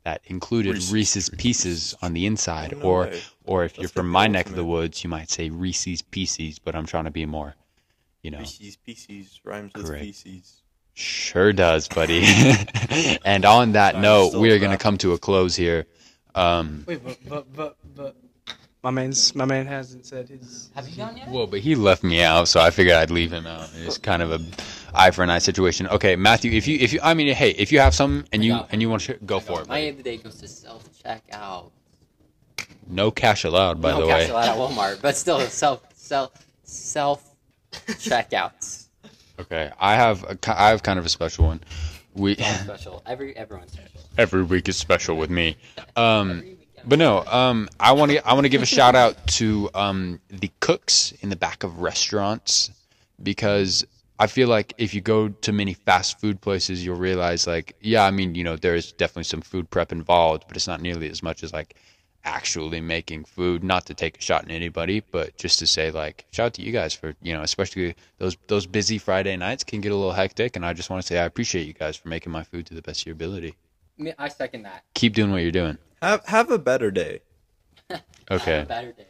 Speaker 7: that included Reese's,
Speaker 3: Reese's
Speaker 7: pieces on the inside,
Speaker 3: No
Speaker 7: or
Speaker 3: way.
Speaker 7: or if you're
Speaker 3: That's
Speaker 7: from
Speaker 3: the
Speaker 7: my neck of the
Speaker 3: ultimate.
Speaker 7: woods, you might say Reese's pieces. But I'm trying to be more, you know,
Speaker 3: Reese's Pieces rhymes with
Speaker 7: Correct.
Speaker 3: feces.
Speaker 7: Sure does, buddy. and on that note, we are going to come to a close here. Um,
Speaker 4: Wait, but but but but my man's my man hasn't said his. Have you gone yet?
Speaker 7: well, but he left me out, so I figured I'd leave him out. It's kind of a eye for an eye situation. Okay, Matthew, if you if you I mean, hey, if you have some and you and you want to go for it.
Speaker 1: My
Speaker 7: buddy.
Speaker 1: name of the day goes to self checkout.
Speaker 7: No cash allowed, by
Speaker 1: no
Speaker 7: the
Speaker 1: cash
Speaker 7: way.
Speaker 1: allowed at Walmart, but still self self self checkouts.
Speaker 7: Okay, I have a, ki- I have kind of a special one. We
Speaker 1: special. Every everyone's special.
Speaker 7: every week is special with me. Um, but no, um, I want to I want to give a shout out to um, the cooks in the back of restaurants because I feel like if you go to many fast food places, you'll realize like yeah, I mean you know there is definitely some food prep involved, but it's not nearly as much as like actually making food not to take a shot at anybody but just to say like shout out to you guys for you know especially those those busy friday nights can get a little hectic and i just want to say i appreciate you guys for making my food to the best of your ability
Speaker 1: I mean, I second that.
Speaker 7: keep doing what you're doing.
Speaker 3: Have have a better day.
Speaker 7: Okay.
Speaker 1: Better day.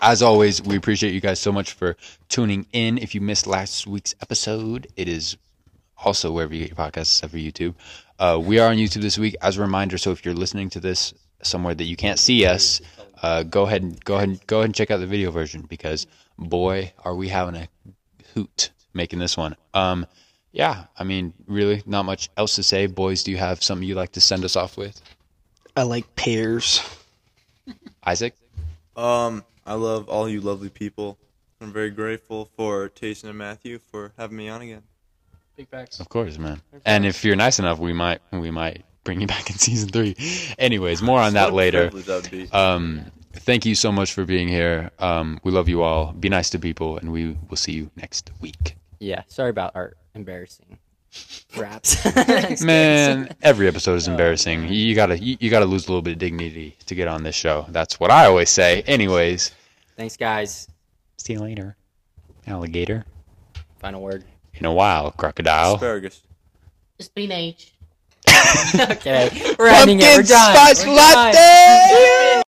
Speaker 7: As always, we appreciate you guys so much for tuning in. If you missed last week's episode, it is also wherever you get your podcasts, except for YouTube. Uh, we are on YouTube this week. As a reminder, so if you're listening to this somewhere that you can't see us, uh, go ahead and go ahead and go ahead and check out the video version because boy, are we having a hoot making this one. Um, yeah, I mean, really, not much else to say. Boys, do you have something you'd like to send us off with?
Speaker 15: I like pears.
Speaker 7: Isaac,
Speaker 3: Um, I love all you lovely people. I'm very grateful for Tayson and Matthew for having me on again.
Speaker 4: Big facts.
Speaker 7: Of course, man. And if you're nice enough, we might we might bring you back in season three. Anyways, more on
Speaker 3: What
Speaker 7: that
Speaker 3: a
Speaker 7: later.
Speaker 3: privilege that would be.
Speaker 7: Um, thank you so much for being here. Um, we love you all. Be nice to people, and we will see you next week.
Speaker 1: Yeah, sorry about our embarrassing raps.
Speaker 7: Man, every episode is embarrassing. You you gotta you, you gotta lose a little bit of dignity to get on this show. That's what I always say. Anyways,
Speaker 1: Thanks, guys.
Speaker 7: see you later, alligator.
Speaker 1: Final word.
Speaker 7: In a while, crocodile.
Speaker 3: Asparagus.
Speaker 1: Okay, we're ending it. We're done.
Speaker 7: Spice
Speaker 1: We're done.
Speaker 7: latte!